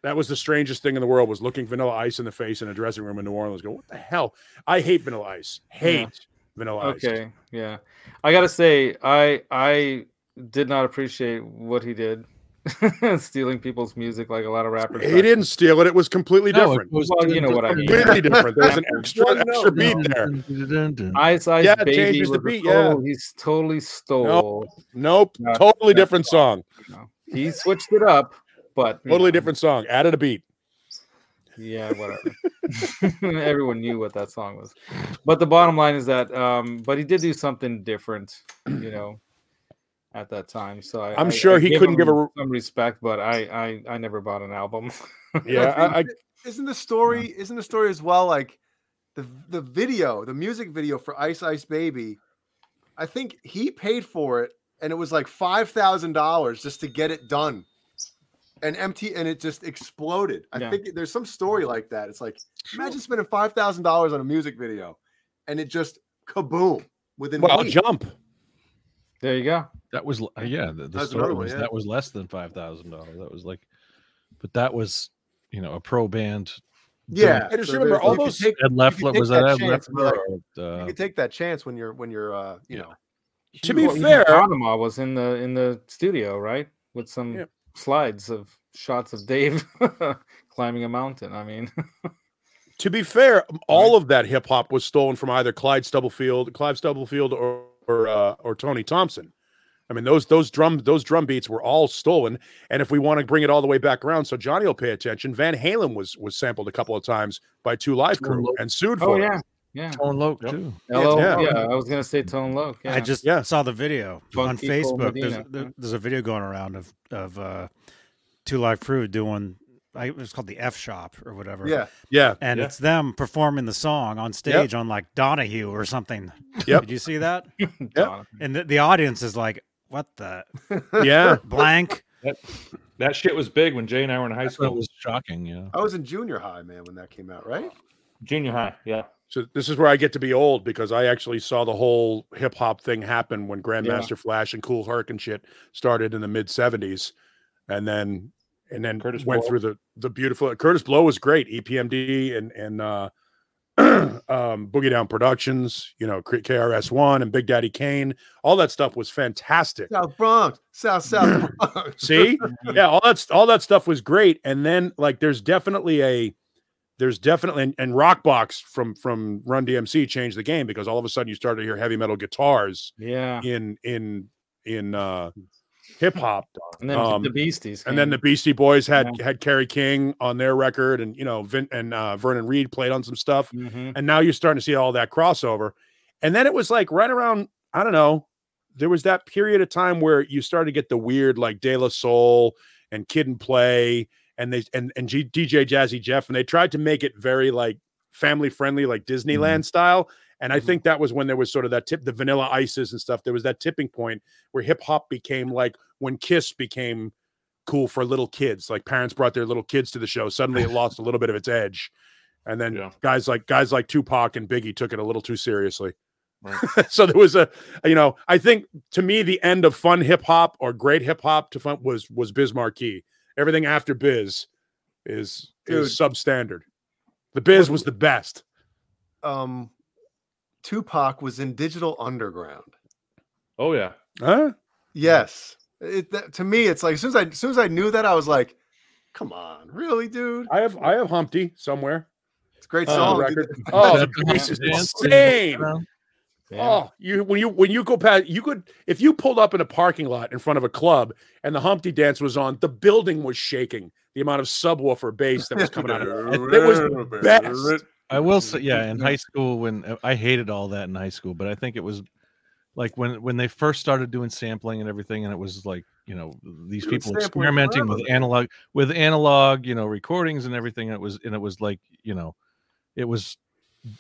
That was the strangest thing in the world was looking Vanilla Ice in the face in a dressing room in New Orleans. Go, what the hell? I hate Vanilla Ice. Hate Vanilla Ice.
Okay. Yeah. I gotta say, I I did not appreciate what he did, stealing people's music like a lot of rappers.
He didn't steal it. It was completely different.
was
Well, you know what I mean.
Completely different. There's an extra
One
extra
note.
beat there.
Ice Ice
Yeah, it
Baby
changes
was
the
the
beat, yeah.
stole. He's totally stole.
Nope.
No,
Totally
no.
different song.
He switched it up, but you
Totally
know,
different song. Added a beat.
Yeah, whatever. Everyone knew what that song was, but the bottom line is that. Um, but he did do something different, you know, at that time. So I,
I'm
I-
sure
I
he couldn't give
him
a-
some respect, but I, I, I never bought an album.
Yeah, I, I,
Isn't the story? Isn't the story as well like the the video, the music video for Ice Ice Baby? I think he paid for it, and it was like five thousand dollars just to get it done. And MT and it just exploded. I
Yeah.
think there's some story like that. It's like imagine spending five thousand dollars on a music video, and it just kaboom within.
well,
weeks.
jump.
There you go.
That was l- uh, yeah. The, the
That's
story
another one,
was
yeah.
that was less than five thousand dollars. That was like, but that was you know a pro band. doing
yeah.
I just
so
remember
there's-
all
you could
those-
Take,
Ed Leffler
take
was that
that
Ed
chance,
Leffler? or,
you
uh,
could take that chance when you're when you're uh you know
To be
Well, even
fair,
Panama was in the in the studio, right, with some
Yeah.
slides of shots of Dave climbing a mountain. I mean,
to be fair, all of that hip hop was stolen from either Clyde Stubblefield, Clive Stubblefield, or or, uh, or Tony Thompson. I mean, those those drum those drum beats were all stolen. And if we want to bring it all the way back around, so Johnny will pay attention. Van Halen was was sampled a couple of times by Two Live Crew and sued for
oh
it.
yeah, yeah.
Tone Loc too.
LL,
yeah.
yeah. I was gonna say Tone Loc. Yeah.
I just
Yeah.
saw the video on
Funky Cole
Facebook. There's,
Medina.
there- there's a video going around of of uh, Two Live Crew doing. I, it was called the F Shop or whatever.
yeah
Yeah,
and
Yeah.
it's them performing the song on stage on like Donahue or something.
Yep.
Did you see that?
Donna.
And the, the audience is like, "What the
yeah.
blank?"
That shit was big when Jay and I were in high
That's what
school,
was shocking. Yeah,
I was in junior high, man, when that came out, right?
junior high. Yeah,
So this is where I get to be old because I actually saw the whole hip hop thing happen when Grandmaster Flash and Cool Herc and shit started in the mid '70s, and then and then
Curtis
went
Blow.
through the the beautiful Curtis Blow was great. E EPMD and and uh, um, Boogie Down Productions, you know K- KRS One and Big Daddy Kane, all that stuff was fantastic.
South Bronx, South South Bronx.
See, yeah, all that's all that stuff was great. And then like, there's definitely a, there's definitely and, and Rockbox from from Run DMC changed the game because all of a sudden you started to hear heavy metal guitars
Yeah.
in in in uh hip hop,
And then
Um,
the Beasties.
and then the Beastie Boys had had Carrie King on their record, and you know Vin and uh, Vernon Reed played on some stuff
Mhm.
and now you're starting to see all that crossover and then it was like right around i don't know there was that period of time where you started to get the weird like de la soul and kid and play and they and, and G, dj jazzy jeff and they tried to make it very like family friendly like disneyland style and i think that was when there was sort of that tip the vanilla ices and stuff there was that tipping point where hip hop became like when kiss became cool for little kids like parents brought their little kids to the show suddenly it lost a little bit of its edge and then
Yeah.
guys like guys like Tupac and Biggie took it a little too seriously. so there was a, you know, I think to me the end of fun hip hop or great hip hop to fun was was Biz Marquee. Everything after Biz is is substandard. The Biz was the best.
Um, Tupac was in Digital Underground.
Oh yeah.
Huh?
Yes, it, that, to me, it's like as soon as I as soon as I knew that, I was like, "Come on, really, dude?
I have I have Humpty somewhere.
It's a great
on
song."
the
dude."
Uh, record. Oh, the
That
bass is
dance in the
insane.
background.
Oh, you when you when you go past, you could if you pulled up in a parking lot in front of a club and the Humpty Dance was on, the building was shaking. The amount of subwoofer bass that was coming out of it, it was the best.
I will say, yeah, in high school when uh, I hated all that in high school, but I think it was like when when they first started doing sampling and everything, and it was like you know these
Dude,
people
sampling
experimenting with
forever.
analog with analog you know recordings and everything. And it was and it was like you know it was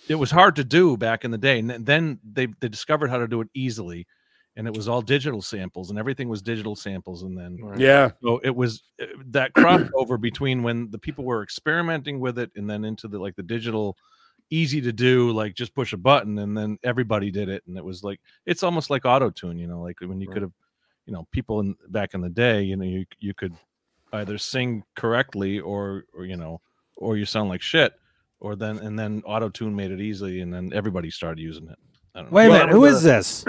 it was hard to do back in the day, and then- then they they discovered how to do it easily, and it was all digital samples, and everything was digital samples, and then
Yeah,
so it was uh, that crossed over between when the people were experimenting with it and then into the like the digital easy to do like just push a button and then everybody did it and it was like it's almost like auto tune you know like when you could have you know people in back in the day you know you you could either sing correctly or, or you know or you sound like shit or then and then auto tune made it easy and then everybody started using it I don't know.
Wait a
Well,
minute,
that
who
was
is this?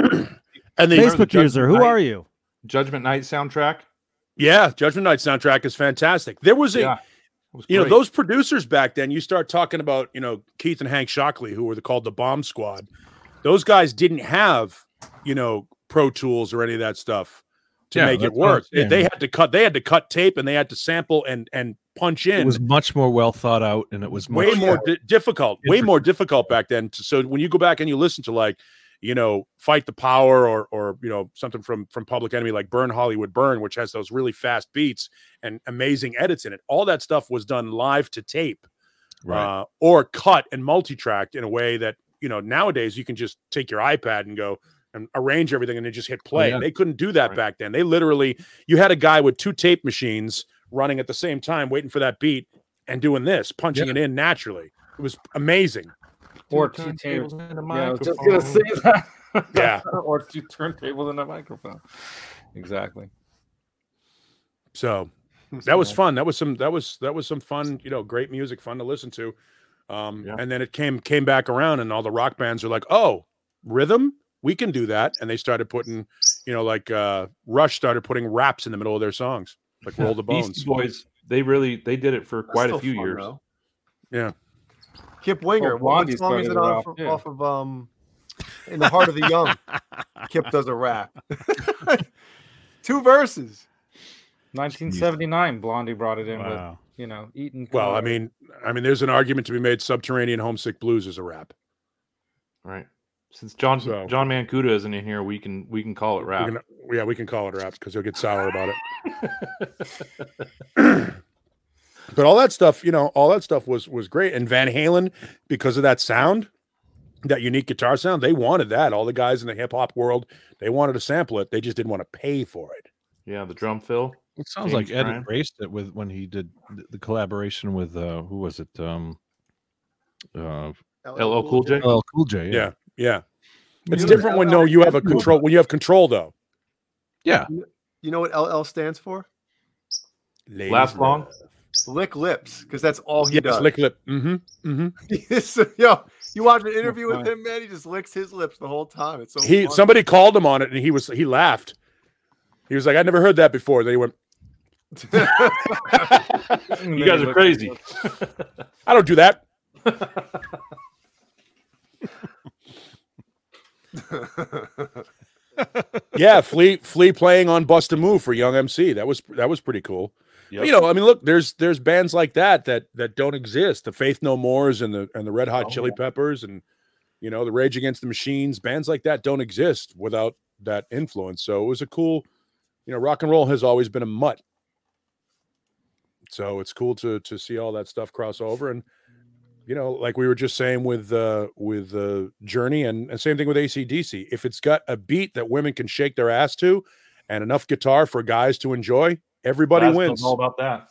and the
Facebook user, who
Knight.
are you?
Judgment Night soundtrack.
yeah, Judgment Night soundtrack is fantastic. There was a
Yeah. It was
you know
great.
those producers back then. You start talking about you know Keith and Hank Shockley, who were the, called the Bomb Squad. Those guys didn't have you know Pro Tools or any of that stuff to
Yeah,
make it
that's what I'm
work. They-
saying.
They had to cut. They had to cut tape and they had to sample and and punch in.
it was much more well thought out and it was much
way more di- difficult, way
Interesting.
more difficult back then. T- So when you go back and you listen to like, you know, fight the power or or you know something from from Public Enemy like Burn Hollywood Burn, which has those really fast beats and amazing edits in it. All that stuff was done live to tape,
Right.
uh, or cut and multi-tracked in a way that you know nowadays you can just take your iPad and go. And arrange everything and then just hit play.
yeah.
They couldn't do that back then. They literally, you had a guy with two tape machines running at the same time, waiting for that beat and doing this, punching it in naturally. It was amazing.
Or
Two
two
turntables and a
Yeah, I was just
microphone.
gonna say that.
Yeah.
or two turntables and a microphone. Exactly.
So that was fun. That was some that was that was some fun, you know, great music, fun to listen to. Um
Yeah.
and then it came came back around and all the rock bands are like, "Oh, rhythm? We can do that." And they started putting, you know, like uh Rush started putting raps in the middle of their songs, like Roll the Bones.
Beastie Boys. They really they did it for
That's
quite a
still
few
fun,
years.
though.
Yeah.
Kip Winger.
Oh,
Well,
what
Blondie's
song is it
started it
on
off,
from,
too.
off of um, "In the Heart of the Young"? Kip does a rap. Two verses.
1979, Blondie brought it in with
Wow.
you know Eaton.
Well, I
Carter.
mean, I mean there's an argument to be made Subterranean Homesick Blues is a rap.
Right. Since John
So-
John Mancuda isn't in here, we can we can call it
We
rap.
can, yeah, we can call it rap because he'll get sour about it. but all that stuff, you know, all that stuff was was great. And Van Halen, because of that sound, that unique guitar sound, they wanted that. All the guys in the hip hop world, they wanted to sample it. They just didn't want to pay for it.
Yeah, the drum fill.
It sounds
James
like Ed
Brown.
embraced it with when he did th- the collaboration with uh who was it? Um uh
LL Cool J.
LL Cool J.
Yeah, yeah.
You
It's
know-
different when no, you have a control. When you have control, though.
Yeah.
You know what LL stands for?
Last long.
Lick lips, because that's all he
Yes,
does.
lick lip. Mm-hmm. Mm-hmm.
So, yo, you watch an interview with him, man. He just licks his lips the whole time. It's so
he
funny.
somebody called him on it and he was he laughed. He was like, I never heard that before. Then he went,
You guys are crazy.
I don't do that. yeah, Flea Flea playing on Bust a Move for Young MC. That was that was pretty cool.
Yep.
You know, I mean, look, there's there's bands like that that that don't exist. The Faith No Mores and the and the Red Hot
Oh.
Chili Peppers and you know the Rage Against the Machines. Bands like that don't exist without that influence. So it was a cool, you know, rock and roll has always been a mutt. So it's cool to to see all that stuff cross over and you know, like we were just saying with uh with uh Journey and, and same thing with ACDC. If it's got a beat that women can shake their ass to and enough guitar for guys to enjoy, everybody
Last one's
wins.
All about that.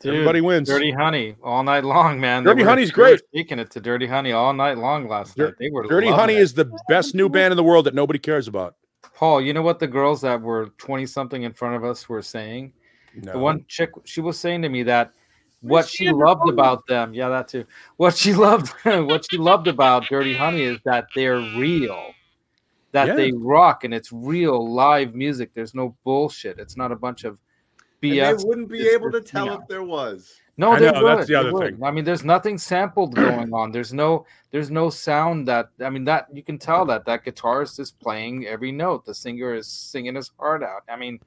Dude,
Everybody wins.
Dirty Honey all night long, man. They
Dirty
were-
Honey's
they were
great.
Taking it to Dirty Honey all night long last
Dir-
night. They were
Dirty
loving
Honey
it.
is the best new band in the world that nobody cares about.
Paul. You know what the girls that were twenty something in front of us were saying?
No.
The one chick, she was saying to me that what she loved about them, yeah, that too. What she loved, what she loved about Dirty Honey is that they're real, that
Yeah.
they rock, and it's real live music. There's no bullshit. It's not a bunch of
And
BS.
they wouldn't be
It's
able to
just,
tell
you know.
if there was.
No,
I
they
know,
would.
that's the
they
other
would.
thing.
I mean, there's nothing sampled going on. There's no, there's no sound that. I mean, that you can tell that that guitarist is playing every note. The singer is singing his heart out. I mean,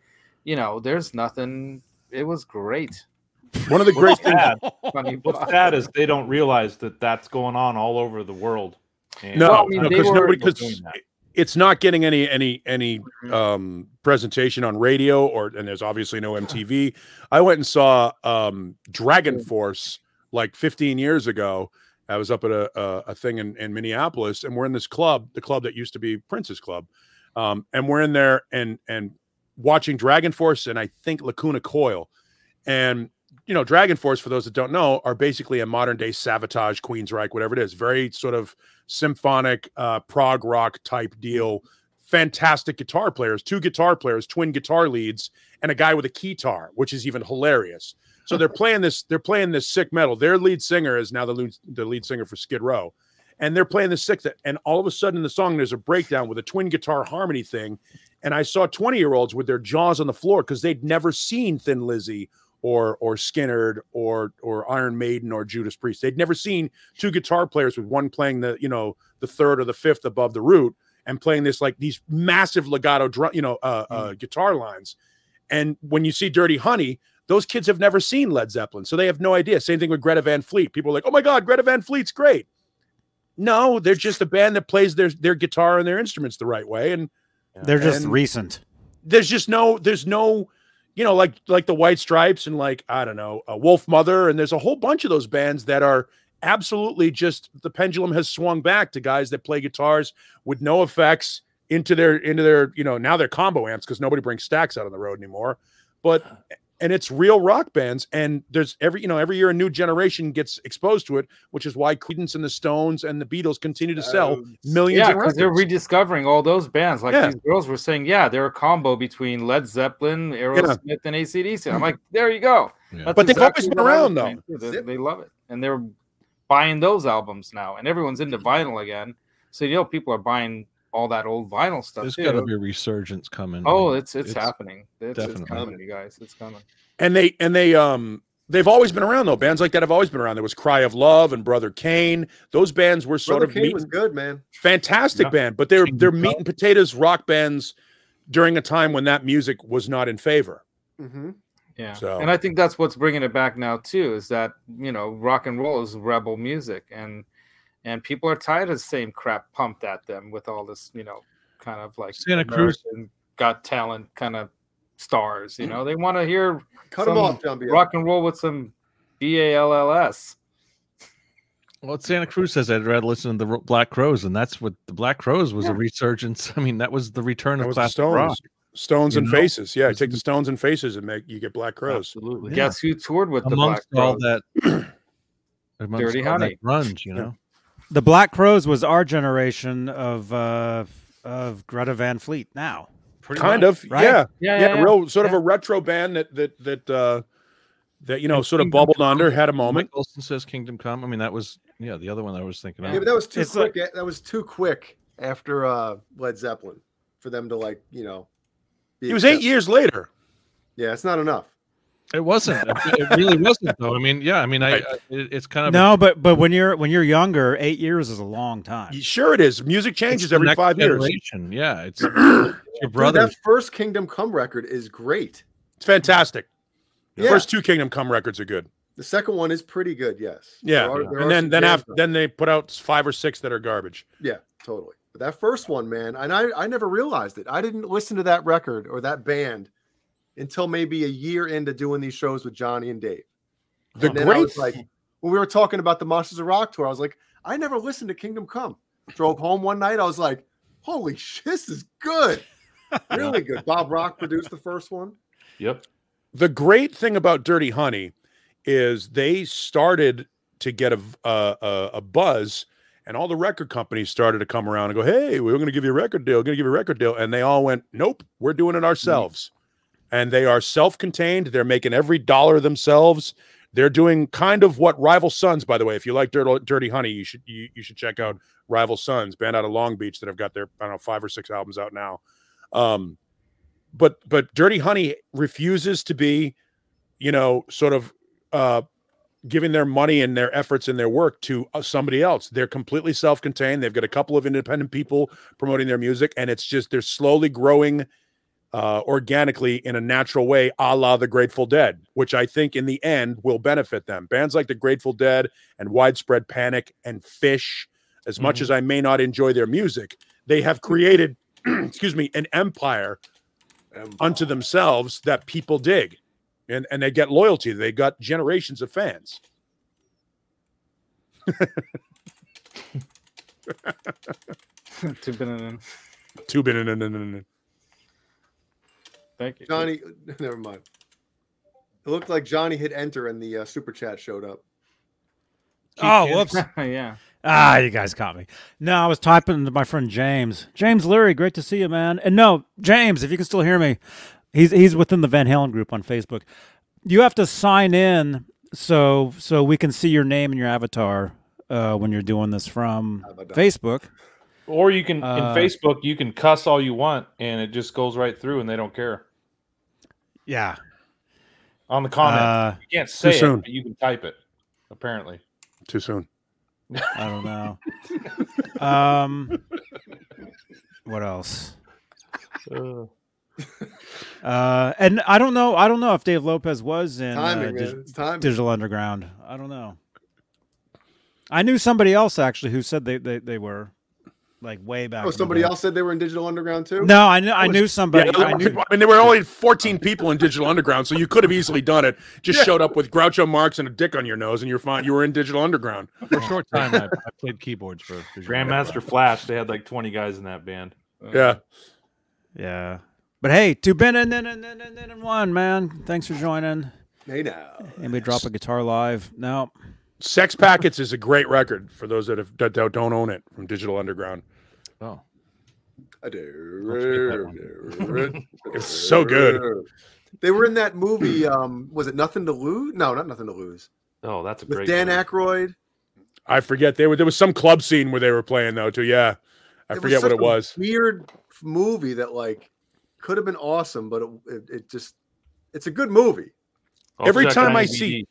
you know, there's nothing. It was great.
One of the great things.
Sad.
Funny
What's sad is they don't realize that that's going on all over the world. And
No,
Well, I
no,
mean,
'cause
they
because
were-
nobody
people
because
doing that.
it's not getting any any any um presentation on radio or and there's obviously no MTV. I went and saw um Dragon Force like 15 years ago. I was up at a a, a thing in, in Minneapolis and we're in this club, the club that used to be Prince's Club. Um and we're in there and and watching Dragon Force and I think Lacuna Coil. And you know, Dragon Force, for those that don't know, are basically a modern day sabotage, Queensryche, whatever it is, very sort of symphonic uh, prog rock type deal. Fantastic guitar players, two guitar players, twin guitar leads, and a guy with a keytar, which is even hilarious. So they're playing this. They're playing this sick metal. Their lead singer is now the lead, the lead singer for Skid Row, and they're playing the sixth. And all of a sudden, in the song, there's a breakdown with a twin guitar harmony thing, and I saw twenty year olds with their jaws on the floor because they'd never seen Thin Lizzy or or Skinnerd or or Iron Maiden or Judas Priest. They'd never seen two guitar players with one playing the you know the third or the fifth above the root and playing this like these massive legato drum you know uh, uh, guitar lines and when you see dirty honey those kids have never seen led zeppelin so they have no idea same thing with greta van fleet people are like oh my god greta van fleet's great no they're just a band that plays their their guitar and their instruments the right way and
They're just
And-
recent.
there's just no there's no you know like like the white stripes and like i don't know uh, wolf mother and there's a whole bunch of those bands that are absolutely just the pendulum has swung back to guys that play guitars with no effects into their into their you know now they're combo amps because nobody brings stacks out on the road anymore but and it's real rock bands and there's every you know every year a new generation gets exposed to it which is why credence and the stones and the beatles continue to sell millions
Oh, yeah,
of
because they're
records.
rediscovering all those bands. Like
Yeah.
these girls were saying, yeah, they're a combo between Led Zeppelin, Aerosmith, and ACDC. I'm like, there you go.
Yeah.
But they've always been
what I was
around, though.
saying, too. They, they love it, and they're buying those albums now, and everyone's into vinyl again. So you know, people are buying all that old vinyl stuff
There's got to
too.
be a resurgence coming. I
Oh,
mean,
it's it's, happening. It's, it's
definitely.
coming, you guys. It's coming.
and they and they um they've always been around though bands like that have always been around there was cry of love and brother kane those bands were sort
Brother
of
King
meat,
was good, man.
fantastic
Yeah.
band but they're
King
they're
Cole.
meat and potatoes rock bands during a time when that music was not in favor
hmm
Mm-hmm. Yeah.
So-
And I think that's what's bringing it back now too is that, you know, rock and roll is rebel music and and people are tired of the same crap pumped at them with all this, you know, kind of like
Santa Cruz.
American got talent kind of stars, you know. They want to hear
Cut
Some
him off, John Biel.
rock and roll with some B A L L S.
Well, Santa Cruz says I'd rather listen to the Ro- Black Crows, and that's what the Black Crows was a resurgence. I mean, that was the return
that was
of
the
classic rock.
stones stones
You
and
know?
faces yeah take the stones and faces and make you get black crows
Absolutely,
Guess who toured with the Black
amongst all
Crowes?
that, amongst
Dirty
all that
Honey.
grunge, you know.
The Black Crows was our generation of uh, of Greta Van Fleet. Now, pretty
kind
much,
of
right?
yeah. yeah real sort of a retro band that that that uh that you know sort of bubbled under had a moment
Mike Olson says Kingdom Come. I mean, that was yeah, the other one I was thinking of.
Yeah, but that was too
It's
quick. that was too quick after uh, Led Zeppelin for them to like, you know. Be
it was eight
accepted.
years later
Yeah, it's not enough.
It wasn't. It really wasn't though. I mean, yeah. I mean, I, I it, it's kind of
No, but but when you're when you're younger, eight years is a long time.
sure it is music changes
it's the
every
next
five years
generation. Yeah, it's, it's your
Dude,
brother.
that first Kingdom Come record is great.
it's fantastic the
Yeah.
first two kingdom come records are good
The second one is pretty good, yes.
yeah
There are- there are
and then
some
then
jams
after
on it.
then they put out five or six that are garbage
Yeah, totally. But that first one, man, and I, I never realized it. I didn't listen to that record or that band until maybe a year into doing these shows with Johnny and Dave.
the
and then I
great
was like, when we were talking about the Monsters of Rock tour, I was like, I never listened to Kingdom Come. Drove home one night, I was like, holy shit, this is good. Really good. Bob Rock produced the first one.
Yep.
the great thing about Dirty Honey is they started to get a v- a, a- a buzz, and all the record companies started to come around and go, "Hey, we're going to give you a record deal. Going to give you a record deal," and they all went, "Nope, we're doing it ourselves." And they are self-contained. They're making every dollar themselves. They're doing kind of what Rival Sons, by the way. If you like Dirty, Dirty Honey, you should you, you should check out Rival Sons, band out of Long Beach that have got their I don't know five or six albums out now. Um, but but Dirty Honey refuses to be you know, sort of uh, giving their money and their efforts and their work to uh, somebody else. They're completely self contained. They've got a couple of independent people promoting their music, and it's just they're slowly growing uh, organically in a natural way, a la the Grateful Dead, which I think in the end will benefit them. Bands like the Grateful Dead and Widespread Panic and Fish, as much as I may not enjoy their music, they have created, excuse me, an empire unto themselves that people dig and and they get loyalty. They got generations of fans.
Two banana.
Two bin in, in, in, in, in.
Thank you.
Johnny, never mind. It looked like Johnny hit enter and the uh, super chat showed up.
Oh, whoops!
yeah.
Ah, you guys caught me. No, I was typing to my friend James. James Leary, great to see you, man. And no, James, if you can still hear me, he's he's within the Van Halen group on Facebook. You have to sign in so so we can see your name and your avatar uh, when you're doing this from Facebook.
Or you can
Uh,
in Facebook you can cuss all you want and it just goes right through and they don't care.
Yeah.
On the comment.
Uh,
you can't say
soon.
it, but you can type it, apparently.
Too soon.
I don't know. um, what else? Uh, and I don't know. I don't know if Dave Lopez was in uh,
Timing,
Dig-
man. It's timing.
Digital Underground. I don't know. I knew somebody else actually who said they they, they were like way back.
oh,
in the
somebody
day.
else said they were in Digital Underground too?
No, I knew I
was-
knew somebody.
yeah,
I
I
knew.
mean, there were only 14 people in Digital Underground, so you could have easily done it. Just showed up with Groucho Marx and a dick on your nose, and you're fine. You were in Digital Underground.
for a short time, I, I played keyboards for Visual
Grandmaster Flash, they had like twenty guys in that band.
Uh,
Yeah.
Yeah. But hey, two Ben and then and then and then and one man. Thanks for joining.
Hey now.
And we drop a guitar live. No,
Sex Packets is a great record for those that, have, that don't don't own it from Digital Underground.
Oh,
I
I'll
do.
It's so good.
They were in that movie. Um, was it Nothing to Lose? No, not Nothing to Lose.
Oh, that's a
With
great
Dan
band.
Aykroyd.
I forget they were there was some club scene where they were playing though too. Yeah, I
was
forget what
such
it
a
was.
Weird f- movie that like could have been awesome, but it, it, it just it's a good movie.
Oh,
Also
Every
check
time I
IMDb.
see-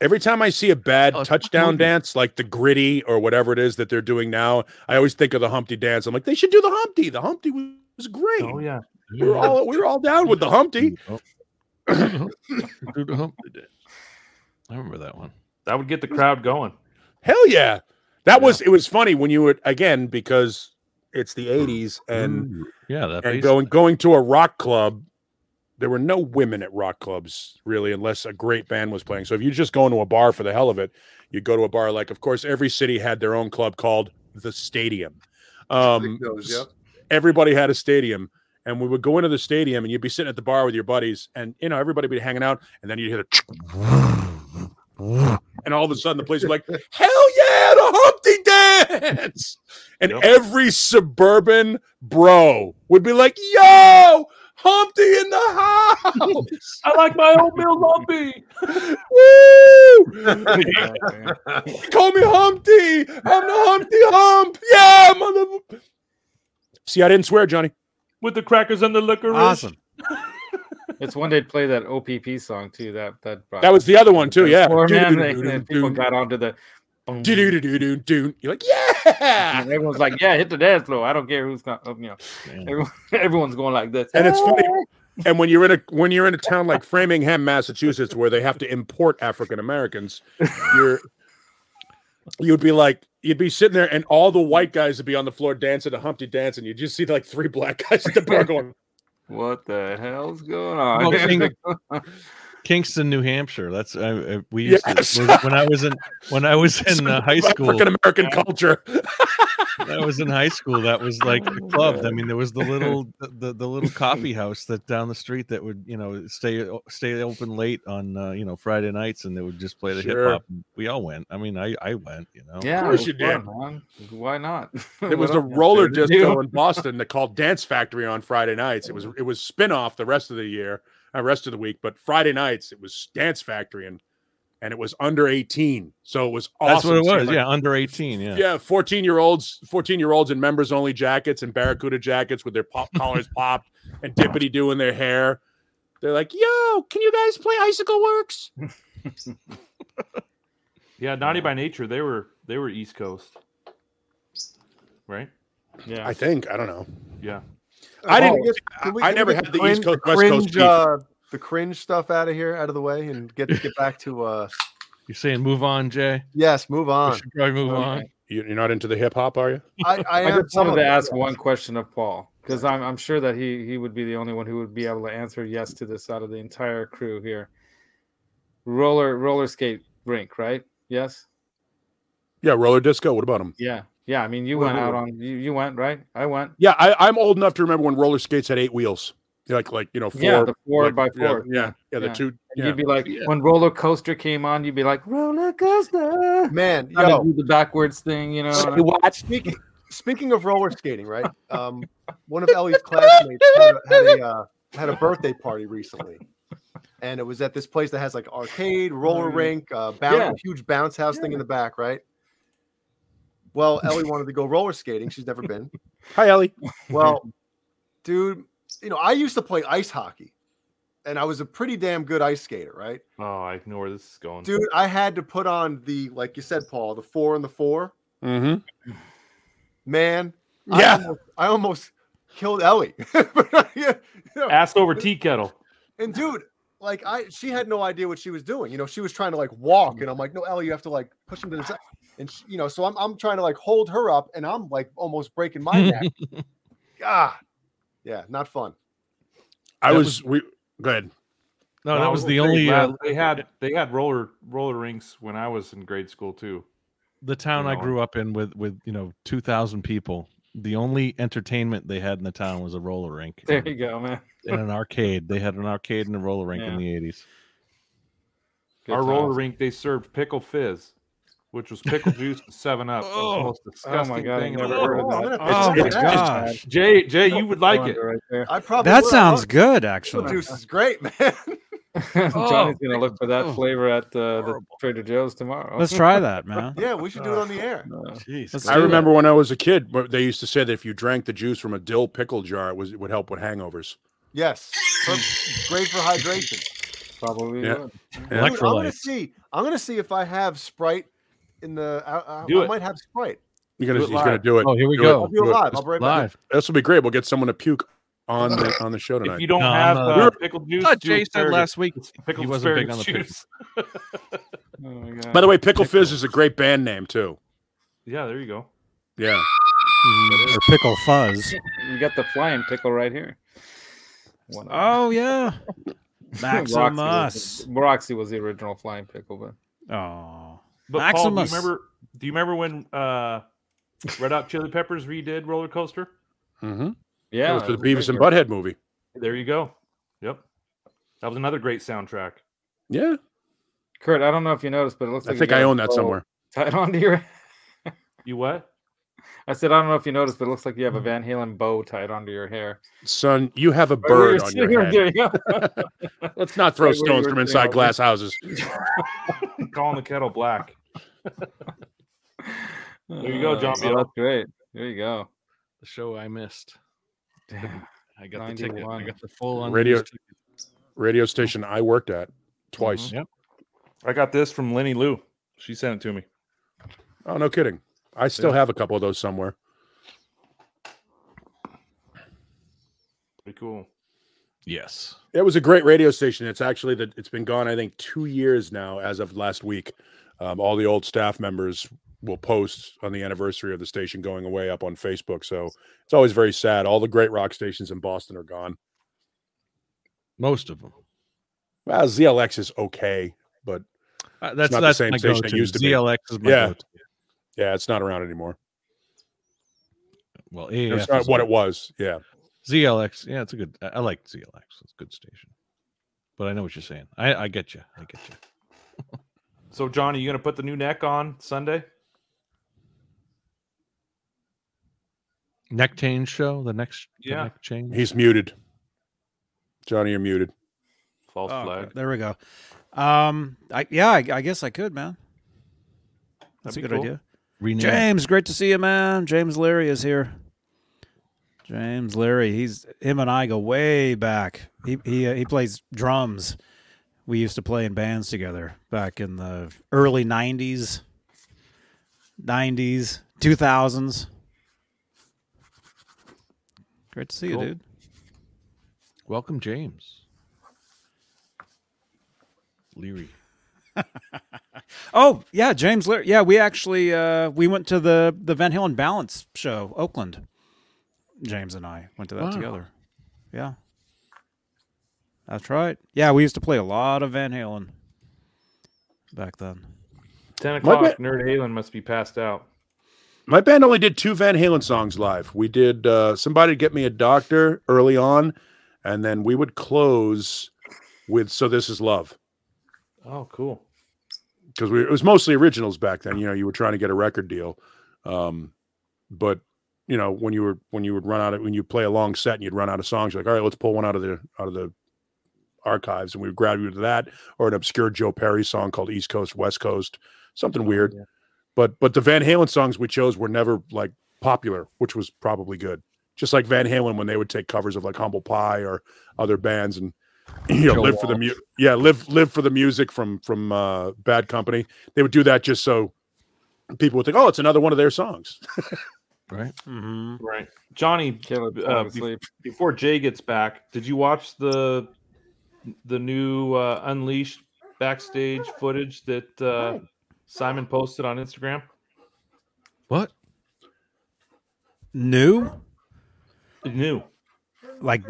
Every time I see a bad
Oh, it's a fucking
touchdown
movie.
dance, like the gritty or whatever it is that they're doing now, I always think of the Humpty dance. I'm like, they should do the Humpty. The Humpty was, was great.
Oh yeah.
We were all we were all down with the Humpty.
Oh.
Oh.
I remember that one.
That would get the crowd going.
Hell yeah, that was it. Was funny when you were again because it's the '80s and
Yeah, that
and
bass.
going going to a rock club. There were no women at rock clubs really, unless a great band was playing. So if you're just going to a bar for the hell of it, you go to a bar like, of course, every city had their own club called the Stadium. Um,
Like those, yep.
everybody had a stadium and we would go into the stadium and you'd be sitting at the bar with your buddies and you know everybody would be hanging out and then you'd hear the and all of a sudden the place is like, hell yeah, the Humpty Dance. And
Yep.
every suburban bro would be like, yo, Humpty in the house.
I like my oatmeal lumpy.
Woo! Call me Humpty. I'm the Humpty Hump. Yeah, mother. See, I didn't swear, Johnny.
with the crackers and the liquor.
Awesome.
It's when they'd play that OPP song too. That that
That was the other one too. Yeah.
Poor man, they- they- people got onto the. boom,
do do do do do. You're like, yeah.
and everyone's like, "Yeah, hit the dance floor." I don't care who's not, you know, everyone, everyone's going like this.
And it's funny. And when you're in a when you're in a town like Framingham, Massachusetts, where they have to import African Americans, you're you'd be like you'd be sitting there, and all the white guys would be on the floor dancing a Humpty dance, and you just see like three black guys at the bar going,
What the hell's going on?
Uh,
Well, seeing- Kingston, New Hampshire. That's I, I, we used
Yes.
to, was- when I was in when I was in uh, high school.
African American culture.
when I was in high school. That was like the club. I mean, there was the little the, the, the little coffee house that down the street that would you know stay stay open late on uh, you know Friday nights, and they would just play the
Sure.
hip hop. We all went. I mean, I I went. You know.
yeah,
of course
it
you
was fun, man. Why not?
There was a roller disco in Boston that called Dance Factory on Friday nights. It was it was spin off the rest of the year, uh, rest of the week, but Friday nights it was Dance Factory and and it was under 18. So it was
That's
awesome.
what
seeing,
it was.
like,
yeah, under eighteen. Yeah.
Yeah, 14 year olds, 14 year olds in members only jackets and barracuda jackets with their pop collars popped and dippity do in their hair. They're like, yo, can you guys play Icicle Works?
Yeah, Naughty by Nature. They were they were East Coast, right?
Yeah,
I think. I don't know.
Yeah.
I didn't-
Can get- Oh, can we-
I
can we
never
get
had the
crin-
East Coast, West Coast
cringe,
beef.
uh, the cringe stuff out of here, out of the way, and get get back to uh,
You're saying move on, Jay.
yes, move
We
on.
should probably move on.
You- You're not into the hip hop, are you?
I, I,
I
am
just wanted
telling
to
you.
ask one question of Paul because I'm I'm sure that he he would be the only one who would be able to answer yes to this out of the entire crew here. Roller roller skate rink, right? Yes.
Yeah, roller disco. What about them?
Yeah. Yeah. I mean, you went out on you you went right. I went.
Yeah, I, I'm old enough to remember when roller skates had eight wheels, like like you know four.
yeah, the four
like,
by
yeah,
four.
Yeah, yeah, the
yeah.
two.
And
yeah.
You'd be like, when roller coaster came on, you'd be like, roller coaster.
man.
Trying to
Yo,
do the backwards thing, you know.
Say what?
speaking Uh, speaking of roller skating, right? Um, one of Ellie's classmates had a, had a, uh, had a birthday party recently, and it was at this place that has like arcade, roller
Mm.
rink, uh, bounce,
Yeah.
huge bounce house thing in the back, right? Well, Ellie wanted to go roller skating. She's never been.
Hi, Ellie.
Well, dude, you know, I used to play ice hockey and I was a pretty damn good ice skater, right?
Oh, I know where this is going.
Dude, I had to put on the, like you said, Paul, the four and the four.
Mm-hmm.
Man, I
Yeah.
almost, I almost killed Ellie. But, yeah, you know,
Ass over tea kettle.
and dude, like I she had no idea what she was doing. You know, she was trying to like walk, and I'm like, no, Ellie, you have to like push him to the side. And she, you know, so I'm I'm trying to like hold her up, and I'm like almost breaking my neck. ah, yeah, not fun.
I
That
was, we go ahead.
No, that was the
they-
only uh,
they had they had roller roller rinks when I was in grade school too.
the town I
No.
grew up in with with you know two thousand people. The only entertainment they had in the town was a roller rink.
there you go, man.
in an arcade. They had an arcade and a roller rink
Yeah.
in the eighties.
Good
Our roller
times.
rink they served pickle fizz, which was pickle juice and Seven Up. That was the
Oh.
most
Oh
disgusting
my god, I
thing I've
never
ever
heard
heard.
of
Oh, I'm
that.
gonna have to
Oh
check
my
that out.
gosh,
Jay, Jay, you would like it.
Wonder right there.
I probably
That
will. I
sounds
love-
good,
pickle
actually.
juice is great, man.
Johnny's gonna look for that
oh,
flavor at uh, the
horrible.
Trader Joe's tomorrow.
Let's try that, man.
yeah, we should do it on the air.
Let's
I
do it.
remember when I was a kid, but they used to say that if you drank the juice from a dill pickle jar, it was it would help with hangovers.
Yes, per- great for hydration.
Probably.
Yeah.
would.
Dude, I'm gonna
Electrolytes.
see. I'm gonna see if I have Sprite in the. I, I,
Do
I
it.
might have Sprite.
You're gonna,
Do it
he's gonna
live.
do it.
Oh, here we
Do it.
I'll
go.
do it
Good.
live. I'll be right back.
Live.
This will be great. We'll get someone to puke on the on the show
If
tonight.
you don't
No,
have
I'm, uh,
uh,
We're-
pickle juice,
thought
do
Jay said
asparagus.
last week
It's pickled
he wasn't big
asparagus
on the pickle.
juice.
Oh my god.
By the way, Pickle Fizz is a great band name too.
Yeah, there you go.
Yeah.
Mm,
Or pickle fuzz.
you got the flying pickle right here. One of them.
Oh yeah.
Roxy was,
Maximus.
the- Roxy was the original flying pickle, but
Oh.
But Paul, do
Maximus.
you remember? Do you remember when uh, Red Hot Chili Peppers redid Roller Coaster?
Mm-hmm.
yeah,
Yeah. was
it
for the
a
Beavis and
great-
Butthead movie.
There you go. Yep, that was another great soundtrack.
Yeah.
Kurt, I don't know if you noticed, but it looks
I
like you
think
got
I
a
own that
bow
somewhere.
Tied onto your.
You what?
I said I don't know if you noticed, but it looks like you have a Van Halen bow tied onto your hair.
Son, you have a bird on your head. Let's not throw stones from inside glass houses.
Calling the kettle black. There you go,
Uh,
John
Oh,
Biel.
that's great. There you go.
The show I missed.
Damn.
I got the ticket. I
91.
got the full on
Radio radio station I worked at twice.
Mhm. I got this from Lenny Lou. She sent it to me.
Oh, no kidding. I still have a couple of those somewhere.
Pretty cool.
Yes.
It was a great radio station. It's actually that it's been gone, I think, two years now as of last week. Um, all the old staff members will post on the anniversary of the station going away up on Facebook. So it's always very sad. All the great rock stations in Boston are gone.
Most of them.
Well, ZLX is okay, but
Uh, that's
not the
that's
same
my
station it
go-to.
used to be.
ZLX is my
Yeah.
go-to.
yeah, it's not around anymore.
Well,
It's
AAF
not
is
what
my-
it was. Yeah.
ZLX. Yeah, it's a good. I, I like ZLX. It's a good station. But I know what you're saying. I, I get you. I get you.
So, John, are you going to put the new neck on Sunday?
Neck change show. The next. the
Yeah.
neck change.
He's muted. Johnny, you're muted.
False
Oh,
flag.
there we go. Um, I, yeah, I, I guess I could, man.
That'd
That's a
be
good
cool.
idea.
Rename.
James, great to see you, man. James Leary is here. James Leary, he's him and I go way back. He he uh, he plays drums. We used to play in bands together back in the early '90s, '90s, 2000s. Great to see
Cool.
you, dude.
Welcome, James. Leary.
Oh yeah, James. Lear- yeah, we actually uh, we went to the the Van Halen Balance show, Oakland. James and I went to that
Wow.
together. Yeah, that's right. Yeah, we used to play a lot of Van Halen back then.
10
My
o'clock,
bad.
Nerd Halen must be passed out.
My band only did two Van Halen songs live. We did uh, "Somebody Get Me a Doctor" early on, and then we would close with "So This Is Love"
Oh, cool.
because we it was mostly originals back then. You know, you were trying to get a record deal, um, but you know when you were when you would run out of when you play a long set and you'd run out of songs, you're like all right, let's pull one out of the out of the archives, and we would grab you to that or an obscure Joe Perry song called "East Coast West Coast,"
Oh,
something weird. But but the Van Halen songs we chose were never like popular, which was probably good. Just like Van Halen when they would take covers of like Humble Pie or other bands and you know
Joe
live for the mu- yeah live live for the music from from uh, Bad Company. They would do that just so people would think, oh, it's another one of their songs.
Right.
Mm-hmm.
Right. Johnny,
Caleb's
Uh,
falling
bef-
asleep.
before Jay gets back, did you watch the the new uh, Unleashed backstage footage that uh, Simon posted on Instagram?
What?
New,
New.
like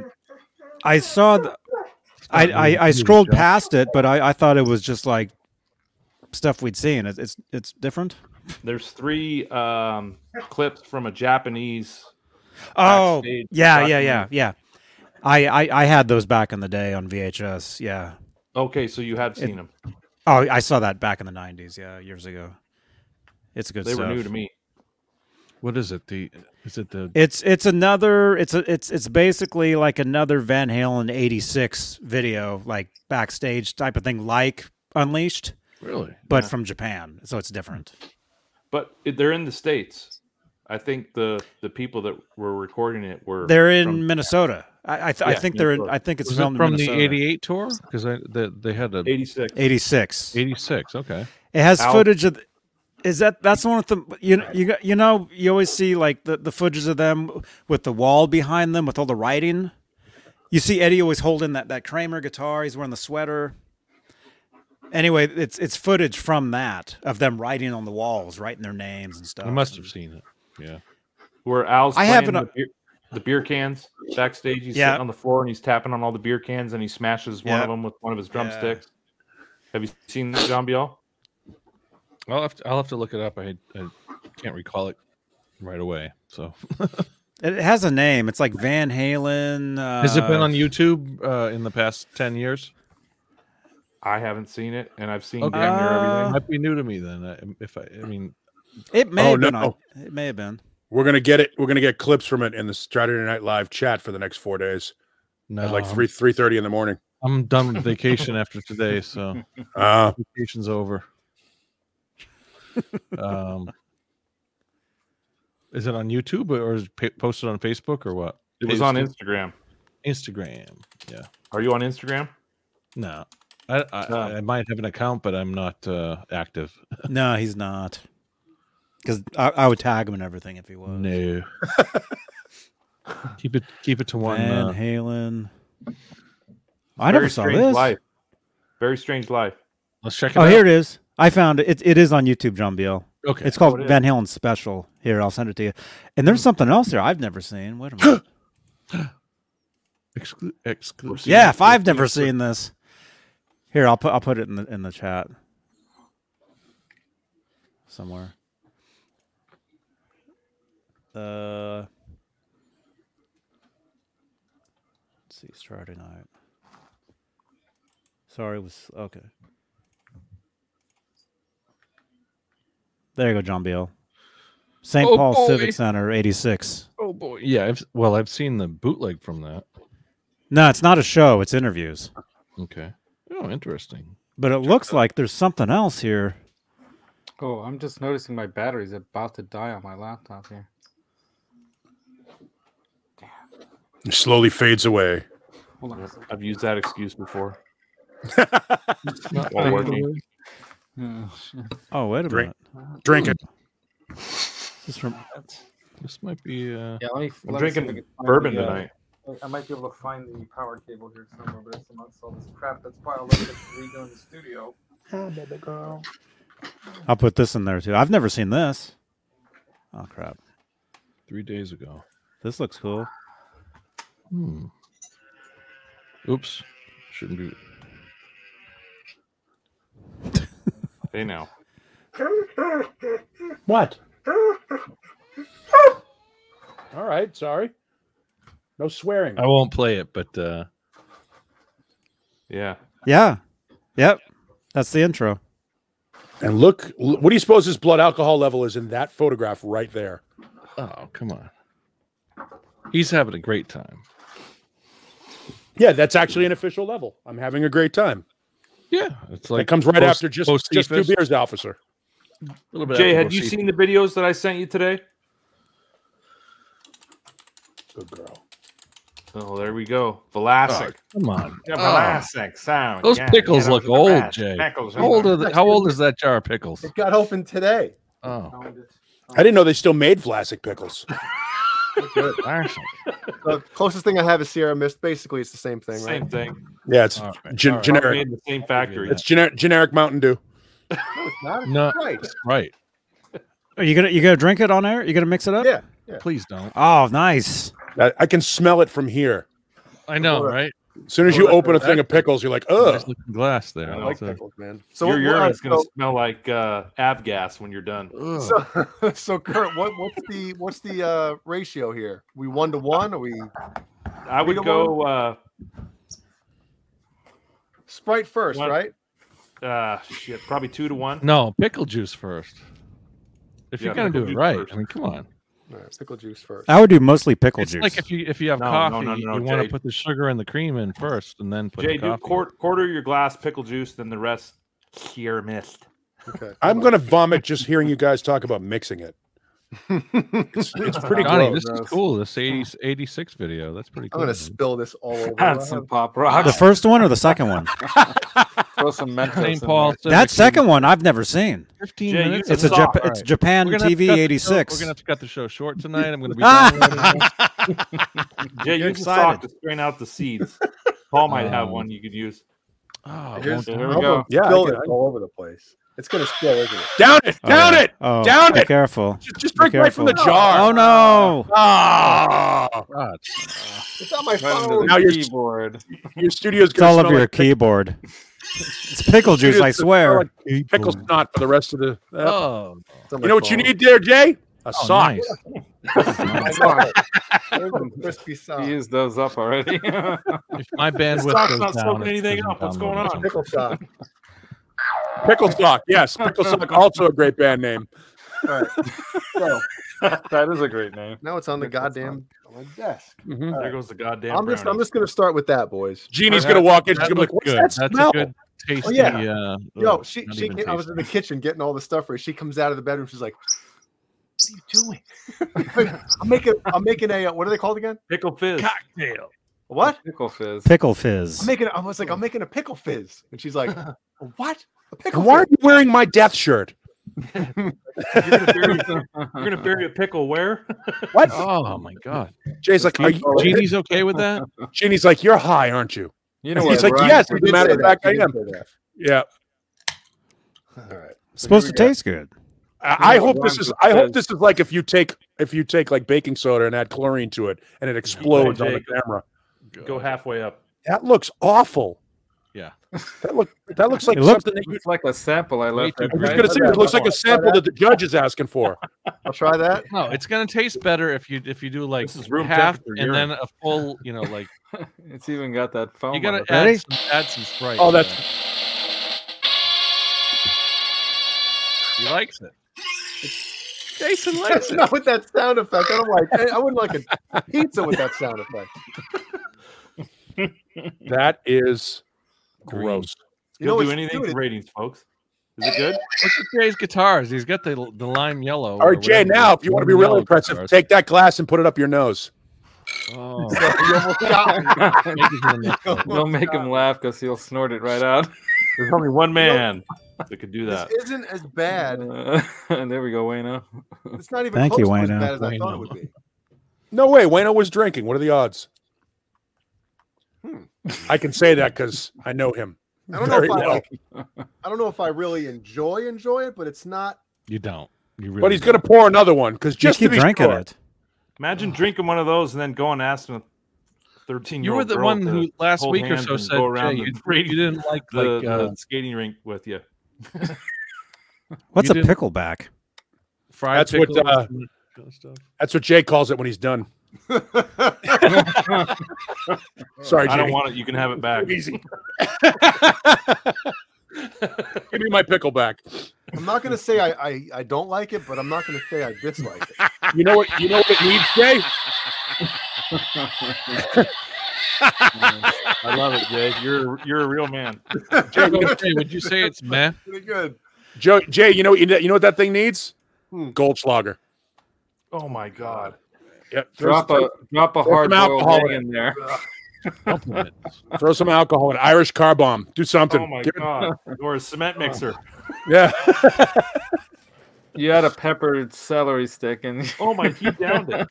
I saw. The, I, I I
new,
scrolled
John.
past it, but I, I thought it was just like stuff we'd seen. It's it's, it's different.
There's three um, clips from a Japanese.
Oh,
backstage
yeah, yeah, yeah,
document.
yeah. I, I I had those back in the day on VHS. Yeah.
Okay, so you have seen them.
Oh, I saw that back in the '90s. Yeah, years ago. It's good
They
stuff.
were new to me.
What is it? The is it the
It's it's another. It's a, it's it's basically like another Van Halen '86 video, like backstage type of thing, like Unleashed,
really?
but from Japan. So it's different.
But it, they're in the states. I think the the people that were recording it were
They're in
from
Minnesota. I I, th- I
Yeah,
think they're in.
Minnesota.
I think it's
Was it
filmed
from
in
the
Minnesota.
'88 tour? Because I the, they had a
'86.
'86.
'86. Okay.
It has
Al-
footage of. Is that that's the one with the you know you got- you know you always see like the the footage of them with the wall behind them with all the writing. You see Eddie always holding that that Kramer guitar. He's wearing the sweater. Anyway, it's it's footage from that of them writing on the walls, writing their names and stuff.
I must have seen it. Yeah.
where Al's
I
I
have
have
an- uh,
the, beer, the beer cans backstage. He's
Yeah.
sitting on the floor and he's tapping on all the beer cans and he smashes one
Yeah.
of them with one of his
Yeah.
drumsticks. Have you seen that, John Biel?
I'll have to, I'll have to look it up. I, I can't recall it right away. So
It it has a name. It's like Van Halen. Uh,
has it been on YouTube uh, in the past ten years?
I haven't seen it, and I've seen damn near everything.
might be new to me then. I- If I, I mean,
It may
Oh,
have been.
no.
On, it may have been.
We're gonna get it. We're gonna get clips from it in the Saturday Night Live chat for the next four days
no,
at like
I'm-
three three thirty in the morning.
I'm done with vacation after today, so
Uh,
vacation's over. Um, is it on YouTube or is it pa- posted on Facebook or what?
It was on
Inst-
Instagram.
Instagram. Yeah.
Are you on Instagram?
No, I, I,
No.
I might have an account, but I'm not uh, active.
No, he's not. Because I, I would tag him and everything if he was.
No. keep it keep it to one.
Van
uh,
Halen. I never saw this.
life. Very strange life.
let's check it
Oh,
out.
here it is. I found it. It, it is on YouTube, John Biel.
Okay. Hmm.
It's called
Oh, it is.
Van Halen Special. Here, I'll send it to you. And there's something else here I've never seen. Wait a minute.
Exclu- exclusive.
yeah, if I've never seen this, here I'll put I'll put it in the in the chat somewhere. Uh, let's see, Saturday night. Sorry, it was okay. There you go, John Beal. St.
Oh,
Paul
boy.
Civic Center, eighty-six.
Oh boy. Yeah. I've, well, I've seen the bootleg from that.
No, it's not a show; it's interviews.
Okay. Oh, interesting.
But it looks like there's something else here.
Oh, I'm just noticing my battery's about to die on my laptop here.
it slowly fades away.
Hold on. a second.
I've used that excuse before.
Not
While working.
Oh, shit.
Oh, wait a
Drink.
minute.
Drink it.
This is from
This might be. Uh,
Yeah, let me. let
I'm
me see if I
drinking
can find
bourbon
the, uh,
tonight.
I might be able to find the power cable here somewhere, but it's amongst all this crap that's piled up that's redoing the studio.
I'll put this in there too. I've never seen this. Oh crap.
three days ago.
This looks cool.
Hmm. Oops. Shouldn't be.
Hey now.
What?
All right. Sorry. No swearing.
I won't play it, but uh,
Yeah.
Yeah. Yep. That's the intro.
And look, l- what do you suppose his blood alcohol level is in that photograph right there?
oh come on. He's having a great time.
Yeah, that's actually an official level. I'm having a great time.
Yeah, it's
That
like
comes right
post-
after just
post
just two
Cephas,
beers, officer.
a little bit
Jay,
after
had
post
you
Cephas.
seen the videos that I sent you today?
Good girl.
Oh, there we go. Velasic.
Come on.
yeah,
Oh.
Velasic sound.
Those
yeah,
pickles
get
look
out of the
old,
vat.
Jay.
Pickles
How old,
are
are the, how old is that jar of pickles?
It got open today.
Oh,
I didn't know they still made Vlasic pickles.
Good.
classic.
The closest thing I have is Sierra Mist. Basically, it's the same thing, right?
same thing.
Yeah, it's
All right.
gen-
All right.
generic.
Made in the same factory.
It's generic generic Mountain Dew.
Not
No,
right.
right.
Are you gonna you gonna drink it on air? You gonna mix it up?
Yeah.
Please don't.
Oh, nice.
I, I can smell it from here.
I know, right?
As soon as
Oh,
you open a thing of pickles, you're like,
Nice
ugh.
looking glass there.
I
That's
like
a-
man.
So
Your
what-
urine is going to
so-
smell like uh, avgas when you're done.
So, so Kurt, what, what's the what's the uh, ratio here? We one to one? Are we
I would
Either
go. Uh,
Sprite first,
One.
right?
uh, shit, probably two to one.
No, pickle juice first. If
Yeah,
you're gonna
pickle
do it
juice
right,
first.
I mean, come on.
All right, pickle juice first.
I would do mostly pickle
it's
juice.
like if you if you have
No, no,
coffee,
no, no,
you want
Jay.
to put the sugar and the cream in first, and then put
Jay,
the
do
coffee.
quarter, quarter your glass pickle juice, then the rest here mist.
Okay.
I'm gonna vomit just hearing you guys talk about mixing it. It's, it's pretty
Johnny,
gross.
this is cool. This 80s, 86 video. That's pretty
I'm
cool.
gonna
man.
spill this all over. I
Add
have-
some pop
Ah.
the
rocks.
first one or the second one?
Throw some Mentos. in
St. Paul.
there.
Civic
that
in
second one I've never seen.
15
Jay, you
minutes.
can
It's a
Stop.
Jap-
All
it's
right.
Japan
We're gonna have to
TV
cut the show-
eighty
We're
six.
gonna have to cut the show short tonight. I'm gonna be.
Ah!
downloading it.
Jay,
You're
use a sock
excited.
to strain out the seeds. Paul might have
Um,
one you could use.
oh, I
Here's-
won't do
here
it.
we
I'm gonna
Oh,
go.
Yeah, I
spill
can-
it all over the place. It's gonna spill, isn't it?
Down it, down it.
Oh,
Down
be
it!
careful.
Just, just
Be
drink right from the
careful.
jar.
Oh no.
Ah,
God.
It's on my
Right under
phone.
Now
the
you're-
keyboard.
your studio's
It's all
gonna
over
smell
your
like pic-
keyboard. It's pickle juice,
studio's
I
gonna smell
swear.
like pickle snot for the rest of the.
Oh,
It's on my
you know what you
phone.
need there, Jay? A
Oh,
sock.
nice.
crispy sock.
You used those up already.
If my bandwidth
sock's
goes
not
down,
soaking
it's
anything
gonna
up. What's
download
going on?
something.
Pickle sock.
Pickle Sock. Yes, Pickle Sock. Also a great band name.
All right. So
that is a great name.
now it's on the
Pickle sock.
goddamn on my desk.
Mhm.
All right.
Mm-hmm. There goes the goddamn.
I'm just I'm
brownie.
just gonna start with that, boys.
Jeannie's
That-
gonna walk in. She's
That
gonna be like,
looked
"What's
good.
that
That's
smell?"
a good tasty.
Oh, yeah.
uh,
Yo,
ugh,
she
not
she
even
came, I was in the kitchen getting all the stuff ready. She comes out of the bedroom. She's like, "What are you doing?" I'm making I'm making a uh, what are they called again?
Pickle fizz.
cocktail.
What?
Pickle fizz.
Pickle
I'm
fizz.
making I was like I'm making a pickle fizz, and she's like, "What? A pickle?
And why are
fizz?
you wearing my death shirt?
You're gonna bury, you're gonna bury a pickle where?
What?
Oh my god.
Jay's like, are you, Jeannie-
Jeannie's okay with that?
Jeannie's like, you're high, aren't you?
You know
And
what?
he's like,
Ryan-
yes.
She
As
did
a matter
say
of
that.
fact,
She
I
did
am.
say that.
Yeah.
All right.
Supposed to
here we go.
taste good.
I, I
Yeah,
hope this
rhymes
is.
with
I hope
fizz.
this is like if you take if you take like baking soda and add chlorine to it and it explodes on the
Jake.
camera.
Go halfway up.
That looks awful.
Yeah.
That look. That looks like
It looks-
something that you.
It's like a sample I left.
too
in
I was
there.
going to say it looks like a sample that the judge is asking for.
I'll try that.
No, it's gonna taste better if you if you do like
This is room
half
temperature
and
urine.
then a full. You know, like
It's even got that foam.
you
on
gotta
it.
Ready?
add some, add some sprite.
Oh,
to
that's-
that. he likes it.
Jason
That's not with that sound effect. I don't like. I- I wouldn't like a pizza with that sound effect.
That is gross.
You
You'll
know
do
what's
anything
good
for ratings, folks. Is it good?
Look at Jay's guitars. He's got the the lime yellow.
All
or
right, Jay.
whatever.
Now, if you want to be
Lime
really
yellow
impressive,
guitars.
take that glass and put it up your nose.
Oh.
Don't- Don't
Don't
make him laugh because he'll snort it right out.
There's only one man that could do that.
This isn't as bad.
Uh, and there we go, Wayno.
It's not even
Thank
close
you,
to as
Wayno.
bad as I thought it
Wayno.
would be.
No way. Wayno was drinking. What are the odds?
Hmm.
I can say that because I know him.
I don't know
Very
if I
well.
like, I don't know if I really enjoy enjoy it, but it's not.
You don't. You really
But he's
don't.
going to pour another one because just
Just
to
keep
be
drinking
sure.
it.
Imagine drinking one of those and then going asking a 13 year
You were
old
the one who last
hold
week or
hands
so
and
said
go
Jay,
around
you,
the-
you didn't like
the,
like uh,
the skating rink with you.
What's
You
a
didn't-
pickleback?
fried
That's what,
pickles
uh,
and kind of stuff.
That's what Jay calls it when he's done. Sorry,
I
Jay.
don't want it. You can have it back.
Easy. Give me my pickle back.
I'm not going to say I, I I don't like it, but I'm not going to say I dislike it.
You know what? You know what it needs, Jay.
I love it, Jay. You're you're a real man.
Jay, would you say- would you say it's meh?
Pretty good.
Joe, Jay, you know what you, know- you know what that thing needs?
Hmm.
Goldschlager.
Oh my god.
Yep. Throw,
Drop a drop a
some
hard
alcohol
boiled
in.
egg in there.
Oh
Ultimate.
throw some alcohol, an Irish car bomb. Do something.
Oh my
Give it-
god. Or a
Oh
cement mixer.
yeah.
You had a peppered celery stick, and
Oh my he downed it.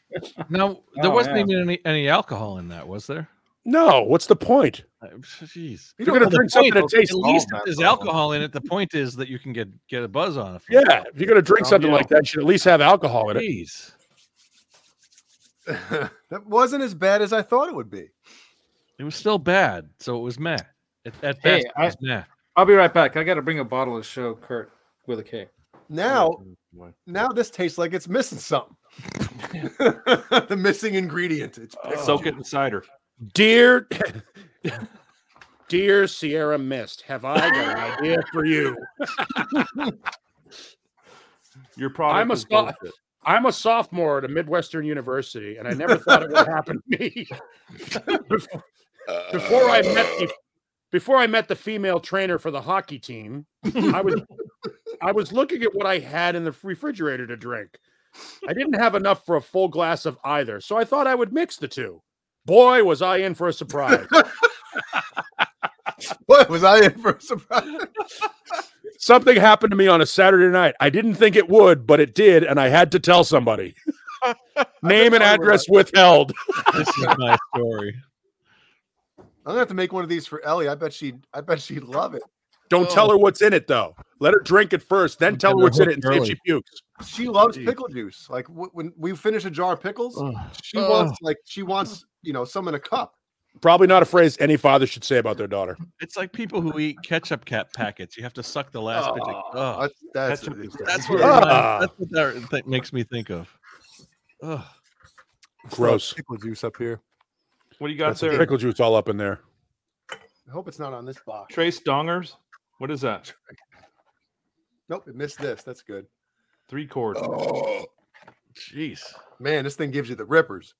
Now there
Oh,
wasn't
yeah.
even any, any alcohol in that, was there?
no. What's the point?
I- Jeez.
You're gonna drink something that tastes.
At least
all
if there's
alcohol.
alcohol in it, the point is that you can get get a buzz on it.
Yeah. If you're gonna drink
Oh,
something
yeah.
like that, you should at least have alcohol in it.
Jeez.
that wasn't as bad as I thought it would be.
It was still bad, so it was meh. At, at
Hey,
best, it was meh.
I'll be right back. I got to bring a bottle to show Kurt with a K.
Now now this tastes like it's missing something. the missing ingredient. It's
Oh.
Soak it in cider.
Dear, dear Sierra Mist, have I got an idea for you?
Your product
I'm a
is
spa-
bullshit.
I'm a sophomore at a Midwestern university, and I never thought it would happen to me. before, before I met
Uh.
the, before I met the female trainer for the hockey team, I was I was looking at what I had in the refrigerator to drink. I didn't have enough for a full glass of either, so I thought I would mix the two. Boy, was I in for a surprise.
what was I in for a surprise?
Something happened to me on a Saturday night. I didn't think it would, but it did, and I had to tell somebody. Name and address withheld.
This is my story.
I'm gonna have to make one of these for Ellie. I bet she I bet she'd love it.
Don't
Oh.
tell her what's in it though. Let her drink it first, then tell her
they're
what's in it and
hooked
see if she pukes.
She loves pickle juice. Like wh- when we finish a jar of pickles, she wants like she wants you know some in a cup.
Probably not a phrase any father should say about their daughter.
It's like people who eat ketchup cap packets. You have to suck the last bit. Of, oh,
that's- that's
ketchup-
what it is.
that's what,
Ah.
that's what that, that makes me think of. Ugh.
Gross.
Pickle juice up here.
What do you got
That's
there?
pickle juice all up in there.
I hope it's not on this box.
Trace dongers. What is that?
Nope, it missed this. That's good.
Three chords.
Oh.
Jeez.
Man, this thing gives you the rippers.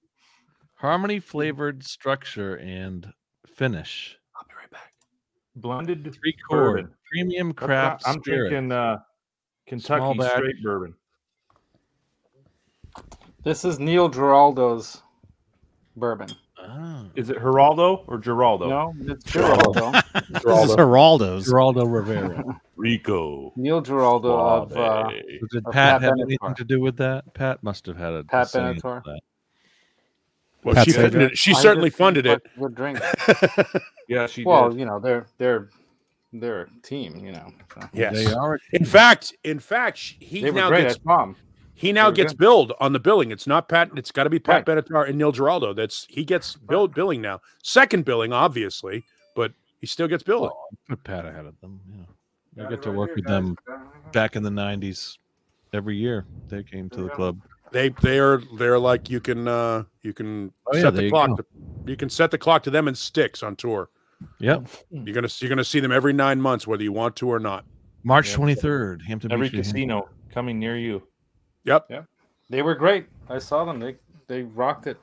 Harmony flavored structure and finish.
I'll be right back.
Blended
Three
Bourbon.
chord premium
That's
craft
not- I'm
spirit.
drinking uh,
Small
Kentucky
batch.
straight bourbon.
This is Neil Giraldo's bourbon.
Ah.
Is it Geraldo or Geraldo?
No, it's Giraldo.
This is Geraldo's.
Geraldo Rivera.
Rico.
Neil Giraldo of uh,
Did
Or
Pat
Pat
have
Benatar.
anything to do with that? Pat must have had a
Pat
say in
Benatar.
that.
Well,
That's
she
it.
funded it. She
I
certainly
just-
funded it.
Good drink.
Yeah, she
well,
did.
you know they're they're they're a team. You know so.
They
Yes.
are.
In fact, in fact, sh- he
they were
now
great.
gets
I saw 'em.
he now
were
gets
good.
billed on the billing. It's not Pat. It's got to be Pat Benatar and Neil Giraldo. That's he gets billed billing now. Second billing, obviously, but he still gets billed.
Put Pat ahead of them. Yeah. I
Got
get
it
to
right
work
here,
with
guys.
them back in the '90s. Every year they came to the club.
They they are they're like you can uh you can
Oh,
set
yeah, there
the
you
clock.
go.
to- you can set the clock to them and sticks on tour.
Yep.
You're gonna you're gonna see them every nine months, whether you want to or not.
March
Yeah.
23rd, Hampton
every
Beach. New Hampshire.
casino coming near you.
They were great. I saw them. They they rocked it.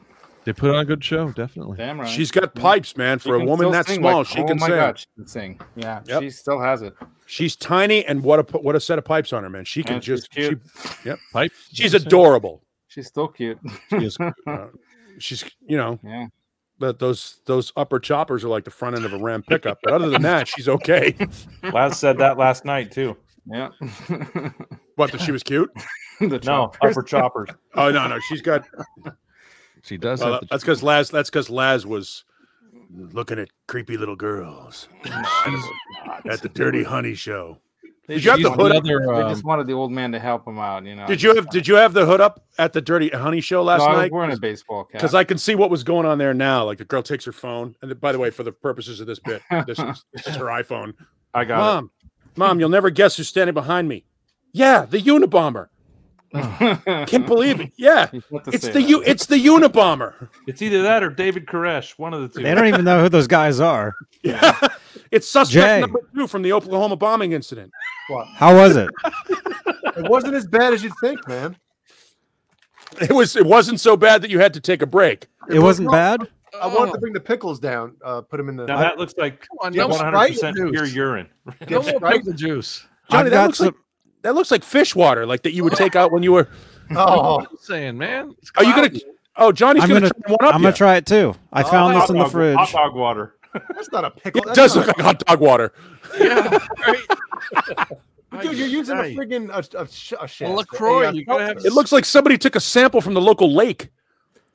They put on a good show, definitely.
Damn right.
She's got pipes, man.
She
For a
can
woman
still
that
sing,
small,
like,
she
oh
can
my
sing.
God, she can sing. Yeah,
Yep.
she still has it.
She's tiny, and what a pu- what a set of pipes on her, man. She can
And she's
just she,
cute.
Pipe.
she's adorable.
She's still cute.
She is-
Uh, she's you know
Yeah.
but those those upper choppers are like the front end of a ram pickup but other than that she's okay
Laz said that last night too.
Yeah.
what that she was cute
the
No,
chop-
upper choppers.
oh no no she's got
She does.
well, uh,
have the
that's because laz that's because laz was looking at creepy little girls at the dirty honey show
They
did you have the
just-
hood up?
Another,
They
um,
just wanted the uh, old man to help him out. You know.
did you have did you have the hood up at the dirty honey show last
no, I was
night
wearing a baseball cap.
because I can see what was going on there now. Like the girl takes her phone, and by the way, for the purposes of this bit, this is, this is her iPhone.
I got
mom, mom, you'll never guess who's standing behind me. Yeah, the Unabomber. Can't believe it. Yeah,
He's not to
it's
say
the
that.
U. It's the Unabomber.
it. It's either that or David Koresh, one of the two.
They don't even know who those guys are.
Yeah, it's suspect
Jay.
number two from the Oklahoma bombing incident.
How was it?
It wasn't as bad as you'd think, man.
It was. It wasn't so bad that you had to take a break.
It wasn't bad.
I wanted to bring the pickles down, uh, put them in the.
Oh. Now that looks like
Come on,
Yeah,
no,
well,
one-
100%
Sprite
pure
juice.
urine.
no
Sprite-
more pickle juice.
Johnny,
I've
that
got
looks like
some-
that looks like fish water, like that you would take out when you were.
oh,
I'm saying, man. It's
Are you gonna?
cloudy.
Oh, Johnny's
I'm
gonna,
gonna-
try one up.
I'm gonna
ya.
try it too. I
Oh,
found this
Hot
in the
dog- Hot
fridge.
dog water.
that's not a pickle.
It
that's
does
not
look like hot dog water.
Yeah. right.
a- dude, you're using a
Hey.
friggin' a, a, sh- a shaft.
LaCroix, you gotta have-
It looks like somebody took a sample from the local lake.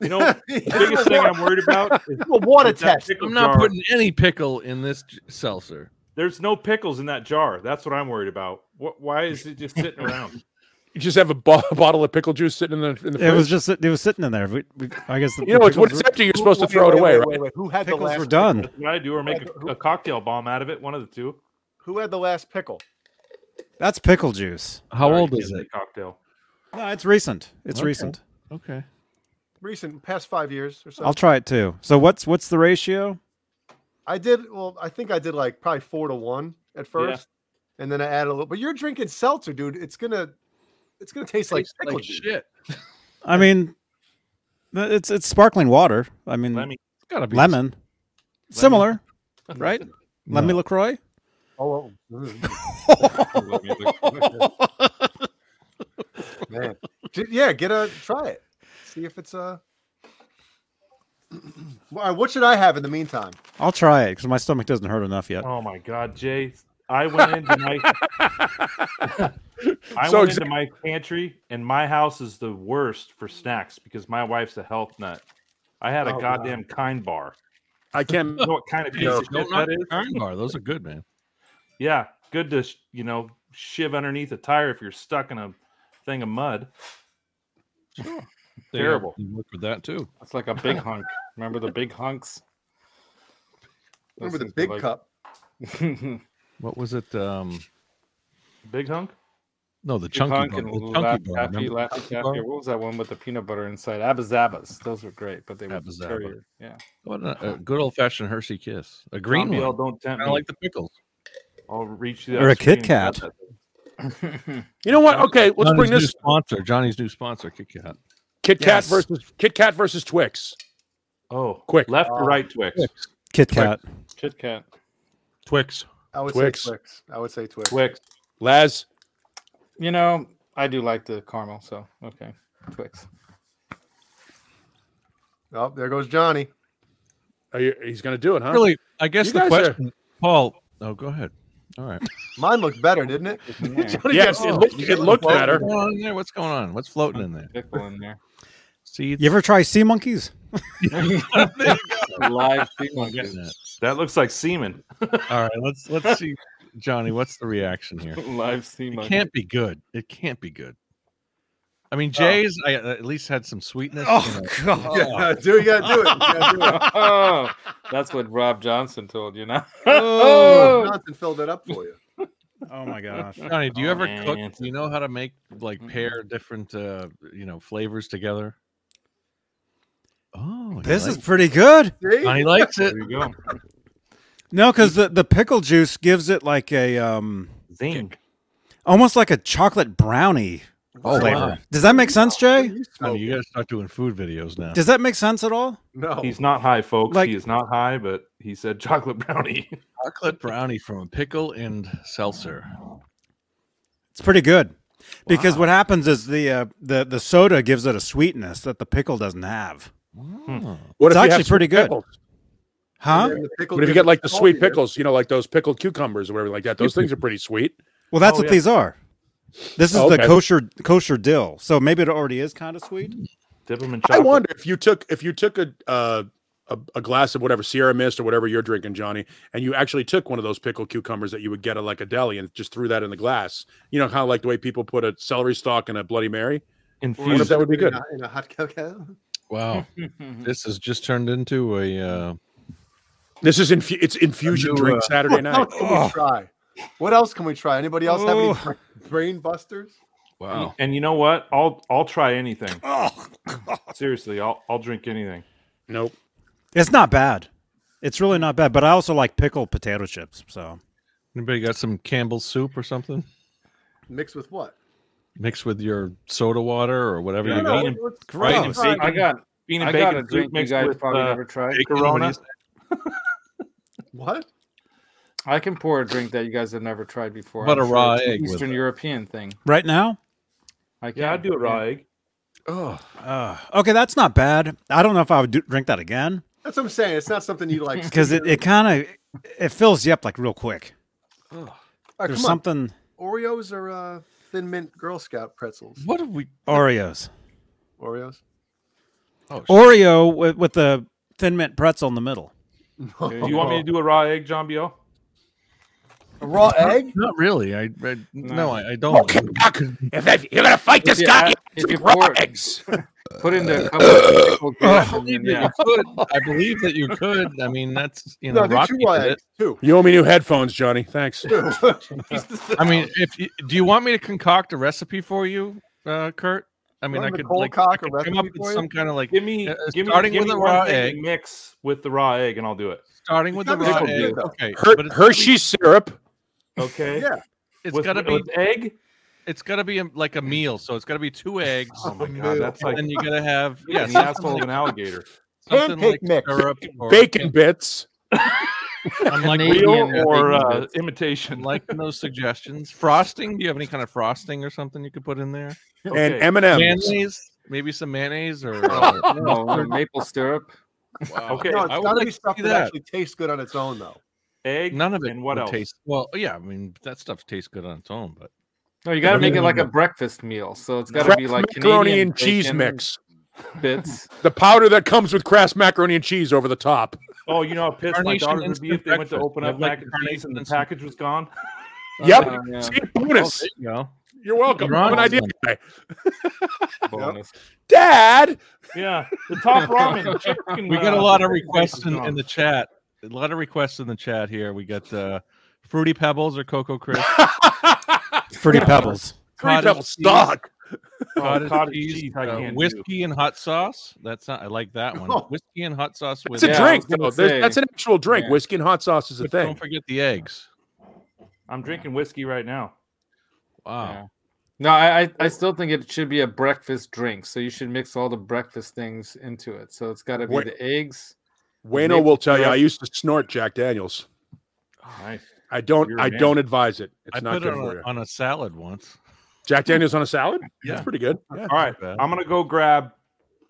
You know, the biggest thing I'm worried about is
a water
is that
test.
pickle
I'm not
jar.
putting any pickle in this j- seltzer.
There's no pickles in that jar. That's what I'm worried about. What, why is it just sitting around?
You just have a, bo- bottle of pickle juice sitting in the. In the
It was
fridge.
just it was sitting in there. We, we, I guess the,
You know,
the
it's when
pickles
it's
were-
empty, you're
Who-
supposed to
wait,
throw it
wait,
away,
wait,
right?
wait, wait. Who had the
pickles
last?
were done.
That's what I do, or make a, a cocktail bomb out of it. One of the two.
Who had the last pickle?
That's pickle juice.
How
Sorry,
old
can't
is
say
it?
Cocktail.
No, it's recent. It's
Okay.
recent.
Okay.
Recent, past five years or so.
I'll try it too. So what's what's the ratio?
I did. Well, I think I did like probably four to one at first, and then I added a little. But you're drinking seltzer, dude. It's gonna, it's gonna taste like
Tastes
pickle
like
juice.
shit.
I mean, th- it's it's sparkling water. I mean,
Lemmy.
lemon,
It's gotta be
similar, right?
No.
Lemmy Lacroix.
Oh, oh, mm, man. Ju- Yeah, get a try it. See if it's a. What should I have in the meantime?
I'll try it because my stomach doesn't hurt enough yet.
Oh my God, Jay! I went into my I
So
went into my pantry, and my house is the worst for snacks because my wife's a health nut. I had a
Oh, wow.
goddamn kind bar.
I can
You know what kind of piece
Don't
of shit
knock
that is?
the Iron bar. Those are good, man.
Yeah, good to sh- you know shiv underneath a tire if you're stuck in a thing of mud.
They
Terrible.
Work with that too.
It's like a big hunk. Remember the big hunks?
Remember the big cup?
What was it? Um,
Big hunk?
no, the
Big
chunky
Hunk
bar.
and
The
Laffy Taffy,
chunky bar. remember the
Laffy
Chunky Bar?
Taffy. What was that one with the peanut butter inside? Abba Zabbas. Those were great, but they were
Abba Zabba.
terrier. Yeah.
What uh, a, a good old fashioned Hershey Kiss. A green
Zombie,
one.
I'll don't tempt
I
me.
like the pickles.
I'll reach the
Or a Kit Kat.
You know what? Okay, let's
Johnny's
bring
new
this
sponsor. Johnny's new sponsor, Kit Kat.
Kit Kat
Yes.
versus Kit Kat versus Twix.
Oh,
Quick.
Left or right, Twix?
Twix.
Kit Kat.
Kit Kat.
Twix.
I would
Twix.
say Twix. I would say Twix.
Twix.
Laz,
You know, I do like the caramel, so okay. Twix.
Oh, there goes Johnny.
are you, he's going to do it,
Uh-huh.
huh?
Really, I guess
You
the
guys
question, Paul. Oh, go ahead. All right.
Mine looked better, didn't it?
Yes, it looked, it looked
Well,
better.
What's going on in there? What's going on? What's floating in there?
Pickle in there.
Seeds.
You ever try sea monkeys?
Live
I'm getting that.
That looks like semen.
All right, let's let's see, Johnny. What's the reaction here?
Live sea
It
monkey.
can't be good. It can't be good. I mean, Jay's I, uh, at least had some sweetness. you know.
God.
Yeah, do you gotta do it? You gotta do it.
oh, that's what Rob Johnson told you, know.
Oh, Johnson filled that up for you.
Oh my gosh.
Johnny, do you
Oh,
ever
man, Mm-hmm.
cook?
it's
Do you know how to make like pair different, uh, you know, flavors together? Oh, he
This is
likes-
pretty good.
See?
Johnny likes it.
There you go.
No, because the, the pickle juice gives it like a um
Zing.
almost like a chocolate brownie
Oh,
flavor.
wow.
Does that make sense,
What are
Jay?
you
Johnny,
smoking?
you gotta start doing food videos now.
Does that make sense at all?
No.
He's not high, folks.
Like-
he is not high, but he said chocolate brownie.
Chocolate brownie from a pickle and seltzer.
It's pretty good. Because what happens is the uh, the the soda gives it a sweetness that the pickle doesn't have.
Hmm.
Hmm.
What if you have
It's actually
sweet
pretty good.
pickles?
Huh?
And the pickle
What if you
gives
get
it
like the sweet
saltiness.
pickles? You know, like those pickled cucumbers or whatever, like that. Those things are pretty sweet.
Well, that's
Oh,
what
yeah.
these are. This is
Oh,
the
okay.
kosher kosher dill. So maybe it already is kind of sweet.
Dip him in
I
chocolate.
wonder if you took if you took a, uh, a a glass of whatever Sierra Mist or whatever you're drinking, Johnny, and you actually took one of those pickled cucumbers that you would get at like a deli and just threw that in the glass. You know, kind of like the way people put a celery stalk in a Bloody Mary. I wonder if
Infused.
that would be good.
In a, in a hot cocoa.
Wow, this has just turned into a. Uh,
This is infu- it's infusion
New,
drink
uh,
Saturday
What
night.
else can we try? What else can we try? Anybody else have any
Oh.
bra- brain busters?
wow,
And you know what? I'll I'll try anything.
Oh,
Seriously, I'll I'll drink anything.
Nope.
It's not bad. It's really not bad. But I also like pickled potato chips. So
anybody got some Campbell's soup or something
Mixed with what?
mixed with your soda water or whatever
Yeah,
you
no,
got?
bean
let's-
Gross.
let's
Bean
try-
and
I got
Bean and
I got a
bacon soup
drink you
mixed
guys
with
probably
uh,
never tried.
Bacon, what do
Corona.
you say?
What?
I can pour a drink that you guys have never tried before.
What
I'm
a raw
it's an
egg with
Eastern
it.
European thing.
right now,
I Ah. can
Yeah, I'd do a raw egg.
uh, okay, that's not bad. I don't know if I would do, drink that again
That's what I'm saying. It's not something you like.
because it, it kind of it fills you up like real quick.
All right, come
There's something
on. Oreos or uh, Thin Mint Girl Scout pretzels?
What have we?
Oreos.
Oreos?
Oh,
Oreo with, with the thin mint pretzel in the middle.
Do you want me to do a raw egg, John
Uh,
Biel?
A raw egg?
Not really. I, I no, I, I
Oh,
don't.
if, you're gonna fight this
If you
guy,
add-
you
if
drink
you
raw
pour it-
eggs.
Put in the cup of pickled
I
grapes and then, yeah.
believe that you could. I believe that you could. I mean, that's you know,
No, they're
Rocky
two raw
did it.
eggs. Two.
You owe me new headphones, Johnny. Thanks.
I mean, if you, do you want me to concoct a recipe for you, uh, Kurt? I mean,
want
I
me to
could like I
concoct a
could come up
recipe for
with
you?
some kind of like
Give me
Uh, uh,
give me
starting
give
with
me
a
one
raw
thing to
egg.
mix with the raw egg, and I'll do it.
starting with the
It's
raw
gotta be
egg.
good,
Okay,
Her-
but it's gotta be-
Hershey syrup.
Okay.
Yeah.
It's
with,
gotta be.
with egg.
It's gotta be um, like a meal. So it's gotta be two eggs,
Oh my
man.
god, that's like
and you gotta have
yeah,
yeah,
the
something
asshole of
like-
an alligator.
something
Pancake
like
mix.
syrup or-
Bacon bits.
I'm like
Real
Ian, I think
or
you did.
uh, imitation?
I'm liking those suggestions. Frosting? Do you have any kind of frosting or something you could put in there?
and
Okay.
M and M's.
Mayonnaise? Maybe some mayonnaise
Oh,
or uh,
No, no, maple syrup.
Okay,
No,
I
it's
would
got to
like
be
to
stuff
see
that,
that.
actually tastes good on its own, though.
egg.
none of it.
And what
would
else?
Taste, well, yeah, I mean that stuff tastes good on its own, but
No, you got to
What do
make it
you
like a
want?
breakfast meal. So it's got to
Kraft
be like
macaroni
Canadian
and cheese
bacon
mix.
bits.
The powder that comes with Kraft macaroni and cheese over the top.
Oh, you know how pissed my
Carnation
daughters would
instant
be if they went to
breakfast.
open
You
up
have, like,
mac and cheese and the
carnation
package was gone.
Yep.
Uh, yeah,
See, bonus.
Oh, there you go.
You're welcome.
You're
I'm an
on
idea
one.
guy.
bonus.
Dad,
Yeah, the top ramen. chicken,
We got a
uh,
lot of requests in,
gone.
in the chat. a lot of requests in the chat here. We got uh, fruity pebbles or cocoa crisp.
Fruity Pebbles.
Fruity
Cottage
Pebbles
cheese.
stock.
Cottage,
cottage
cheese,
cheese I
uh,
can't do.
whiskey and hot sauce. That's not. I like that one.
Oh.
Whiskey and hot sauce with.
It's a
Yeah, I
drink,
was gonna
though. There's-
say.
That's an actual drink.
Yeah.
Whiskey and hot sauce is a
But
thing.
Don't forget the eggs.
I'm drinking whiskey right now.
Wow.
No, I, I I still think it should be a breakfast drink. So you should mix all the breakfast things into it. So it's got to be
Wait.
the eggs.
Wayno
Nick-
will tell you. I used to snort Jack Daniels.
Nice.
I don't.
You're a
I
man.
don't advise it. It's
I
not
put
good
it
for
on
you.
a, on a salad once.
Jack Daniels on a salad.
Yeah.
That's pretty good. Yeah.
All right,
bad.
I'm gonna go grab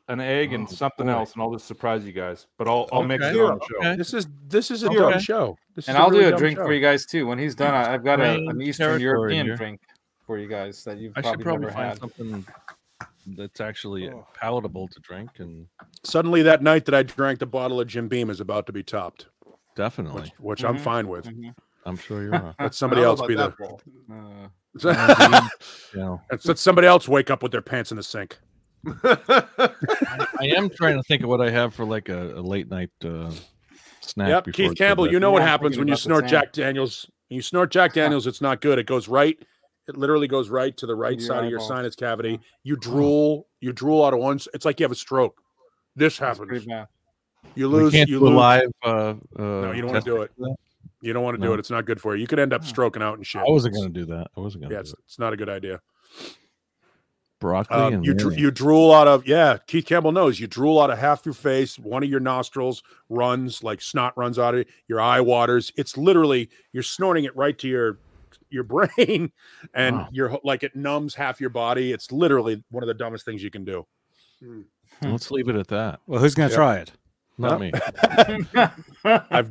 an egg and
Oh,
something
boy.
else, and I'll just surprise you guys. But I'll I'll mix it
Okay.
on the show.
Okay.
This is this is a
Okay.
dumb show. This
And
is
I'll
really
do a
dumb
drink
show.
for you guys too. When he's done, I, I've got a, an
We're in
Eastern
territory
European
here.
drink for you guys that you've
I
probably,
should probably
never
find
had.
something that's actually
Oh.
palatable to drink and
Suddenly that night that I drank the bottle of Jim Beam is about to be topped,
definitely.
which, which I'm
Mhm.
fine with.
Mhm.
I'm sure you're right.
Let somebody
I
else
don't know
be
about
the.
that ball.
Uh,
you know,
Let somebody else wake up with their pants in the sink.
I am trying to think of what I have for like a, a late night uh, snack.
Yep,
before
Keith
it's
Campbell.
bedtime.
You know what
Yeah, I'm
happens
thinking
when you
about the
snort
same.
Jack Daniels. When you snort Jack Daniels, it's not good. It goes right. It literally goes right to the right
Your
side of your
eyeball.
sinus cavity. You drool. You drool out of one. s- It's like you have a stroke. This
it's pretty
happens.
bad.
You
We
lose.
can't
You
do a
lose.
live. Uh, uh,
No, you don't want to do it.
that?
You don't want to do
No.
it. It's not good for you. You could end up stroking out and shit.
I wasn't going to do that. I wasn't going to
Yeah,
do
it's,
it.
it's not a good idea.
Broccoli
Um,
and
you dr-
lemon.
you drool out of yeah. Keith Campbell knows you drool out of half your face. One of your nostrils runs like snot runs out of it. Your eye waters. It's literally you're snorting it right to your your brain, and
Wow.
you're ho- like it numbs half your body. It's literally one of the dumbest things you can do.
Hmm.
Let's leave it at that.
Well, who's going to
Yep.
try it?
Not me.
I've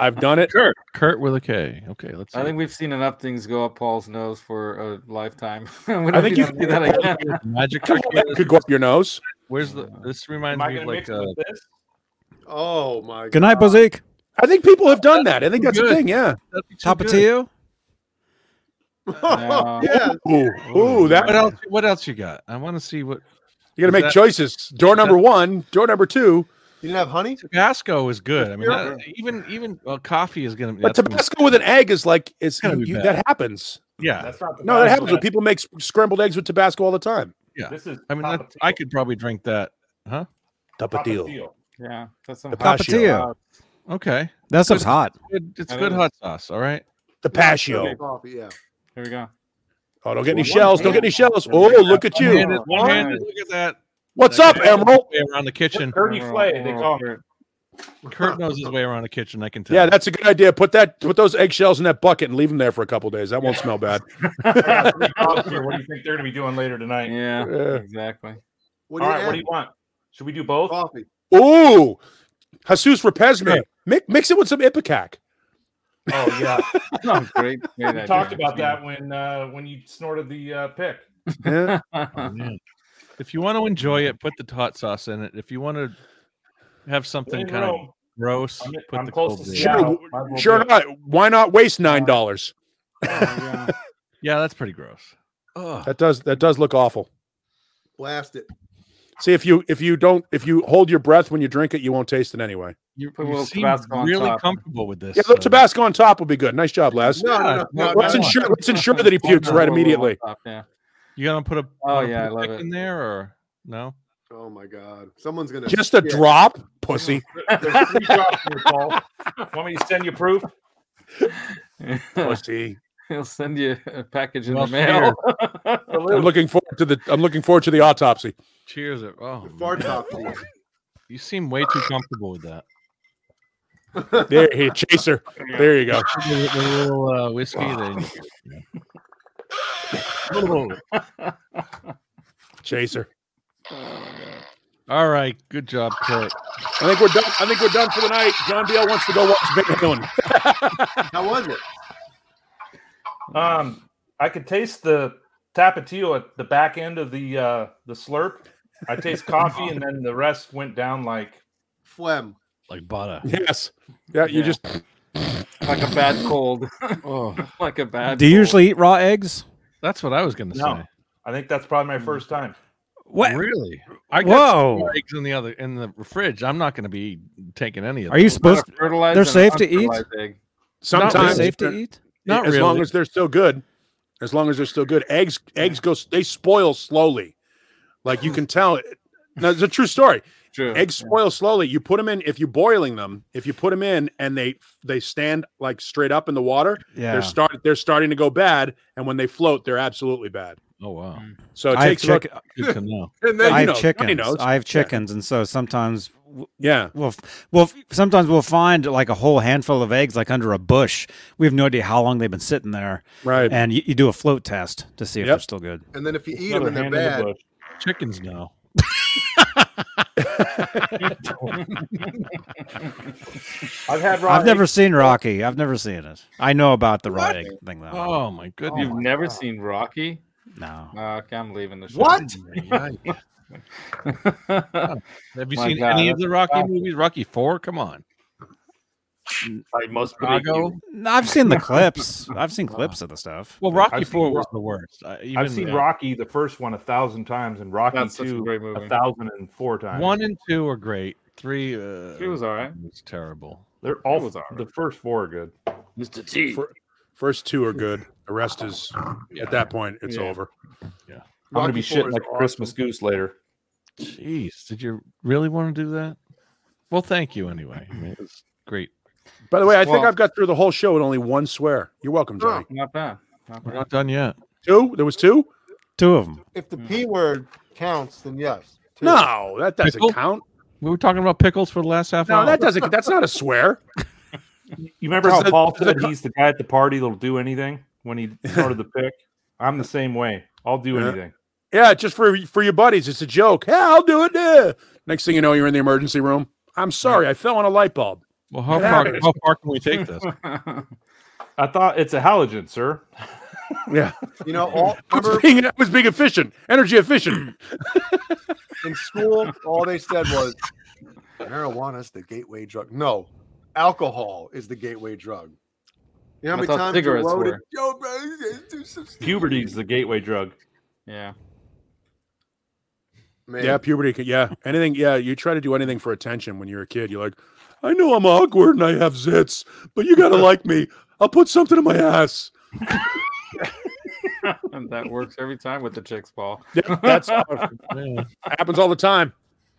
I've done it.
Kurt. Kurt with a K. Okay, let's.
I
see.
think we've seen enough things go up Paul's nose for a lifetime. we
I
don't
think
need
you-
to do that again.
The magic
Come
trick
on,
here
that
is-
could go up your nose.
Where's the? This reminds
Am I
me
gonna
of
mix
like
it
uh,
with this?
oh my
Good night, Bazik.
I think people have done that. I think that's the
Good.
thing. Yeah.
that'd be too
Top
good.
it to you.
No.
yeah,
Ooh, ooh, that
What else? What else you got? I want to see what
you got to
Is
make
that-
choices. Door number one. Door number two.
you didn't have honey.
Tabasco is good. I mean, that- even even well, coffee is gonna.
But
that's gonna-
Tabasco with an egg is like it's
Gotta
you-
be
you-
bad.
that happens.
yeah.
That's not.
No, that
Tabasco.
happens when people make sc- scrambled eggs with Tabasco all the time.
yeah.
This is.
I mean, that, I could probably drink that.
Tapatio.
yeah, that's some
The
hot-
Tapatio.
Okay,
That stuff's hot.
Good- it's
I
good
don't-
hot sauce. All right.
The pasio.
Coffee, yeah.
Here we go.
Oh, don't get any
One
shells. Don't get any shells. Oh, look at you.
One-handed- one-handed, look at that.
What's up, Emerald?
Way around the kitchen.
Curdy
Overall-
Flay, they
overall
call
shirt.
Kurt knows his way around the kitchen. I can tell.
Yeah, that's a good idea. Put that, put those eggshells in that bucket and leave them there for a couple days. That won't smell bad.
What do you think they're going to be doing later tonight?
Yeah,
Yeah.
exactly.
What do
All
you
right, what
add?
do you want? Should we do both?
Coffee.
Ooh, Jesus Rapesme. Mix, mix it with some ipecac.
Oh yeah,
No, great. great
we
idea.
talked about that when uh, when you snorted the uh, pick.
Oh, man. If you want to enjoy it, put the hot sauce in it. If you want to have something
In
kind of
Rome.
gross,
I'm,
put
I'm
the
close to
cold brew.
Sure,
Seattle. Might as well
Sure
do it.
not. Why not waste nine dollars?
Oh,
Yeah, that's pretty gross. Oh,
That does that does look awful.
Blast it.
See if you if you don't if you hold your breath when you drink it, you won't taste it anyway.
you,
Put a
you
little
seem
Tabasco on
really
top.
comfortable with this.
Yeah, the
uh,
Tabasco on top would be good. Nice job, Les.
No, no,
Yeah,
no, no.
no,
Let's
no.
ensure let's ensure that he pukes
yeah.
right immediately.
Yeah.
You gonna put a
Oh,
wanna
yeah,
put a
I love
pick
it.
in there or no?
Oh my god, someone's gonna
Just a
shit.
drop, pussy.
There's three drops here, Paul. Want me to send you proof?
Oh, Pussy.
He'll send you a package in
Well,
the mail.
I'm looking forward to the I'm looking forward to the autopsy.
Cheers. it- Oh,
Far
man.
top.
You seem way too comfortable with that.
There he chaser. There you go.
With a little uh, whiskey, then
Chaser.
Oh, all right. Good job, Kurt.
I think we're done. I think we're done for the night. John Beal wants to go watch Big Moon.
How was it?
Um, I could taste the tapatio at the back end of the uh, the slurp. I taste coffee, and then the rest went down like
Phlegm.
Like butter.
Yes. Yeah, you
Yeah.
just
like a bad cold.
Oh,
like a bad
Do you
cold.
usually eat raw eggs?
that's what I was gonna
No.
say.
I think that's probably my first time.
What?
Really? I
Whoa.
some eggs in the other in the fridge. I'm not going to be taking any of.
Are you
those.
supposed to?
Fertilized
They're
and
safe to eat?
unfertilized egg.
They're
Sometimes
safe to
they're-
eat?
Not
as long
really.
as they're still good. As long as they're still good, eggs eggs go they spoil slowly. Like you can tell. it- Now it's a true story.
True.
Eggs spoil slowly. You put them in if you're boiling them. If you put them in and they they stand like straight up in the water,
Yeah.
they're start they're starting to go bad. And when they float, they're absolutely bad.
Oh wow.
So it
I have,
takes about-
chick-
Good to know.
Yeah,
And then
you
I have
know, Johnny
chickens.
knows.
I have
Yeah.
chickens, and so sometimes w-
yeah.
we'll, f- we'll f- sometimes we'll find like a whole handful of eggs like under a bush. We have no idea how long they've been sitting there,
Right.
and you, you do a float test to see if
Yep.
they're still good.
and then if you eat them
Another
and they're
hand in the
bad,
bush.
Chickens now.
I've had raw
I've never seen Rocky. I've never seen it. I know about the raw egg thing though.
Oh my goodness.
You've never seen Rocky?
No.
No, okay, I'm leaving the show.
what?
Have you
My
seen
God,
any of
that's
the Rocky
classic.
movies? Rocky Four? Come on.
I must believe
Drago.
you.
No, I've seen the clips. I've seen clips of the stuff.
Well, Rocky
I've seen
Four
Ro-
was the worst. I, even,
I've seen
uh,
Rocky the first one a thousand times and Rocky
That's such a
two
great movie.
a thousand and four times.
One and two are great. Three. Uh,
Three was all right.
It's terrible.
they're all
It was alright.
the first four are good.
Mr. T.
Fir- first two are good. The rest is at that point it's
Yeah.
over.
I'm gonna
Rocky
be
Four
shitting
is
like a Christmas goose later.
Jeez, did you really want to do that? Well, thank you anyway. I mean, it's great.
By the way, I think
Well-
I've got through the whole show with only one swear. You're welcome, Johnny.
Oh,
Not bad. Not
We're
bad.
not done yet.
Two? There was two?
Two of them.
if the
Hmm.
p word counts, then yes. Two.
No, Oh, that doesn't
Pickle?
count.
We were talking about pickles for the last half
No,
hour.
that doesn't. That's not a swear.
You remember
Does
how
the-
Paul
does the
said he's the guy at the party that'll do anything when he started the pick? I'm the same way. I'll do
Yeah.
anything.
Yeah, just for for your buddies. It's a joke. Yeah, I'll do it. Yeah. Next thing you know, you're in the emergency room. I'm sorry, I fell on a light bulb.
well, how
Get
far,
out of
how far can we take this?
I thought it's a halogen, sir.
Yeah,
You know, all
I was
remember
being, I was being efficient, energy efficient.
in school, all they said was marijuana's the gateway drug. No, alcohol is the gateway drug. You know how
I
many
thought
times you
cigarettes
loaded?
were.
Yo, bro, let's do some
Puberty's the gateway drug.
Yeah.
Man,
Yeah, puberty. can- Yeah, anything. Yeah, you try to do anything for attention when you're a kid. You're like, I know I'm awkward and I have zits, but you gotta like me. I'll put something in my ass.
And that works every time with the chicks, Paul.
Yeah, that's happens all the time.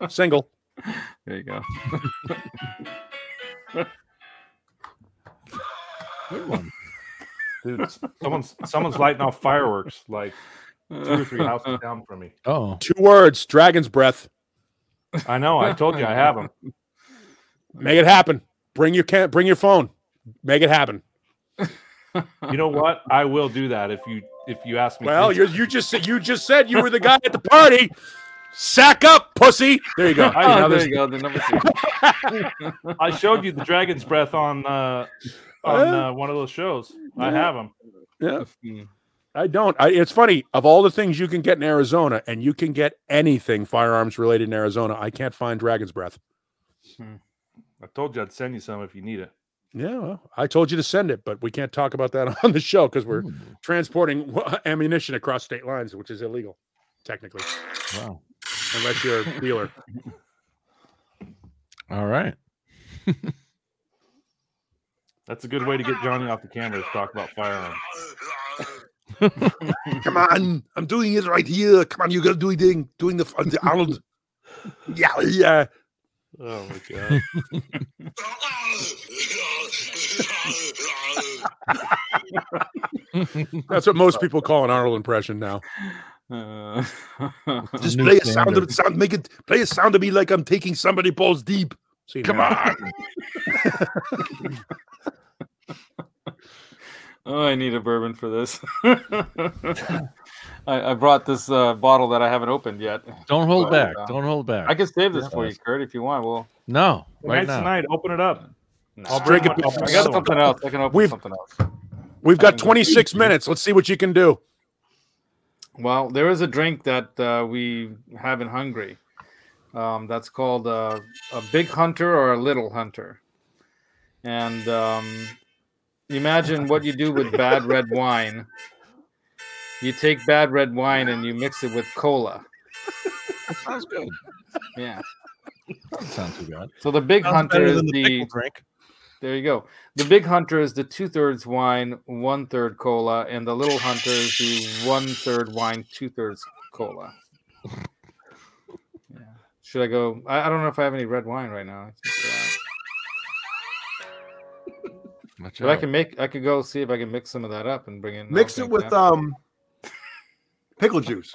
Single.
There you go.
Dude, someone's someone's lighting off fireworks like two or three houses down from me.
Oh,
Two words. Dragon's breath.
I know. I told you I have them.
Make it happen. Bring your can. Bring your phone. Make it happen.
You know what? I will do that if you if you ask me.
Well, you
to.
you just said- you just said you were the guy at the party. Sack up, pussy. There you go.
Oh,
Now
there
there's-
you go. The number two.
I showed you the dragon's breath on uh, on uh, one of those shows. I have them.
Yeah,
Mm.
I don't. I, it's funny. Of all the things you can get in Arizona, and you can get anything firearms related in Arizona, I can't find Dragon's Breath.
Hmm. I told you I'd send you some if you need it.
Yeah, well, I told you to send it, but we can't talk about that on the show because we're transporting ammunition across state lines, which is illegal, technically,
wow.
unless you're a dealer.
All right.
That's a good way to get Johnny off the camera to talk about firearms.
Come on, I'm doing it right here. Come on, you gotta do it. Doing, doing the, the Arnold. Yeah, yeah.
Oh my god!
That's what most people call an Arnold impression now.
Uh,
Just
New
play a sound of
standard.
it. Sound make it play a sound to me like I'm taking somebody balls deep. See, Come on.
oh, I need a bourbon for this. I, I brought this uh, bottle that I haven't opened yet.
Don't hold
Well,
back.
uh,
Don't hold back.
I can save this
Yeah.
for you, Kurt, if you want. Well,
no, right
Tonight's
now.
tonight. Open it up.
nah.
I'll
drink
bring
it, but-
one- I'll
I
bring
got
another one.
something else. I can open
We've-
something else.
We've got
Sounds good.
26 minutes. Let's see what you can do.
Well, there is a drink that uh, we have in Hungary. Um, that's called uh, a big hunter or a little hunter. And um, imagine what you do with bad red wine. You take bad red wine and you mix it with cola.
Sounds good.
Yeah.
Doesn't sound too bad.
So the big
Sounds
hunter
better
is
than
the,
the pickle drink.
There you go. The big hunter is the two thirds wine, one third cola, and the little hunter is the one third wine, two thirds cola. Yeah. Should I go? I, I don't know if I have any red wine right now. I think, uh,
Watch
but I
out.
can make. I could go see if I can mix some of that up and bring in.
Mix it with um pickle juice.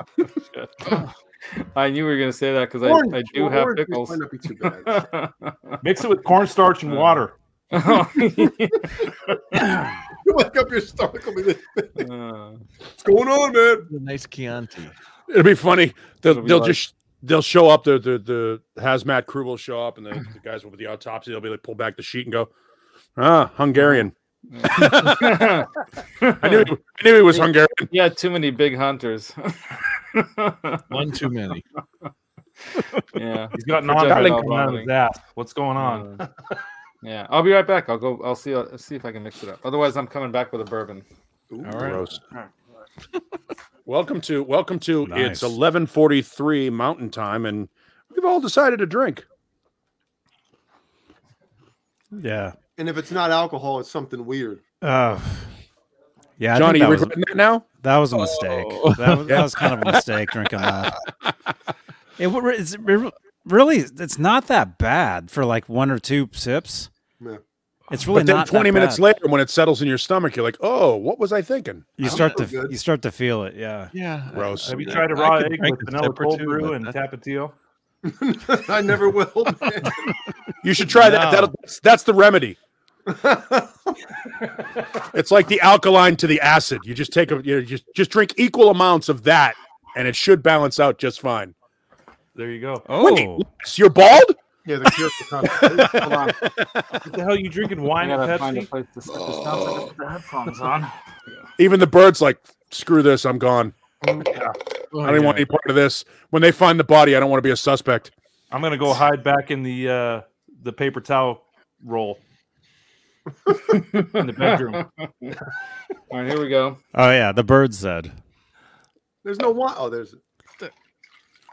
I knew we were gonna say that because
Orange
I, I
juice-
do have
orange juice
pickles.
Might not be too bad.
Mix it with cornstarch and water.
Oh,
you wake up your stomach. will be this-
Uh,
What's going on, man?
A nice Chianti.
It'll be funny. They'll,
It'll be
they'll
like-
just they'll show up. The the, the hazmat crew will show up, and the, the guys with the autopsy they'll be like pull back the sheet and go, ah, Hungarian. I knew he, I knew he was Hungarian.
yeah, too many big hunters.
One too many.
yeah.
He's got
Projectile
non out of
vomiting.
his ass. What's going on?
Uh, yeah, I'll be right back. I'll go. I'll see. I'll see if I can mix it up. Otherwise, I'm coming back with a bourbon.
All right.
Gross. welcome to welcome to
Nice.
it's eleven forty three Mountain Time, and we've all decided to drink.
Yeah.
And if it's not alcohol, it's something weird.
Uh, yeah, I
Johnny, you
think that, was,
regretting that now?
that was a mistake.
Oh.
That, was, that was kind of a mistake drinking that. It, wa- it's, it really, it's not that bad for like one or two sips.
Yeah.
It's really
but then
not.
twenty
that
minutes
bad.
later, when it settles in your stomach, you're like, "Oh, what was I thinking?"
you start to
feel good.
you start to feel it. Yeah.
Yeah. I-
Gross.
I
Have you
mean,
tried a
I- I
raw
could
egg
drink
with
a
vanilla
sip or
cold
two,
brew
but
and
that-
tapatio?
I never will. man.
You should try that.
No.
That'll, that's, that's the remedy. it's like the alkaline to the acid. You just take a you know, just just drink equal amounts of that, and it should balance out just fine.
There you go.
Oh,
Wendy, yes, you're bald.
yeah, the cure for constipation. Hold on.
What the hell you drinking
I
wine and
gotta find a
Pepsi?
place to sit. It sounds like I put the headphones on.
Even the birds like screw this. I'm gone.
Oh,
I don't even want any part of this. When they find the body, I don't want to be a suspect.
I'm gonna go hide back in the uh the paper towel roll in the bedroom.
All right, here we go.
oh yeah, the bird said.
There's no wine. Oh, there's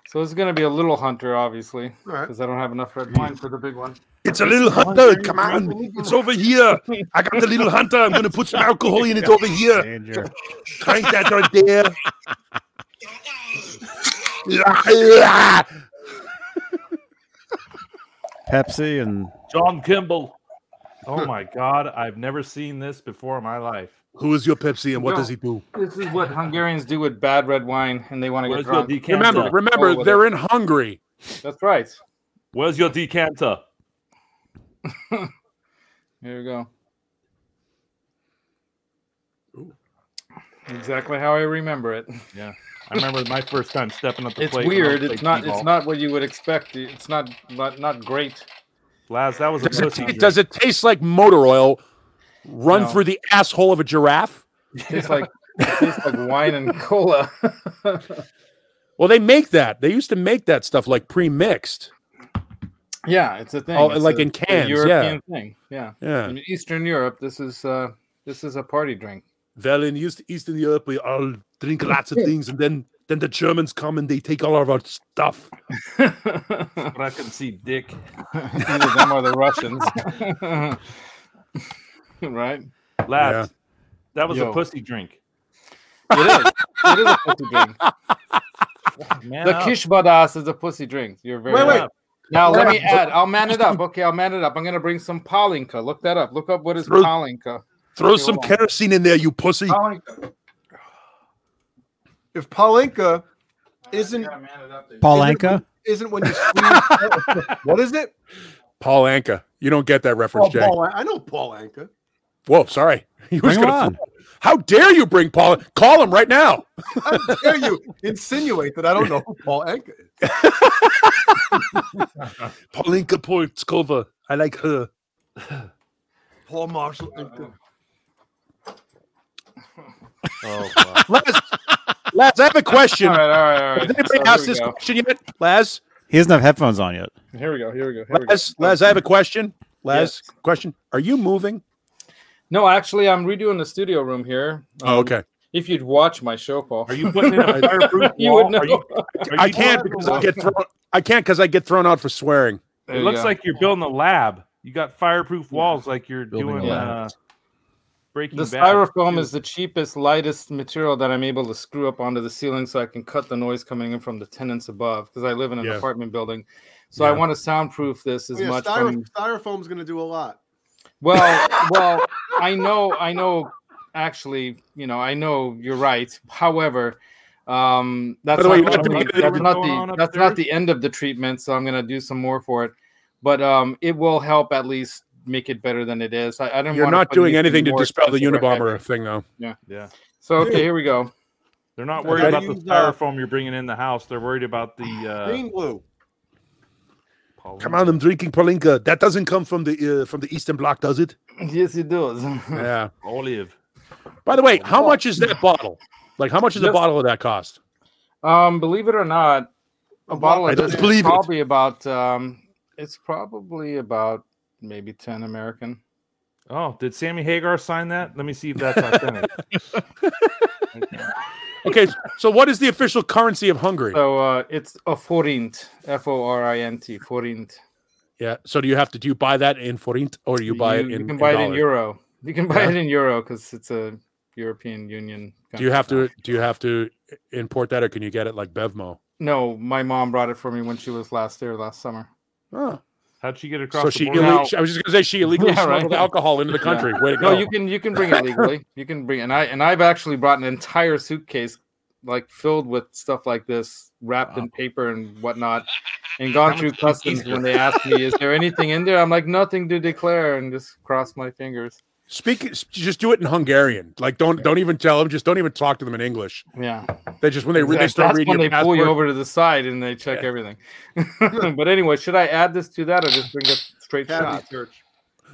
So this is gonna be a little hunter, obviously,
all right.
because I don't have enough red wine for the big one.
Hmm. It's a little hunter. Come on, it's over here. I got the little hunter. I'm gonna put some alcohol in it over here.
Danger.
Drink that right there.
Pepsi and
John Kimball. Oh my god, I've never seen this before in my life.
Who is your Pepsi and what
No.
does he do?
This is what Hungarians do with bad red wine, and they want to get
Where's your
drunk.
decanter?
Remember,
Roll
remember,
with
they're in Hungary.
That's right.
Where's your decanter?
Here we go. Exactly how I remember it.
I remember my first time stepping up the
It's
plate. when I
weird.
played
It's not.
t-ball.
It's not what you would expect. It's not. Not. Not great.
Laz, that was a
Does it,
pussy.
it- does it taste like motor oil run
No.
through the asshole of a giraffe?
tastes like it tastes like wine and cola.
Well, they make that. They used to make that stuff like pre-mixed.
yeah, it's a thing.
Oh,
It's
like
a-
in
it's a
cans, yeah.
European thing. Yeah.
Yeah.
In Eastern Europe, this is uh this is a party drink.
Well, in East, Eastern Europe, we all drink lots of things, and then then the Germans come and they take all of our stuff.
Either
But I can see dick.
them or the Russians. right?
Laz, that was
Yo.
a pussy drink.
It is. It is a pussy drink.
Man
The
up.
kishbadas is a pussy drink. You're very
Wait, wait.
right. Now let me
Wait.
add. I'll man it up. Okay, I'll man it up. I'm gonna bring some palinka. Look that up. Look up what is
Throw-
palinka.
Throw
Hold
some
on.
kerosene in there, you pussy.
Palinka.
If Palenka isn't
Yeah, man it up there.
Paulanka.
isn't when you squeeze, what is it?
Paul Anka, you don't get that reference,
Oh,
Jay.
Paul, I know Paul Anka.
Whoa, sorry. He was
Bring him
gonna.
on.
How dare you bring Paul? Call him right now.
How dare you insinuate that I don't know who Paul Anka is?
Paulinka Portskova. I like her.
Paul Marshall Anka.
Laz, Laz, I have a question.
All right, all right, all right.
Has anybody
So
asked
here we
this
go.
question yet? Laz,
He doesn't have headphones on yet.
Here we go. Here we go. Here we go.
Laz, Laz, I have a question. Laz, question. Are you moving?
No, actually, I'm redoing the studio room here.
Oh,
Um,
okay.
If you'd watch my show, Paul,
Are you putting in a fireproof
You
wall?
would
Are you, are
I
you
can't
putting
because
in a
I
wall?
get thrown. I can't because I get thrown out for swearing.
There
It
you
looks
go.
like you're building a lab. You got fireproof walls, like you're
Building
doing
a
uh,
lab.
Breaking
the
Bad.
styrofoam is the cheapest, lightest material that I'm able to screw up onto the ceiling so I can cut the noise coming in from the tenants above because I live in an
Yeah.
apartment building. So I
Yeah.
want to soundproof this as
Oh,
Oh, Yeah,
much.
styro-
from-
styrofoam's going to do a lot.
Well, well, I know, I know. Actually, you know, I know you're right. However, um,
By
that's
the
not,
way,
the,
you're not
end-
doing
that's
anything
not
going on
the
up
that's not
there?
the end of the treatment. So I'm gonna do some more for it, but um, it will help at least make it better than it is. I, I don't.
You're
wanna
not
put
doing
anything
anything to
more
dispel the
expensive or
Unabomber
heavy.
thing, though.
yeah,
So okay, here we go.
they're not
I
worried
gotta
about the
use, uh,
styrofoam you're bringing in the house. They're worried about the
Green glue.
uh,
Come on, I'm drinking Polinka. That doesn't come from the uh, from the Eastern Bloc, does it?
Yes, it does.
Yeah.
olive.
By the way, how much is that bottle? Like, how much does a
Just-
bottle of that cost?
um, believe it or not, a bottle
I
of
don't
this is
believe it.
probably about um, it's probably about maybe ten American.
Oh, did Sammy Hagar sign that? Let me see if that's authentic.
Okay, so what is the official currency of Hungary?
So uh, it's a forint, F O R I N T, forint.
Yeah. So do you have to do you buy that in forint or do you buy it in?
you can buy it in
dollar?
euro. You can buy
Yeah.
it in euro because it's a European Union.
Do you have
country.
to do you have to import that or can you get it like Bevmo?
No, my mom brought it for me when she was last there last summer.
Oh.
How'd she get across
So
the
she
border?
illegally.
Now-
I was just gonna say she illegally
Yeah, right.
smuggled alcohol into the
Yeah.
country. Way to
No,
go.
you can you can bring it legally. You can bring and I and I've actually brought an entire suitcase like filled with stuff like this, wrapped in paper and whatnot, and gone through customs when they asked me, "Is there anything in there?" I'm like, "Nothing to declare," and just cross my fingers.
Speak. s- Just do it in Hungarian. Like don't don't even tell them. Just don't even talk to them in English.
Yeah.
They just when they re- they
Exact-
start
That's
reading
when
your
they pull you
passport-
over to the side and they check everything. but anyway, should I add this to that or just bring up straight
Cavity
shot?
church.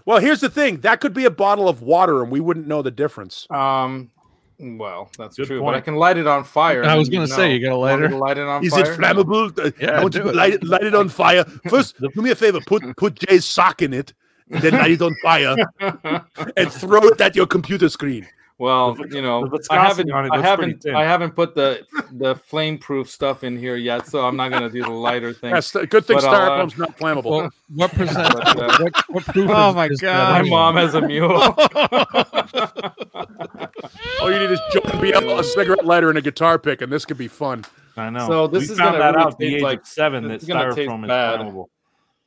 Well, here's the thing. That could be a bottle of water, and we wouldn't know the difference.
Um, well, that's
Good
true. But I
point.
can light it on fire.
I
and
was
then
gonna
you'd
say,
know.
you got a
Want me
lighter?
to Light it on
Is
fire.
it flammable? Uh,
Yeah,
I want you
do
to
it.
light it, light it on fire. First, do me a favor. Put put Jay's sock in it, and then light it on fire, and throw it at your computer screen.
well,
The vi-
you know,
the viscosity
I haven't,
on it
I
looks pretty
haven't,
thin.
I haven't put the the flame proof stuff in here yet, so I'm not gonna do the lighter thing.
That's the- good thing.
But I'll, uh,
Styrofoam's not flammable.
Well, what percent?
But, uh,
what, what proof
Oh
is-
my
is
God.
that
my
in?
mom has a mule.
All you need is Jordan B. a cigarette lighter, and a guitar pick, and this could be fun.
I know.
So this
we
is
found
gonna
that
really
out at the
taste
age
like-
of seven that
this is gonna taste
styrofoam is
bad.
flammable.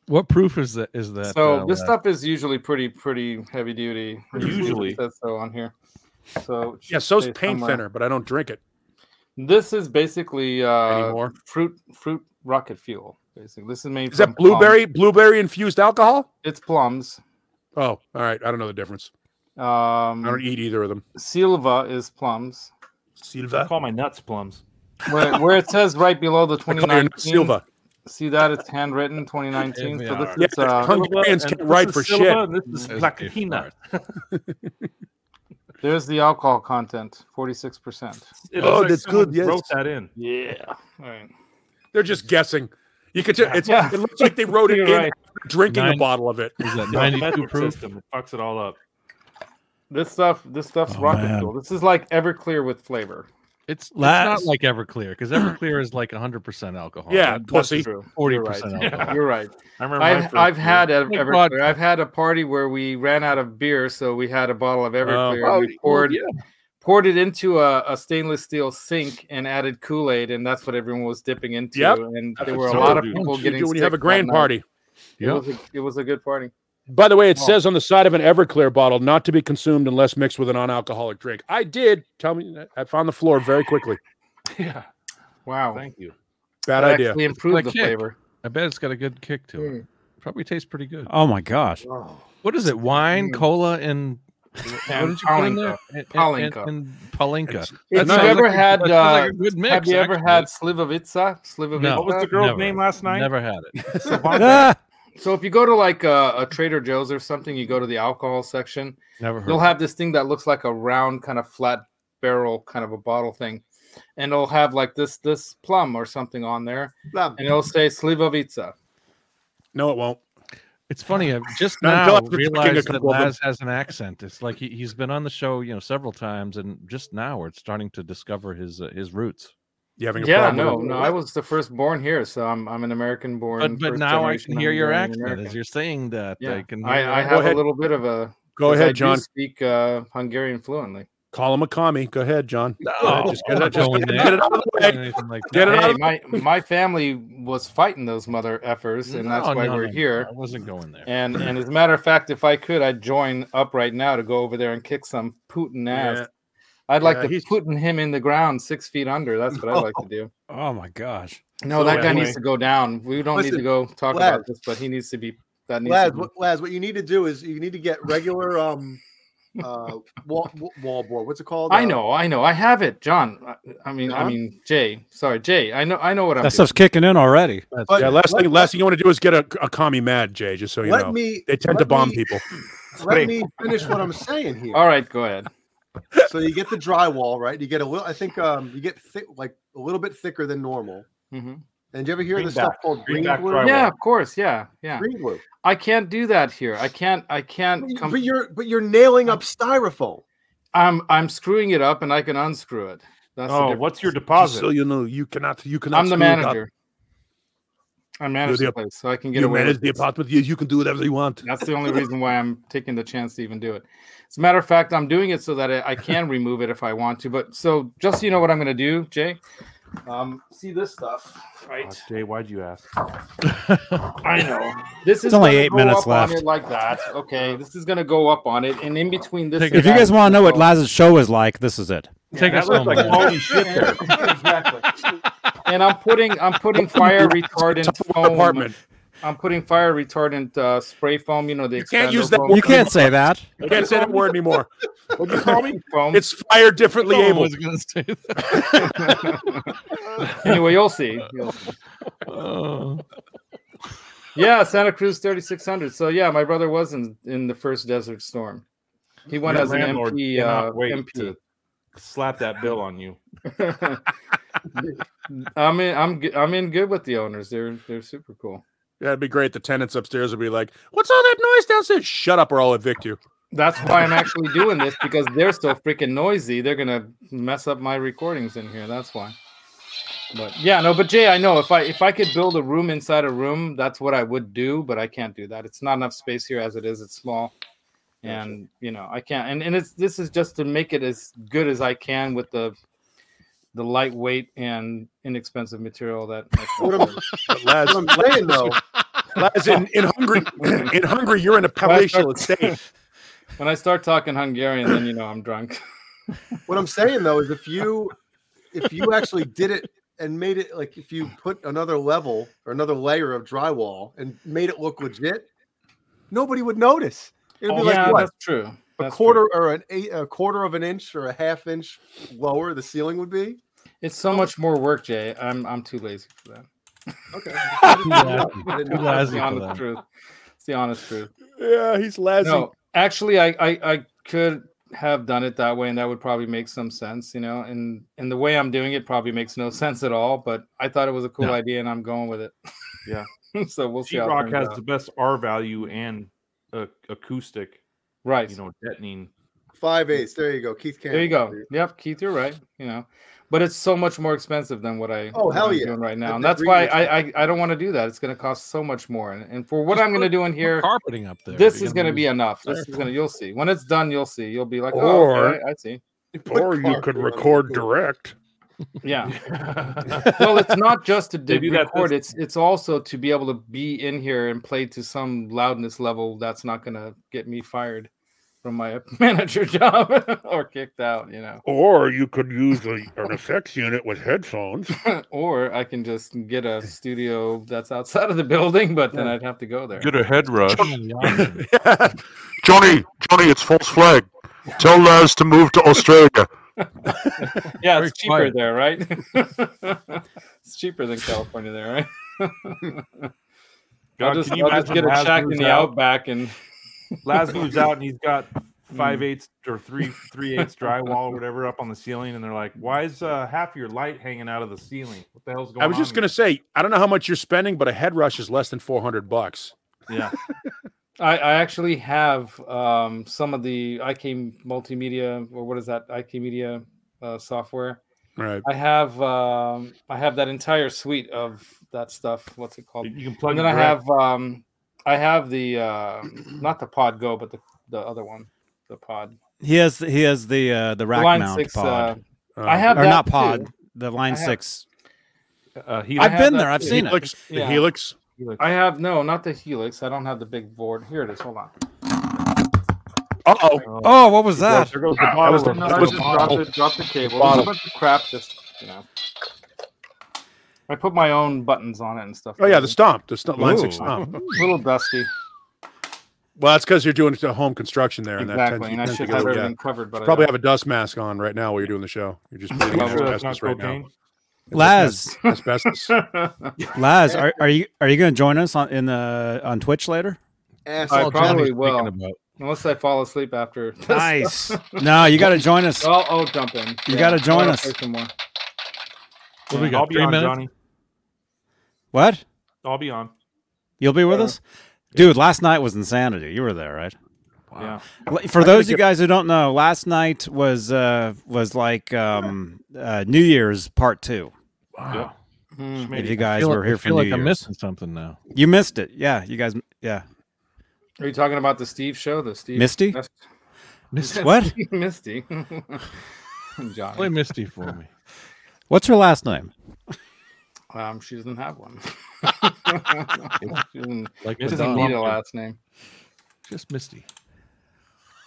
What proof is that? Is that?
so
uh,
this
lab?
stuff is usually pretty pretty heavy duty.
Usually.
It says so on here. So it
Yeah,
should
so's
say
paint
somewhere.
thinner, but I don't drink it
This is basically uh,
anymore.
fruit fruit rocket fuel. Basically, this is made
Is
from
that
plum.
blueberry blueberry infused alcohol?
It's plums.
Oh, all right. I don't know the difference. I don't
Um,
eat either of them.
Silva is plums.
I call my nuts plums.
Where, where it says right below the
I call it
2019.
Silva.
See that it's handwritten 2019. So this
Yeah,
is uh,
Hungarians
And
can't
this
write
is
for
Silva,
shit.
and This is
There's a gift
Placatina.
card.
there's the alcohol content 46 percent.
It
Oh,
looks like
that's
someone
good, yes.
Wrote that in.
Yeah. All right.
They're just guessing. You could. Tell, it's,
Yeah.
It looks like they wrote it
You're
in
right.
after drinking a
Nine-
bottle of it.
Is
No,
that
the
ninety-two
metric
proof?
system. It fucks it all up.
This stuff. This stuff's
Oh,
rocket
man.
fuel. This is like Everclear with flavor.
It's, it's not
Last-
like Everclear because Everclear is like hundred percent alcohol.
Yeah,
That-
plus
that's
See,
True.
forty
You're right.
percent alcohol.
You're right.
I remember. my
I've,
first
I've
beer.
had a,
Like
Everclear.
vodka.
I've had a party where we ran out of beer, so we had a bottle
Oh,
of Everclear.
Well,
we poured
yeah.
poured it into a, a stainless steel sink and added Kool Aid, and that's what everyone was dipping into.
Yep.
And
That's
there were
what
a
some
lot of
do.
That's
people
what you
getting.
do when you have
sick
a grand
that night.
party.
It
Yeah.
was a, it was a good party.
By the way, it
Oh.
says on the side of an Everclear bottle not to be consumed unless mixed with a non-alcoholic drink. I did. Tell me, I found the floor very quickly.
Yeah.
Wow,
Thank you.
Bad
That
idea.
Actually, improved
like
the
kick.
flavor.
I bet it's got a good kick to
Mm.
it. Probably tastes pretty good.
Oh my gosh.
Oh.
What is it? Wine,
Mm.
cola, and
And
what did you put in there? And- and-
Palinka.
And, and palinka.
If
That
you've
sounds
ever
like a-
had,
that sounds like
uh,
a good mix,
have you ever
actually.
had Slivovitsa? Slivovitsa.
No.
What was the girl's
Never.
name last night?
Never had it.
Ah!
So if you go to like uh, a, a Trader Joe's or something, you go to the alcohol section.
Never heard.
You'll
of it.
have this thing that looks like a round kind of flat barrel kind of a bottle thing, and it'll have like this this plum or something on there,
Plum.
and it'll say Slivovitsa.
No, it won't.
It's funny.
uh,
I've just
Not
now
until after drinking a
realized that
couple of them.
Laz has an accent. It's like he, he's been on the show, you know, several times, and just now we're starting to discover his uh, his roots.
You having a
yeah,
problem?
no,
with-
no. I was the first born here, so I'm I'm an American born.
But but now I can hear your accent as you're saying that.
Yeah,
I can. hear
I, I
Go
your-
have a
ahead.
little bit of a.
Go
'cause I
ahead,
do
John.
Speak uh, Hungarian fluently.
Call him a commie. Go ahead, John.
No,
Oh, Just get it-
I'm not
just
Oh, going
get
there.
it out of the way.
I'm not doing anything like
Get it out
that.
Hey,
of
my my family was fighting those mother effers, and that's
No,
why
no,
we're
no, no,
here.
I wasn't going there.
And and as a matter of fact, if I could, I'd join up right now to go over there and kick some Putin ass.
Yeah.
I'd like
Yeah,
to
he's-
Putin him in the ground six feet under. That's what I'd like to do.
Oh my gosh.
No,
So
that guy
anyway-
needs to go down. We don't need
Listen,
to go talk
Vlad.
about this, but he needs to be. That needs
Laz,
to be.
what, Laz, what you need to do is you need to get regular um uh wall, wall board. What's it called?
I
Uh,
know, I know, I have it, John. I- I mean, I
John?
mean, Jay. Sorry, Jay. I know, I know what I'm.
That
doing.
stuff's kicking in already.
That's
but-
Yeah,
it.
last
Let-
thing, last thing you want to do is get a, a commie mad, Jay. Just so you
Let
know,
me
they tend
let
to bomb
me-
people.
let me finish what I'm saying here.
All right, go ahead.
So you get the drywall, right? You get a little. I think um you get thick, like a little bit thicker than normal.
Mhm.
And you ever hear this stuff
Greenback-
called green
greenback
glue?
drywall.
Yeah, of course. Yeah, yeah.
green glue.
I can't do that here. I can't. I can't.
But,
Com-
but you're but you're nailing up styrofoam.
I'm. I'm screwing it up, and I can unscrew it. That's the
Oh,
difference.
what's your
Just so
deposit?
you know, you cannot, you cannot.
I'm the
screw it up.
manager. I manage
You're
the
the-
place, so I can get
You
away.
manage
With
the
this.
apartment. You, you can do whatever you want.
That's the only reason why I'm taking the chance to even do it. As a matter of fact, I'm doing it so that I, I can remove it if I want to. But so, just so you know what I'm going to do, Jay. Um, see this stuff, right?
Oh, Jay, why'd you ask?
I know. This is
only
gonna
eight
go
minutes
up on
left.
it like that. Okay, this is going to go up on it, and in between this,
If you guys want to know what Laz's show is like, this is it.
Take us home.
Like,
Laz.
holy shit! There.
exactly. And I'm putting I'm putting fire retardant foam.
Apartment.
I'm putting fire retardant uh, spray foam. You know the you
can't use that word.
You can't say that.
I can't say that word anymore.
What do you call me? Foam.
It's fired differently
No
able.
one was gonna say that.
anyway, you'll see. You'll see.
Uh.
Oh.
Yeah, Santa Cruz 3600. So yeah, my brother was in, in the first Desert Storm. He went
Your
as an
landlord
MP.
cannot
Uh,
wait
MP.
to- Slap that bill on you.
I'm in. I'm. g- I'm in good with the owners. They're they're super cool.
Yeah, it'd be great. The tenants upstairs would be like, "What's all that noise downstairs? Shut up, or I'll evict you."
That's why I'm actually doing this because they're so freaking noisy. They're gonna mess up my recordings in here. That's why. But yeah, no. But Jay, I know if I if I could build a room inside a room, that's what I would do. But I can't do that. It's not enough space here as it is. It's small, and you know I can't. And and it's this is just to make it as good as I can with the the lightweight and inexpensive material that. I can
What am-
afford.
But Laz,
That's what I'm saying though.
Laz, in, in Hungary, in Hungary, you're in a palatial estate.
when I start talking Hungarian, then you know I'm drunk.
What I'm saying though is if you if you actually did it and made it like if you put another level or another layer of drywall and made it look legit, nobody would notice. It would be like
Oh, yeah,
what
that's true.
a
That's true.
quarter or an eight, a quarter of an inch or a half inch lower the ceiling would be.
It's so much more work, Jay. I'm I'm too lazy for that.
Okay.
lazy.
I didn't know.
Too
That's
lazy
the
for
honest
that.
truth. It's the honest truth.
Yeah, he's Lazzy.
No, actually, I, I I could have done it that way, and that would probably make some sense, you know. And and the way I'm doing it probably makes no sense at all. But I thought it was a cool
No.
idea, and I'm going with it.
Yeah.
so we'll see. How it
Sheetrock
turns
has
out.
the best R value and uh, acoustic,
right.
you know, detonating.
Five eighths. There you go, Keith. Campbell.
there you go. Yep, Keith, you're right. You know, but it's so much more expensive than what I
Oh,
what
hell
I'm
yeah.
doing right
That-
now, and
that
that's why
really
I I, I don't want to do that. It's going to cost so much more, and, and for what
Just
I'm going to
put-
do in
Here,
here,
carpeting up there.
this
You're
is going to
lose-
be enough. This is going to, you'll see. When it's done, you'll see. You'll be like, oh,
Or-
okay, I see.
or you could record direct.
Yeah. well, it's not just to
They do
do
that
record. It's it's also to be able to be in here and play to some loudness level that's not going to get me fired from my manager job or kicked out. You know,
Or you could use a, an effects unit with headphones.
or I can just get a studio that's outside of the building, but then I'd have to go there.
Get a head rush.
Johnny, Johnny, it's false flag. Tell Laz to move to Australia.
Yeah,
Very
it's cheaper
quiet.
there, right? it's cheaper than California there, right?
God,
I'll just,
can you
I'll just
imagine
get a
Laz
shack in
moves
the
out?
outback and
Laz moves out and he's got
Hmm.
five eighths or three three eighths drywall or whatever up on the ceiling, and they're like, "Why is uh, half your light hanging out of the ceiling? What the hell's going on?"
I was just going to say, I don't know how much you're spending, but a head rush is less than 400 bucks.
to. Yeah,
I, I actually have um, some of the IK multimedia or what is that IK media uh, software.
Right.
I have um, I have that entire suite of that stuff. What's it called?
You can plug
And then
it
I
direct.
have um, I have the uh, not the Pod Go, but the the other one, the Pod
He has he has the uh, the
The
rack mount pod.
Uh, I have
or
that
not
too.
pod. The line
I have-
six.
Uh, he,
I
I've
have
been
that
there. I've
too.
seen it.
Helix, the
Yeah.
Helix.
I have no, not the Helix. I don't have the big board. Here it is. Hold on.
Uh oh.
Oh, what was that?
there goes the
That was the-
bottle.
No,
that
I
was
just
the
dropped
bottle.
it. Dropped the cable. There's
Bottle.
a bunch of crap. Just you know, I put my own buttons on it and stuff.
Oh yeah, the stomp, the stomp, line six
Ooh.
stomp.
It's a little dusty.
Well, that's because you're doing the home construction there, and that
Exactly,
tends,
and I
tends to
should
go-
have
yeah.
everything covered, but I
Probably
don't.
have a dust mask on right now while you're doing the show. You're just breathing
I'm sure that's
asbestos
not
right
cocaine.
now.
Laz,
Asbestos.
Laz, are, are you are you going to join us on in the on Twitch later?
Ass
I
all
probably
Johnny.
will,
about.
unless I fall asleep after. This.
Nice. no, you got to join us.
Well, I'll jump in.
You gotta
I'll
join
play
us.
some more.
What do we got?
I'll be
Three
on,
minutes?
Johnny.
What?
I'll be on.
You'll be with us, dude. Last night was insanity. You were there, right?
Yeah.
L- For those of you guys who don't know, last night was uh, was like um, uh, New Year's part two.
Wow.
Hmm.
If
Maybe.
you
I
guys
feel
were
like-
here
I
for
feel
New
like
Year's,
I'm missing something now.
you missed it. Yeah, you guys. Yeah,
Are you talking about the Steve show? The Steve
Misty?
That's-
what?
Misty.
Play
Johnny.
Misty for me.
What's her last name?
Um, she doesn't have one. she doesn't,
Like
she doesn't
Madonna.
need a last name.
Just Misty.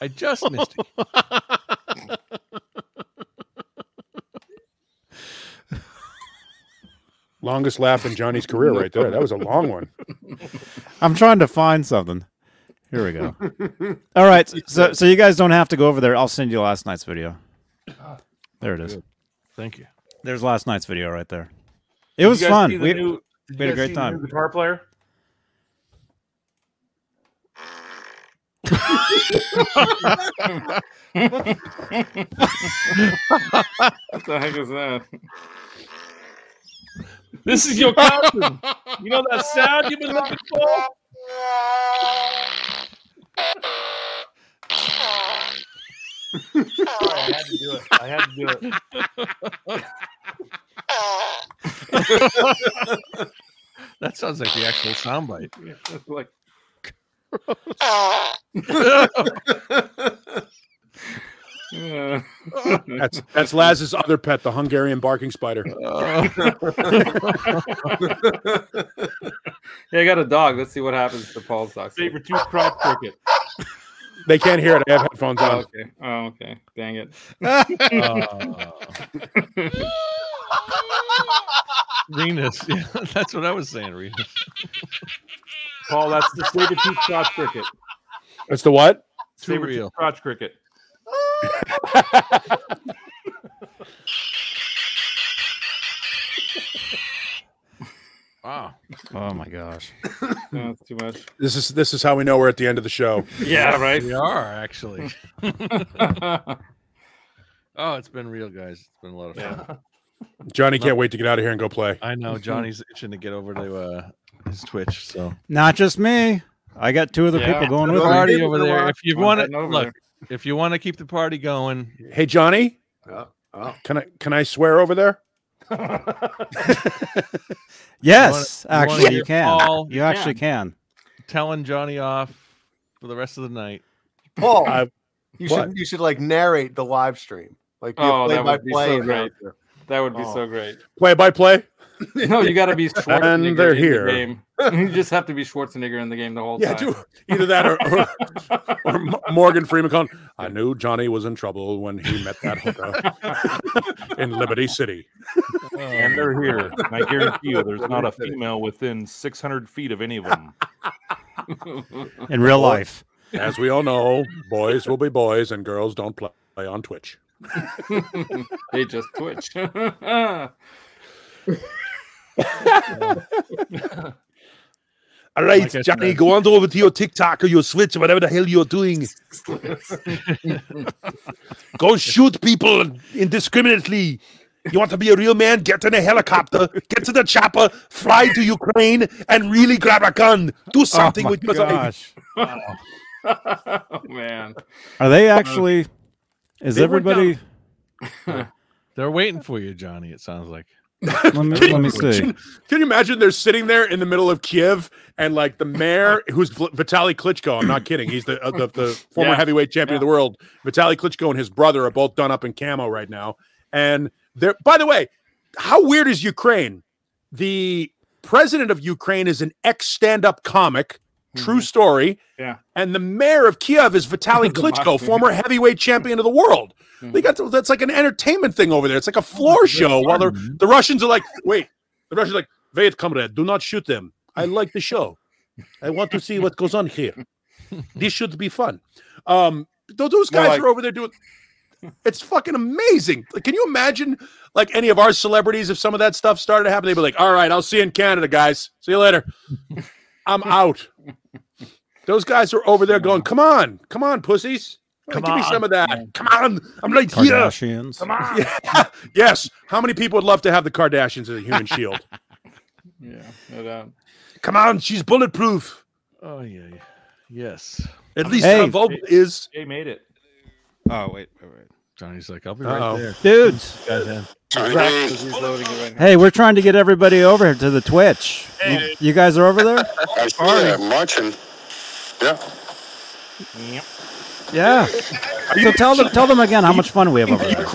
I just Misty.
Longest laugh in Johnny's career, right there. That was a long one.
I'm trying to find something. Here we go. All right, so so you guys don't have to go over there. I'll send you last night's video.
Ah.
There it is.
Thank you.
There's last night's video right there. It was fun. We, we had a great time.
guitar player.
What the heck is that?
This is your captain. you know that sound you've been looking for? I had to do it. I had to do it.
That sounds like the actual soundbite.
like uh,
That's that's Laz's other pet, the Hungarian barking spider.
yeah, I got a dog. Let's see what happens to Paul's dog.
Saber tooth crop cricket.
They can't hear it. I have headphones
Oh,
on.
okay. Oh, okay. Dang it.
Oh. Renus. Yeah, that's what I was saying, Renus.
Paul, that's the saber tooth crotch cricket.
That's the what?
Too
Saber
real.
tooth crotch cricket.
Wow.
Oh my gosh.
No, it's too much.
This is this is how we know we're at the end of the show.
Yeah, right.
We are actually. Oh, it's been real, guys. It's been a lot of fun.
Johnny can't wait to get out of here and go play.
I know Johnny's itching to get over to uh, his Twitch. So
Not just me. I got two other people going with me.
party over there. If you
I'm
want
heading
to
over
look, if you want to keep the party going,
Hey Johnny,
Oh, oh.
can I can I swear over there?
You wanna- you
Yes,
wanna
actually you,
hear
can.
all-
you actually can.
telling Johnny off for the rest of the night.
Paul,
I-
you
what?
should you should like narrate the live stream, like be
Oh,
a play
that
by
would be so
play.
great. That would be so great.
Play by play.
Oh. No, you got to be Schwarzenegger
And they're
in
here.
the game. You just have to be Schwarzenegger in the game the whole
Yeah,
time.
do either that or, or, or Mo- Morgan Freeman. Calling, I knew Johnny was in trouble when he met that hooker in Liberty City.
And they're here. And I guarantee you, there's not a female within 600 feet of any of them.
In real life.
As we all know, boys will be boys and girls don't play on Twitch.
They just twitch. yeah,
All right,
Like I
Johnny,
said.
go on over to your TikTok or your Switch or whatever the hell you're doing. go shoot people indiscriminately You want to be a real man? Get in a helicopter, get to the chopper, fly to Ukraine, and really grab a gun.
Oh
Do something
my
with your life.
gosh.
oh man.
Are they actually? Is
They were
everybody?
They're waiting for you, Johnny. It sounds like.
Let me, let me see.
Can can you imagine they're sitting there in the middle of Kiev and like the mayor, who's Vl- Vitaly Klitschko? I'm not kidding. He's the uh, the, the former
Yeah.
heavyweight champion of the world. Vitaly Klitschko and his brother are both done up in camo right now. And they're by the way, how weird is Ukraine? The president of Ukraine is an ex stand up comic. True story.
Mm-hmm. Yeah.
And the mayor of Kiev is Vitaly
The Mm-hmm.
Klitschko,
mafia.
former heavyweight champion of the world. They got to, that's like an entertainment thing over there.
Oh,
It's like a floor show while the the Russians are like, wait, the Russians are like, wait, comrade, do not shoot them. I like the show. I want to see what goes on here. This should be fun. Um, tho- those
More
guys
like-
are over there doing. It's fucking amazing. Like, can you imagine, like any of our celebrities, if some of that stuff started to happen, they'd be like, "All right, I'll see you in Canada, guys. See you later. I'm out." Those guys are over there going, "Come on, come on, pussies, come give me some of that. Come on, I'm right here."
Kardashians.
Yeah. yes. How many people would love to have the Kardashians as a human shield?
Yeah, no doubt.
Come on, she's bulletproof.
Oh yeah, yeah. yes.
At least
Hey.
hey, is.
Jay made it.
Oh wait, wait, wait.
Johnny's like, I'll be
Uh-oh.
right there.
Dudes,
Guys, man.
He's loading it right now.
hey, we're trying to get everybody over here to the Twitch. You- you guys are over there?
I'm sorry, I'm watching. Yeah.
Yeah. So tell them, tell them again how much fun we have over there.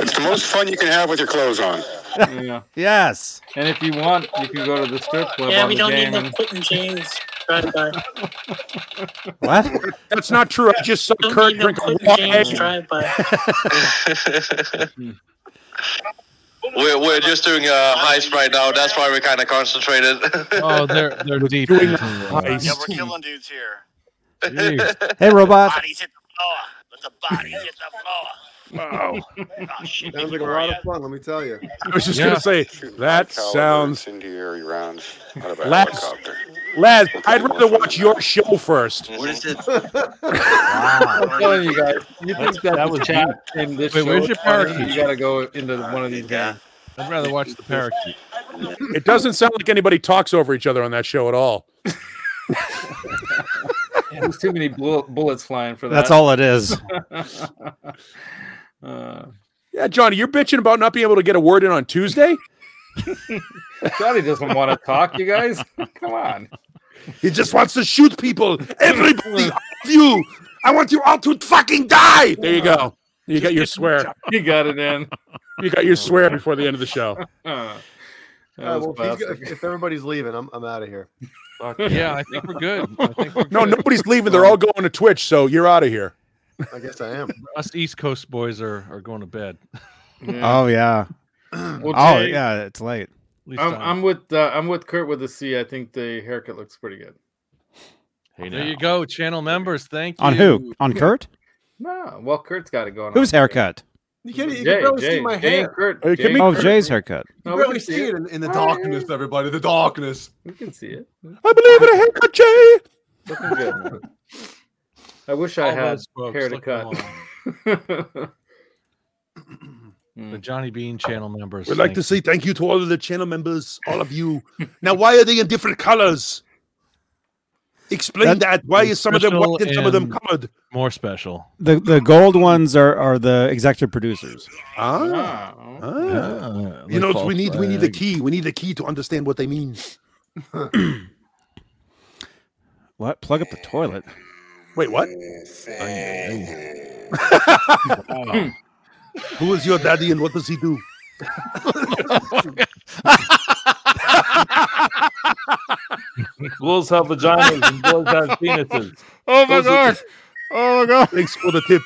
It's the most fun you can have with your clothes on.
Yeah.
Yes.
And if you want, you can go to the strip club
Yeah,
on
we
the
don't
game.
need the
and-
foot and chains. Drive by.
What?
That's not true. I just saw
Don't
Kurt
need the
drink a
foot and chains.
water.
Drive by.
Hmm.
We're, we're just doing uh, heist right now. That's why we're kind of concentrated.
Oh, they're they're deep.
doing
into,
a
uh,
heist.
we're killing dudes here.
jeez.
Hmm. Hey, robot.
Bodies hit the floor. Let the bodies hit the floor. Wow. Oh, shit.
Sounds like a lot of fun, let me tell you.
I was just
Yeah.
gonna say
Caliber
that sounds
incendiary rounds out of a
Last-
helicopter.
Laz, I'd rather watch your show first.
What is it?
I'm telling you guys, you think that,
that
was
was
chat in this
Wait,
show
where's
is
your
funny,
parakeet?
You gotta go into one of these games.
I'd rather watch the parakeet.
It doesn't sound like anybody talks over each other on that show at all.
There's too many bull- bullets flying for that.
That's all it is.
Uh,
Yeah, Johnny, you're bitching about not being able to get a word in on Tuesday.
Johnny doesn't want to talk, you guys. Come on.
He just wants to shoot people. Everybody, all of you. I want you all to fucking die. There you go. You got your swear.
You got it in.
You got your swear before the end of the show.
Uh, that
Uh, well, if,
was
he's go-
classic.
if- if everybody's leaving, I'm, I'm out of here.
Yeah, I think we're good. I think we're
No,
good.
nobody's leaving. They're all going to Twitch, so you're out of here.
I guess I am.
Us East Coast boys are, are going to bed.
Oh yeah.
Well,
Oh
Jay,
yeah. It's
At
late.
least
I'm,
I'm-
I'm with uh, I'm with Kurt with the C. I think the haircut looks pretty good.
there you go, channel members. Thank you.
On who? On Kurt?
No, well, Kurt's got it going on.
Whose haircut?
You can't you
Jay,
can barely
Jay,
see my
Jay and
hair.
Kurt.
It can
Jay
be-
and
Oh,
Kurt.
Jay's haircut.
You
No,
can
we
barely see it in, in the darkness, everybody. The darkness.
We can see it.
I believe in a haircut, Jay.
Looking good. man. I wish I
All
had
those folks,
hair to
look at them
cut.
all. The Johnny Bean channel members.
We'd like to
thank
say thank you to all of the channel members, all of you. now, why are they in different colors? Explain that. Why is some of them white and some of them
Special
colored?
you. more special.
The the gold ones are are the executive producers.
Ah,
Wow.
ah.
Ah,
You know,
like
what we need we need a
false flag.
key. We need a key to understand what they mean.
What? Plug up the toilet.
Wait, what? Who is your daddy and what does he do?
Bulls have vaginas and bulls have penises.
Oh
my Those are- God.
Oh my god.
Thanks for the tip.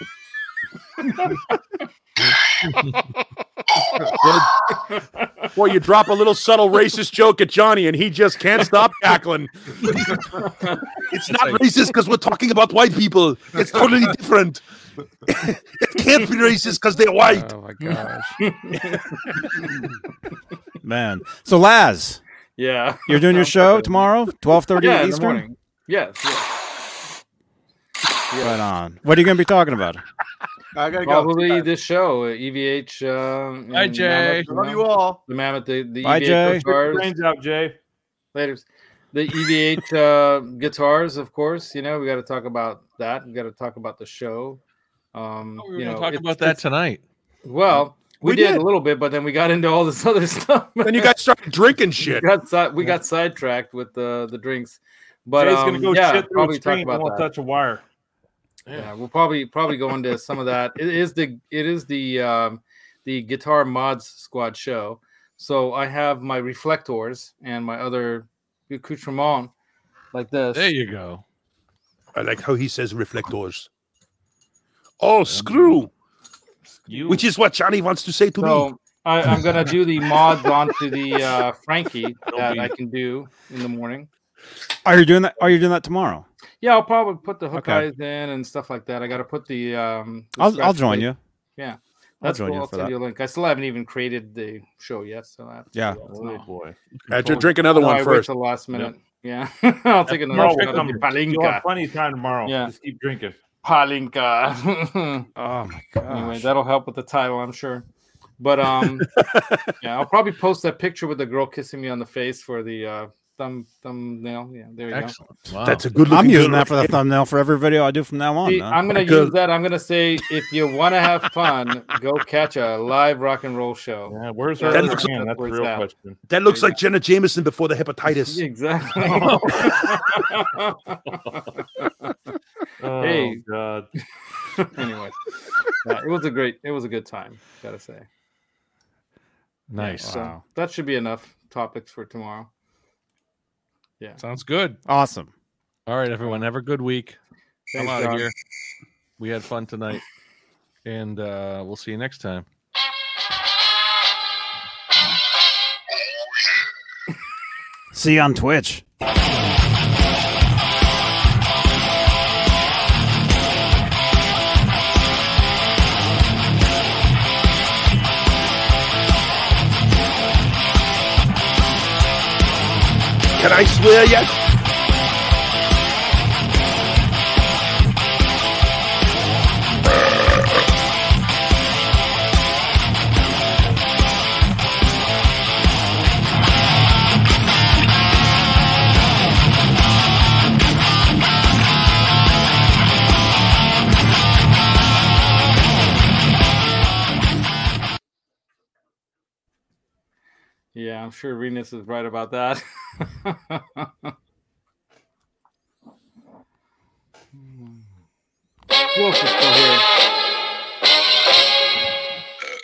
Boy, you drop a little subtle racist joke at Johnny, and he just can't stop cackling. it's not racist because we're talking about white people. It's totally different. it can't be racist because they're white.
Oh my gosh.
Man. So Laz,
yeah.
you're doing your show tomorrow, twelve thirty
Yeah, in the
Eastern.
morning. Yes. yes.
Right on. What are you going to be talking about?
I gotta go.
Probably this show, uh, EVH. Um,
Bye,
and
Jay.
Mammoth,
Love you all.
The Mammoth, the, the E
Bye,
EVH
Jay.
guitars.
Brains out, Jay.
Later. The EVH uh, guitars, of course. You know, we got to talk about that. We got to talk about the show. Um,
we were
you
gonna
know,
talk
it's-
about that
it's-
tonight.
Well, we,
We
did,
did.
a little bit, but then we got into all this other stuff.
Then you guys started drinking shit.
we got, si- we got sidetracked with the the drinks. But
Jay's
um,
gonna go shit
yeah,
through a
probably
screen
talk
and
about
won't
that.
touch a wire.
Yeah, we'll probably probably go into some of that. It is the it is the um, the guitar mods squad show. So I have my reflectors and my other accoutrement like this.
There you go.
I like how he says reflectors. Oh, screw,
You
which is what Johnny wants to say to me.
so I, I'm gonna do the mods onto the uh, Frankie that
be-
I can do in the morning.
Are you doing that? Are you doing that tomorrow?
Yeah, I'll probably put the hook
Okay.
eyes in and stuff like that. I got to put the. Um, the
I'll I'll
scratch
join
plate.
you.
Yeah,
I'll
that's
join
cool.
you
I'll
for
send
that.
you a link. I still haven't even created the show yet, so I have to do
Yeah.
that
Oh
now.
boy.
Had to drink another
No,
one
I
first.
wait till last minute. Yeah, I'll take another
Tomorrow
one.
we'll come. You'll
Palinka.
have plenty of time tomorrow.
Yeah.
Just keep drinking.
Palinka.
Oh my
anyway,
god.
that'll help with the title, I'm sure. But um, yeah, I'll probably post that picture with the girl kissing me on the face for the uh, thumb thumbnail. Yeah, there you go.
Excellent. Wow.
That's a good.
I'm
looking
using
girl.
that for the thumbnail for every video I do from now on.
See,
huh?
I'm gonna
Good.
use that. I'm gonna say, if you want to have fun, go catch a live rock and roll show.
Yeah, where's
That
her other
looks-
hand? That's the
Where's
real
that?
question.
That looks like Jenna Jameson before the hepatitis.
Exactly.
Oh,
Hey.
God.
anyway, yeah, it was a great. It was a good time. Gotta say.
nice.
So
Wow.
that should be enough topics for tomorrow. Yeah.
Sounds good.
Awesome.
All right, everyone. Have a good week. I'm
Thanks,
out
John.
of here. We had fun tonight, and uh, we'll see you next time.
See you on Twitch.
Can I swear yet?
Yeah, I'm sure Renus is right about that. Wolf is still here.